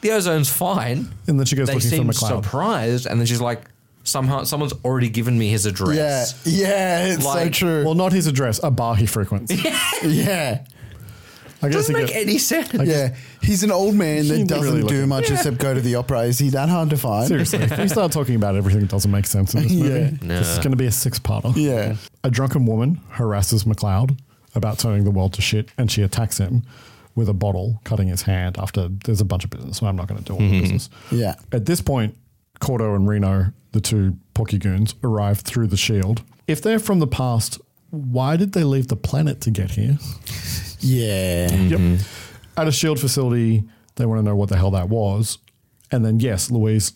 Speaker 3: the ozone's fine.
Speaker 1: And then she goes
Speaker 3: they
Speaker 1: looking for
Speaker 3: seem
Speaker 1: McLeod.
Speaker 3: surprised, and then she's like, somehow someone's already given me his
Speaker 2: Yeah.
Speaker 3: address.
Speaker 2: Yeah, it's so
Speaker 3: Like-
Speaker 2: true.
Speaker 1: Well, not his address, a bar
Speaker 3: [LAUGHS]
Speaker 1: he frequents.
Speaker 2: yeah.
Speaker 1: I guess
Speaker 3: Doesn't
Speaker 1: he
Speaker 3: make
Speaker 1: go-
Speaker 3: any sense.
Speaker 2: Yeah. He's an old man
Speaker 1: He
Speaker 2: that doesn't
Speaker 1: really
Speaker 2: do
Speaker 1: looking-
Speaker 2: much except go to the opera. Is he that hard to find?
Speaker 1: Seriously, if we
Speaker 3: [LAUGHS]
Speaker 1: start talking about everything that doesn't make sense in this movie,
Speaker 2: [LAUGHS] Yeah.
Speaker 1: this is going to be a six-parter.
Speaker 2: Yeah.
Speaker 1: A drunken woman harasses McLeod about turning the world to shit, and she attacks him with a bottle, cutting his hand after there's a bunch of business. So I'm not going to do all
Speaker 2: Mm-hmm.
Speaker 1: the business.
Speaker 2: Yeah.
Speaker 1: At this point, Cordo and Reno, the two Pocky goons, arrive through the shield. If they're from the past, why did they leave the planet to get here?
Speaker 2: Yeah.
Speaker 3: Mm-hmm.
Speaker 1: Yep. At a shield facility, they want to know what the hell that was. And then, yes, Louise,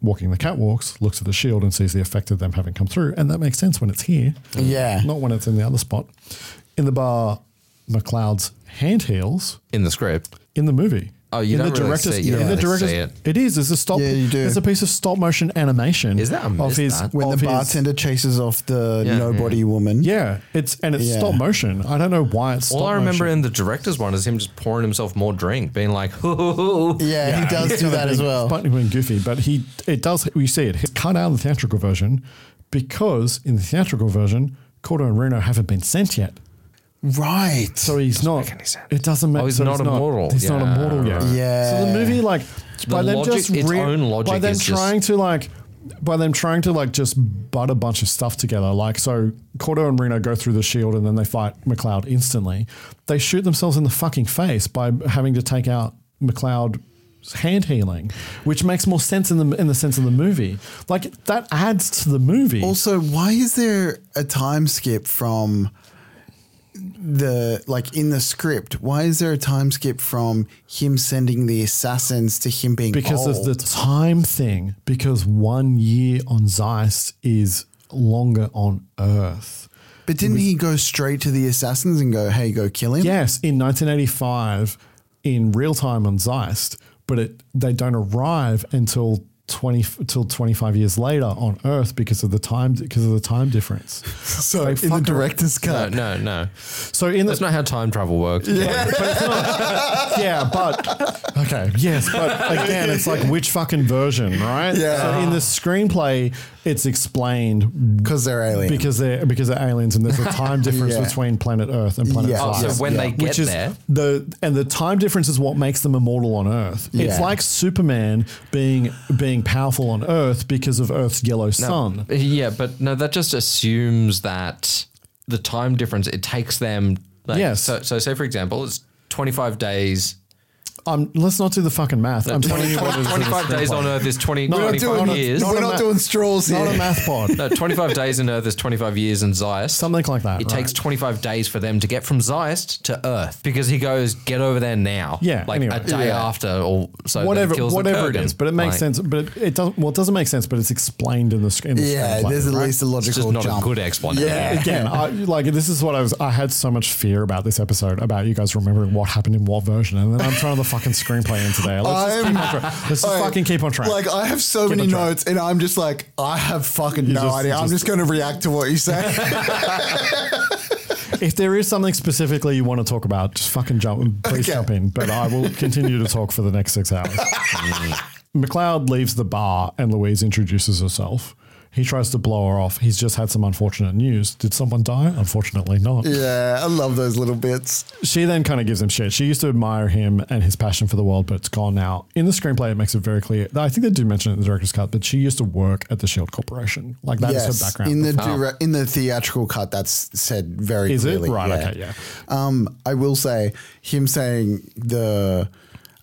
Speaker 1: walking the catwalks, looks at the shield and sees the effect of them having come through. And that makes sense when it's here.
Speaker 2: Yeah.
Speaker 1: Not when it's in the other spot. In the bar, McLeod's hand heals
Speaker 3: In the script.
Speaker 1: in the movie.
Speaker 3: Oh, you
Speaker 1: in
Speaker 3: don't
Speaker 1: the
Speaker 3: really
Speaker 1: director's,
Speaker 3: see it. You
Speaker 1: in
Speaker 3: don't
Speaker 1: the
Speaker 3: really
Speaker 1: director's,
Speaker 3: see it.
Speaker 1: It is. There's a stop.
Speaker 2: Yeah, you do.
Speaker 1: There's a piece of stop motion animation.
Speaker 3: Is that- I
Speaker 1: of
Speaker 3: missed
Speaker 1: his
Speaker 3: that.
Speaker 2: When
Speaker 1: of
Speaker 2: the
Speaker 1: his-
Speaker 2: bartender chases off the
Speaker 3: Yeah.
Speaker 2: nobody woman.
Speaker 1: Yeah, it's and it's
Speaker 2: Yeah.
Speaker 1: stop motion. I don't know why it's.
Speaker 3: All
Speaker 1: stop
Speaker 3: I remember
Speaker 1: motion.
Speaker 3: in the director's one is him just pouring himself more drink, being like, [LAUGHS] "Hoo-hoo-hoo."
Speaker 2: Yeah, he does do that as well.
Speaker 1: Slightly being goofy, but [LAUGHS] he it does. We see it. It's cut out of the theatrical version because in the theatrical version, Cordo and Reno haven't been sent yet,
Speaker 2: right.
Speaker 1: so he's not. It doesn't make.
Speaker 3: Oh, he's
Speaker 1: so
Speaker 3: not immortal.
Speaker 1: He's not
Speaker 3: Yeah,
Speaker 1: immortal yet.
Speaker 3: right.
Speaker 2: Yeah.
Speaker 1: So the movie, like, by them
Speaker 3: logic-
Speaker 1: just
Speaker 3: its own
Speaker 1: by
Speaker 3: logic
Speaker 1: them
Speaker 3: is just-
Speaker 1: trying to like. By them trying to like just butt a bunch of stuff together, like so, Cordo and Reno go through the shield and then they fight McLeod instantly. They shoot themselves in the fucking face by having to take out McLeod hand healing, which makes more sense in the in the sense of the movie. Like that adds to the movie.
Speaker 2: Also, why is there a time skip from the like in the script? Why is there a time skip from him sending the assassins to him being
Speaker 1: because
Speaker 2: old?
Speaker 1: of the time thing. Because one year on Zeiss is longer on Earth.
Speaker 2: But didn't he go straight to the assassins and go, "Hey, go kill him"?
Speaker 1: Yes, in 1985, in real time on Zeist, but it, they don't arrive until 20 till 25 years later on Earth because of the time because of the time difference.
Speaker 2: So
Speaker 1: They
Speaker 2: in the
Speaker 1: fuck
Speaker 2: director's cut,
Speaker 3: No, no.
Speaker 1: So in
Speaker 3: that's not how time travel works. [LAUGHS]
Speaker 1: Yeah, but it's not- [LAUGHS] yeah, but okay, yes,
Speaker 2: [LAUGHS]
Speaker 1: but again, it's like which fucking version, right?
Speaker 2: Yeah.
Speaker 1: So in the screenplay, it's explained
Speaker 2: because they're aliens.
Speaker 1: Because they're because they're aliens, and there's a
Speaker 2: [LAUGHS]
Speaker 1: time difference
Speaker 2: Yeah.
Speaker 1: between planet Earth and planet
Speaker 2: Yeah.
Speaker 1: Zeist.
Speaker 2: Oh, so when they
Speaker 1: which
Speaker 2: get
Speaker 1: is
Speaker 2: there-
Speaker 1: the and the time difference is what makes them immortal on Earth. It's
Speaker 3: Yeah.
Speaker 1: like Superman being being powerful on Earth because of Earth's yellow [LAUGHS]
Speaker 3: No,
Speaker 1: sun.
Speaker 3: Yeah, but no, that just assumes that the time difference it takes them. Like,
Speaker 1: Yes.
Speaker 3: So, so say for example, it's twenty five days.
Speaker 1: Um, let's not do the fucking math. I'm telling you what it is in the
Speaker 3: 25 days
Speaker 1: screenplay.
Speaker 3: on Earth is 20,
Speaker 1: No, we're not
Speaker 3: 25
Speaker 1: doing-
Speaker 3: years.
Speaker 1: not a ma- Not a math pod.
Speaker 3: no, 25 days on Earth is 25 years in Zeist.
Speaker 1: Something like that.
Speaker 3: It
Speaker 1: right?
Speaker 3: takes 25 days for them to get from Zeist to Earth because he goes, get over there now.
Speaker 1: Yeah,
Speaker 3: Like
Speaker 1: anyway.
Speaker 3: a day
Speaker 1: Yeah.
Speaker 3: after or so. that
Speaker 1: whatever,
Speaker 3: he kills the
Speaker 1: whatever it
Speaker 3: Kurgan.
Speaker 1: is, but it makes
Speaker 3: Like,
Speaker 1: sense. But it, it doesn't. Well, it doesn't make sense, but it's explained in the screen.
Speaker 2: Yeah, there's at least a logical
Speaker 3: It's just not
Speaker 2: jump.
Speaker 3: a good explanation.
Speaker 2: Yeah. [LAUGHS]
Speaker 1: Again, I, like this is what I was. I had so much fear about this episode about you guys remembering what happened in what version, and then I'm trying to the fucking screenplay in today. Let's just, keep on track. Let's
Speaker 2: [LAUGHS]
Speaker 1: just
Speaker 2: I-
Speaker 1: fucking keep on track.
Speaker 2: Like I have so
Speaker 1: Keep
Speaker 2: many
Speaker 1: on track.
Speaker 2: notes, and I'm just like, I have fucking
Speaker 1: You
Speaker 2: no
Speaker 1: just-
Speaker 2: idea. I'm
Speaker 1: just-
Speaker 2: just going to react to what you
Speaker 1: [LAUGHS]
Speaker 2: say. [LAUGHS]
Speaker 1: If there is something specifically you want to talk about, just fucking jump. Please
Speaker 2: Okay.
Speaker 1: jump in. But I will continue to talk for the next
Speaker 2: [LAUGHS]
Speaker 1: six hours. McLeod leaves the bar and Louise introduces herself. He tries to blow her off. He's just had some unfortunate news. Did someone die? Unfortunately, not.
Speaker 2: yeah, I love those little bits.
Speaker 1: She then kind of gives him shit. She used to admire him and his passion for the world, but it's gone now. In the screenplay, it makes it very clear. I think they did mention it in the director's cut, but she used to work at the Shield Corporation. Like that's her background.
Speaker 2: In the dire- in the theatrical cut, that's said very
Speaker 1: Is it?
Speaker 2: clearly.
Speaker 1: Right, okay, yeah.
Speaker 2: Um, I will say him saying the.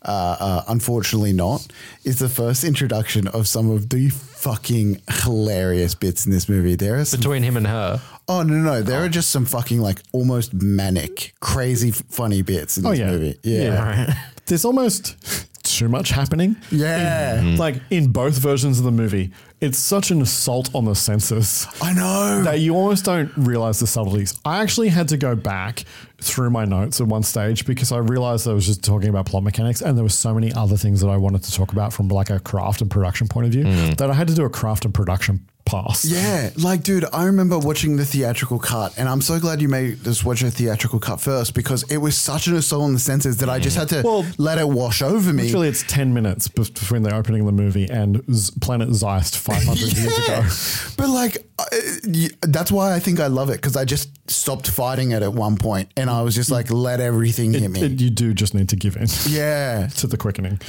Speaker 2: Uh, uh, unfortunately, not is the first introduction of some of the fucking hilarious bits in this movie. There is
Speaker 3: Between him and her.
Speaker 2: Oh no, no, there are just some fucking like almost manic, crazy, f- funny bits in
Speaker 1: oh
Speaker 2: this
Speaker 1: yeah,
Speaker 2: movie. Yeah,
Speaker 3: [LAUGHS]
Speaker 1: There's almost too much happening.
Speaker 2: Yeah. Mm.
Speaker 1: In- like in both versions of the movie, it's such an assault on the senses.
Speaker 2: I know
Speaker 1: that you almost don't realize the subtleties. I actually had to go back through my notes at one stage because I realized I was just talking about plot mechanics and there were so many other things that I wanted to talk about from like a craft and production point of view
Speaker 2: Mm.
Speaker 1: that I had to do a craft and production pass.
Speaker 2: Yeah, like, dude, I remember watching the theatrical cut, and I'm so glad you made us watch a theatrical cut first because it was such an assault on the senses that I just had to let it wash over me.
Speaker 1: Literally, it's 10 minutes bef- between the opening of the movie and Z- Planet Zeist 500 years ago.
Speaker 2: But like, I- y- that's why I think I love it because I just stopped fighting it at one point, and I was just like, let everything hit me.
Speaker 1: It- you do just need to give in.
Speaker 2: Yeah.
Speaker 1: [LAUGHS] to the quickening.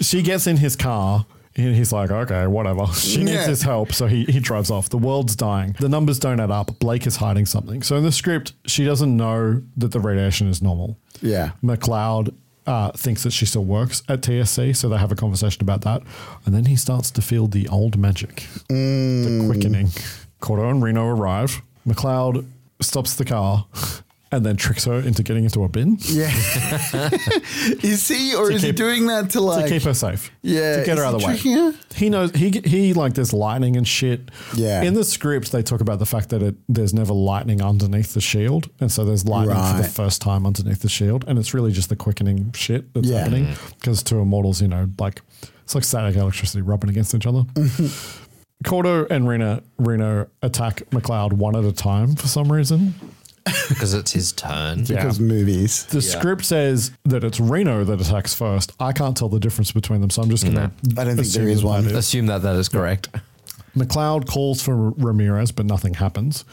Speaker 1: she gets in his car. And he's like, okay, whatever. [LAUGHS] She needs
Speaker 2: Yeah.
Speaker 1: his help. So he, he drives off. The world's dying. The numbers don't add up. Blake is hiding something. So in the script, she doesn't know that the radiation is normal.
Speaker 2: yeah.
Speaker 1: McLeod uh, thinks that she still works at TSC. So they have a conversation about that. And then he starts to feel the old magic,
Speaker 2: mm,
Speaker 1: the quickening. Cordo and Reno arrive. McLeod stops the car and then tricks her into getting into a bin.
Speaker 2: Yeah.
Speaker 1: [LAUGHS]
Speaker 2: [LAUGHS] is he or
Speaker 1: To
Speaker 2: is he
Speaker 1: keep-
Speaker 2: doing that to like
Speaker 1: to keep her safe.
Speaker 2: Yeah,
Speaker 1: to get her
Speaker 2: is
Speaker 1: out of
Speaker 2: he
Speaker 1: the way.
Speaker 2: tricking her?
Speaker 1: He knows he he like there's lightning and shit.
Speaker 2: Yeah.
Speaker 1: In the script, they talk about the fact that it there's never lightning underneath the shield, and so there's lightning for the
Speaker 2: Right.
Speaker 1: first time underneath the shield, and it's really just the quickening shit that's
Speaker 2: Yeah.
Speaker 1: happening
Speaker 3: Mm-hmm.
Speaker 1: because two immortals, you know, like it's like static electricity rubbing against
Speaker 2: [LAUGHS]
Speaker 1: each other. Cordo and Rena Reno attack McLeod one at a time for
Speaker 3: [LAUGHS]
Speaker 1: some reason.
Speaker 3: Because it's his turn.
Speaker 2: because movies?
Speaker 1: The script says that it's Reno that attacks first. I can't tell the difference between them, so I'm just gonna.
Speaker 2: I don't think
Speaker 1: assume
Speaker 2: there is
Speaker 1: that
Speaker 2: one.
Speaker 1: that is.
Speaker 3: Assume that that is correct.
Speaker 1: McLeod calls for R- Ramirez, but nothing happens.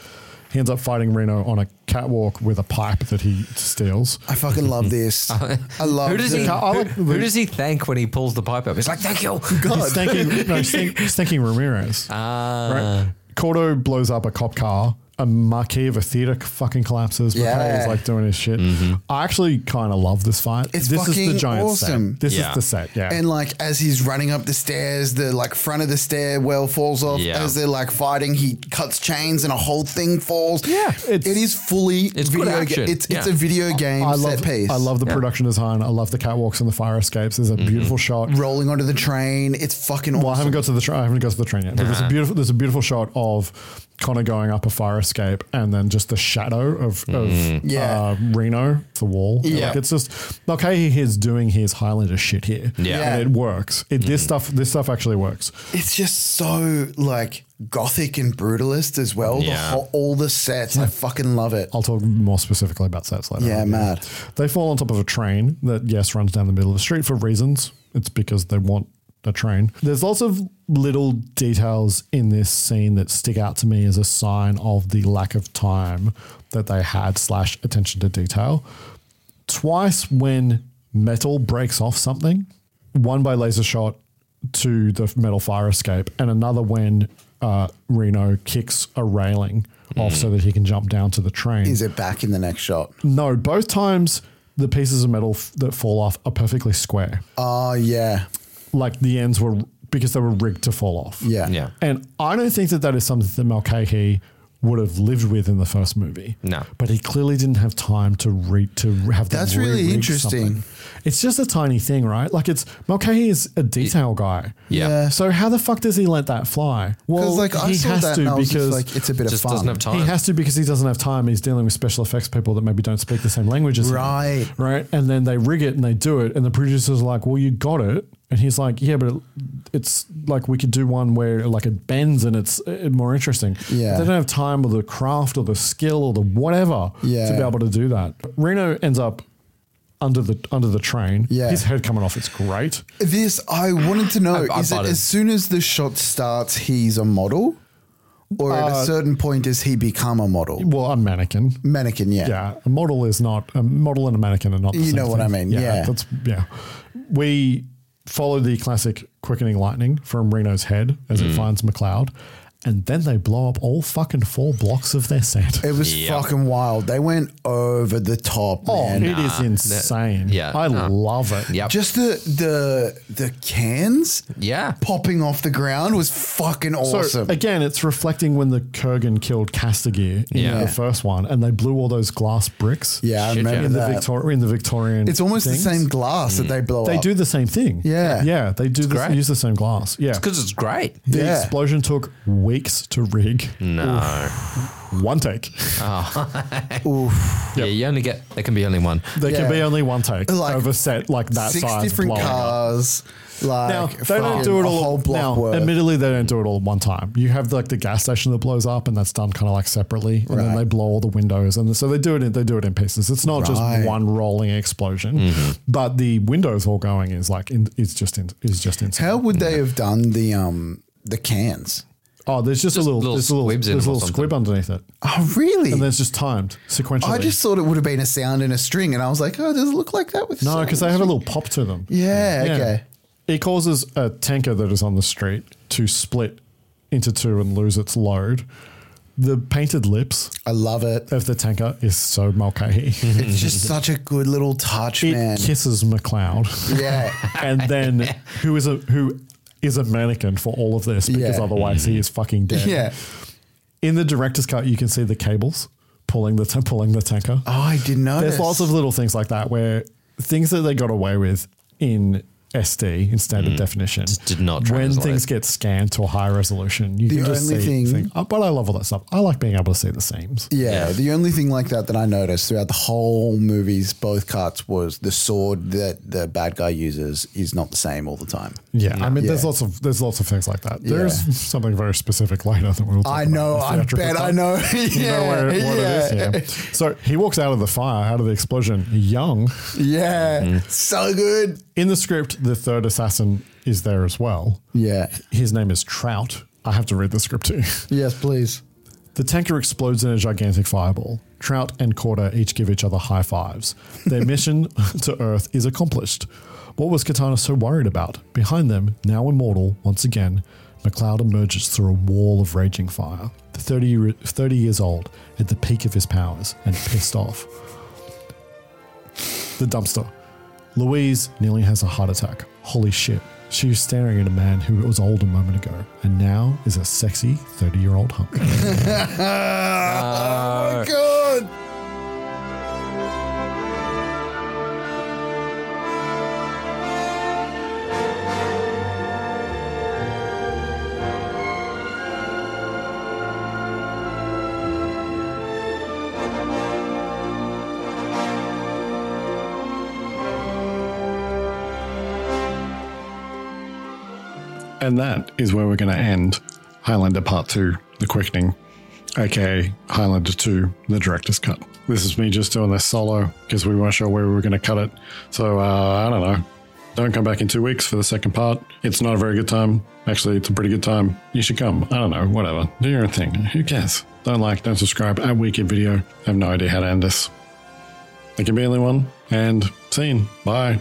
Speaker 1: He ends up fighting Reno on a catwalk with a pipe that he steals.
Speaker 2: I fucking
Speaker 3: [LAUGHS]
Speaker 2: love this. I love
Speaker 3: Who does he?
Speaker 2: the-
Speaker 3: Who, who does he thank when he pulls the pipe up? He's like, "Thank you,
Speaker 1: He's [LAUGHS] thanking, no, he's thank- he's thanking Ramirez.
Speaker 3: Ah,
Speaker 1: Right? Cordo blows up a cop car a marquee of a theater c- fucking collapses. McKay is
Speaker 2: Yeah. Mm-hmm.
Speaker 1: like doing his shit. I actually kind of love this fight.
Speaker 2: It's
Speaker 1: this
Speaker 2: fucking
Speaker 1: is the giant
Speaker 2: awesome.
Speaker 1: set. This is the set. Yeah.
Speaker 2: And like as he's running up the stairs, the like front of the stair well falls off.
Speaker 1: Yeah.
Speaker 2: As they're like fighting, he cuts chains and a whole thing falls. Yeah. It's, fully
Speaker 1: It's
Speaker 2: video
Speaker 1: good
Speaker 2: ga-
Speaker 1: action.
Speaker 2: it's it's
Speaker 1: Yeah.
Speaker 2: a video game
Speaker 1: I
Speaker 2: set
Speaker 1: love,
Speaker 2: piece. Mm-hmm.
Speaker 1: I love the production design. I love the catwalks and the fire escapes. There's a beautiful shot.
Speaker 2: Rolling onto the train. It's fucking awesome.
Speaker 1: Well, I haven't got to the train. I haven't got to the train yet. But there's a
Speaker 2: Nah.
Speaker 1: beautiful there's a beautiful shot of Connor going up a fire escape and then just the shadow of,
Speaker 2: Mm.
Speaker 1: of
Speaker 2: Yeah.
Speaker 1: uh, Reno, the wall.
Speaker 2: Yeah.
Speaker 1: Like it's just okay, he is doing his Highlander shit here.
Speaker 2: Yeah. Hmm. Yeah.
Speaker 1: And it works. It, this stuff this stuff actually works.
Speaker 2: It's just so like gothic and brutalist as well. The
Speaker 1: Yeah.
Speaker 2: whole- all the sets, I fucking love it.
Speaker 1: I'll talk more specifically about sets later.
Speaker 2: Yeah,
Speaker 1: on.
Speaker 2: mad.
Speaker 1: They fall on top of a train that, yes, runs down the middle of the street for reasons. It's because they want a train. There's lots of little details in this scene that stick out to me as a sign of the lack of time that they had slash attention to detail. Twice when metal breaks off something, one by laser shot to the metal fire escape, and another when uh, Reno kicks a railing off so that he can jump down to the train.
Speaker 2: Is it back in the next shot?
Speaker 1: No, both times the pieces of metal f- that fall off are perfectly square.
Speaker 2: Oh yeah.
Speaker 1: Like the ends were because they were rigged to fall off.
Speaker 2: Yeah. Yeah.
Speaker 1: And I don't think that that is something that Mulcahy would have lived with in the first movie. No. But he clearly didn't have time to re- to have them
Speaker 2: That's really
Speaker 1: re-rig
Speaker 2: interesting.
Speaker 1: something. It's just a tiny thing, right? Like it's Mulcahy is a detail guy.
Speaker 3: Yeah. Yeah.
Speaker 1: So how the fuck does he let that fly? Well,
Speaker 2: like, I
Speaker 1: he
Speaker 2: saw
Speaker 1: has
Speaker 2: that
Speaker 1: to
Speaker 2: and I was just
Speaker 1: because
Speaker 2: like, it's a bit of Just fun. doesn't have time.
Speaker 1: He has to because he doesn't have time. He's dealing with special effects people that maybe don't speak the same language as him.
Speaker 2: Right.
Speaker 1: Right. And then they rig it and they do it. And the producers are like, well, you got it. And he's like, yeah, but it, it's like we could do one where like it bends and it's uh, more interesting.
Speaker 2: Yeah.
Speaker 1: They don't have time or the craft or the skill or the whatever
Speaker 2: Yeah.
Speaker 1: to be able to do that. Reno ends up under the under the train.
Speaker 2: Yeah.
Speaker 1: His head coming off. It's great.
Speaker 2: This I wanted to know:
Speaker 1: I- I
Speaker 2: is it
Speaker 1: bought it.
Speaker 2: as soon as the shot starts, he's a model, or at
Speaker 1: Uh,
Speaker 2: a certain point does he become a model?
Speaker 1: Well, a mannequin.
Speaker 2: Mannequin, yeah.
Speaker 1: Yeah, a model is not a model and a mannequin are not. The
Speaker 2: You
Speaker 1: same
Speaker 2: know what I
Speaker 1: thing.
Speaker 2: mean, yeah.
Speaker 1: that's yeah. We follow the classic quickening lightning from Reno's head as it
Speaker 2: Mm.
Speaker 1: finds McLeod, and then they blow up all fucking four blocks of their set.
Speaker 2: It was fucking wild. They went over the top.
Speaker 1: Oh,
Speaker 2: man.
Speaker 1: it is insane.
Speaker 2: yeah,
Speaker 1: I
Speaker 2: nah.
Speaker 1: love it.
Speaker 2: Just the the the cans,
Speaker 3: yeah,
Speaker 2: popping off the ground was fucking
Speaker 1: So,
Speaker 2: awesome.
Speaker 1: again, it's reflecting when the Kurgan killed Castagear in
Speaker 2: Yeah.
Speaker 1: the first one, and they blew all those glass bricks.
Speaker 2: Yeah, I Shit, remember
Speaker 1: in the
Speaker 2: that.
Speaker 1: Victorian. In the Victorian,
Speaker 2: it's almost
Speaker 1: things.
Speaker 2: the same glass
Speaker 3: Mm.
Speaker 2: that they blow
Speaker 1: They
Speaker 2: up.
Speaker 1: do the same thing.
Speaker 2: Yeah.
Speaker 1: yeah, they do. The,
Speaker 2: great.
Speaker 1: use the same glass. Yeah,
Speaker 3: It's 'cause it's great.
Speaker 1: The
Speaker 3: Yeah.
Speaker 1: explosion took weeks to rig.
Speaker 3: No.
Speaker 1: Oof. one take.
Speaker 3: [LAUGHS] Oh. Yeah, you only get there can be only one.
Speaker 1: There can be only one take
Speaker 3: Like,
Speaker 1: of a set like that
Speaker 3: six
Speaker 1: size.
Speaker 3: different
Speaker 1: blowing up.
Speaker 2: cars, like
Speaker 1: Now they don't
Speaker 2: fucking
Speaker 1: do it
Speaker 2: a
Speaker 1: all.
Speaker 2: whole block
Speaker 1: now,
Speaker 2: worth.
Speaker 1: admittedly, they don't do it all at one time. You have like the gas station that blows up, and that's done kind of like separately, and then
Speaker 2: Right.
Speaker 1: they blow all the windows, and so they do it. In, they do it in pieces. It's not
Speaker 2: Right.
Speaker 1: just one rolling explosion,
Speaker 2: Mm-hmm.
Speaker 1: but the windows all going is like in, it's just in, is just insane.
Speaker 2: How would they have done the um the cans?
Speaker 1: Oh, there's just, a little, there's a little,
Speaker 2: squibs in
Speaker 1: there's a
Speaker 2: them or
Speaker 1: little squib underneath it.
Speaker 2: Oh, really?
Speaker 1: And then it's just timed sequentially.
Speaker 2: I just thought it would have been a sound and a string, and I was like, oh, does it look like that with
Speaker 1: No,
Speaker 2: sound
Speaker 1: because
Speaker 2: and
Speaker 1: they have a
Speaker 2: string?
Speaker 1: little pop to them.
Speaker 2: Yeah, okay.
Speaker 1: It causes a tanker that is on the street to split into two and lose its load. The painted lips.
Speaker 2: I love it.
Speaker 1: Of the tanker is so Mulcahy.
Speaker 2: [LAUGHS] It's just such a good little touch,
Speaker 1: it
Speaker 2: man.
Speaker 1: kisses McLeod.
Speaker 2: Yeah.
Speaker 1: [LAUGHS] and then who is a who is a mannequin for all of this because
Speaker 2: Yeah.
Speaker 1: otherwise he is fucking dead.
Speaker 2: Yeah.
Speaker 1: In the director's cut, you can see the cables pulling the pulling the tanker.
Speaker 2: Oh, I didn't know.
Speaker 1: There's lots of little things like that where things that they got away with in SD in standard definition did
Speaker 3: Mm. not
Speaker 1: when
Speaker 3: translate.
Speaker 1: things get scanned to a high resolution. You
Speaker 2: The
Speaker 1: can just
Speaker 2: only
Speaker 1: see
Speaker 2: thing-
Speaker 1: thing. Oh, but I love all that stuff. I like being able to see the seams.
Speaker 2: Yeah, the only thing like that that I noticed throughout the whole movies, both cuts, was the sword that the bad guy uses is not the same all the time.
Speaker 1: Yeah, I mean, there's
Speaker 2: Yeah.
Speaker 1: lots of there's lots of things like that. There's
Speaker 2: Yeah.
Speaker 1: something very specific later that we'll. Talk
Speaker 2: I know,
Speaker 1: about
Speaker 2: I
Speaker 1: in the theatrical
Speaker 2: bet I
Speaker 1: cut.
Speaker 2: know. [LAUGHS]
Speaker 1: you know
Speaker 2: Yeah,
Speaker 1: where, what it is. Yeah. So he walks out of the fire, out of the explosion, young. Mm-hmm.
Speaker 2: Yeah, so good.
Speaker 1: In the script, the third assassin is there as well.
Speaker 2: Yeah,
Speaker 1: his name is Trout. I have to read the script too. [LAUGHS]
Speaker 2: Yes, please.
Speaker 1: The tanker explodes in a gigantic fireball. Trout and Corder each give each other high fives.
Speaker 2: [LAUGHS]
Speaker 1: Their mission [LAUGHS] to Earth is accomplished. What was Katana so worried about? Behind them, now immortal, once again, McLeod emerges through a wall of raging fire. 30, year- 30 years old, at the peak of his powers, and pissed off. The dumpster. Louise nearly has a heart attack. Holy shit. She was staring at a man who was old a moment ago and now is a sexy 30 year old hunk.
Speaker 2: oh my god!
Speaker 8: And that is where we're going to end Highlander Part 2 The Quickening, aka Highlander 2 The Director's Cut. This is me just doing this solo because we weren't sure where we were going to cut it. So uh, I don't know. Don't come back in two weeks for the second part. It's not a very good time. Actually, it's a pretty good time. You should come. I don't know. Whatever. Do your own thing. Who cares? Don't like, don't subscribe. At Wicked Video. I have no idea how to end this. It can be anyone. And scene. Bye.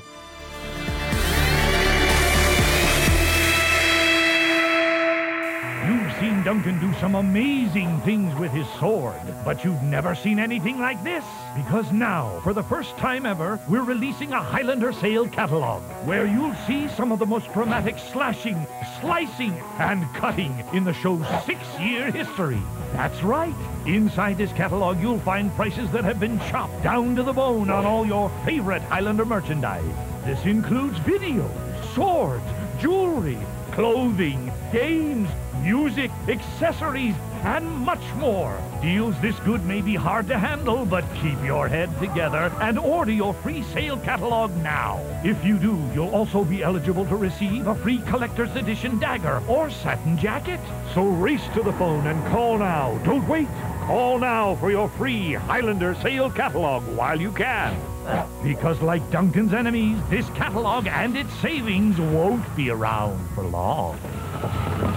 Speaker 11: You've seen Duncan do some amazing things with his sword, but you've never seen anything like this. Because now, for the first time ever, we're releasing a Highlander Sale catalog, where you'll see some of the most dramatic slashing, slicing, and cutting in the show's six-year history. That's right. Inside this catalog, you'll find prices that have been chopped down to the bone on all your favorite Highlander merchandise. This includes video, swords, jewelry, clothing, games, music, accessories, and much more. Deals this good may be hard to handle, but keep your head together and order your free sale catalog now. If you do, you'll also be eligible to receive a free collector's edition dagger or satin jacket. So race to the phone and call now. Don't wait. Call now for your free Highlander sale catalog while you can. Because like Duncan's enemies, this catalog and its savings won't be around for long.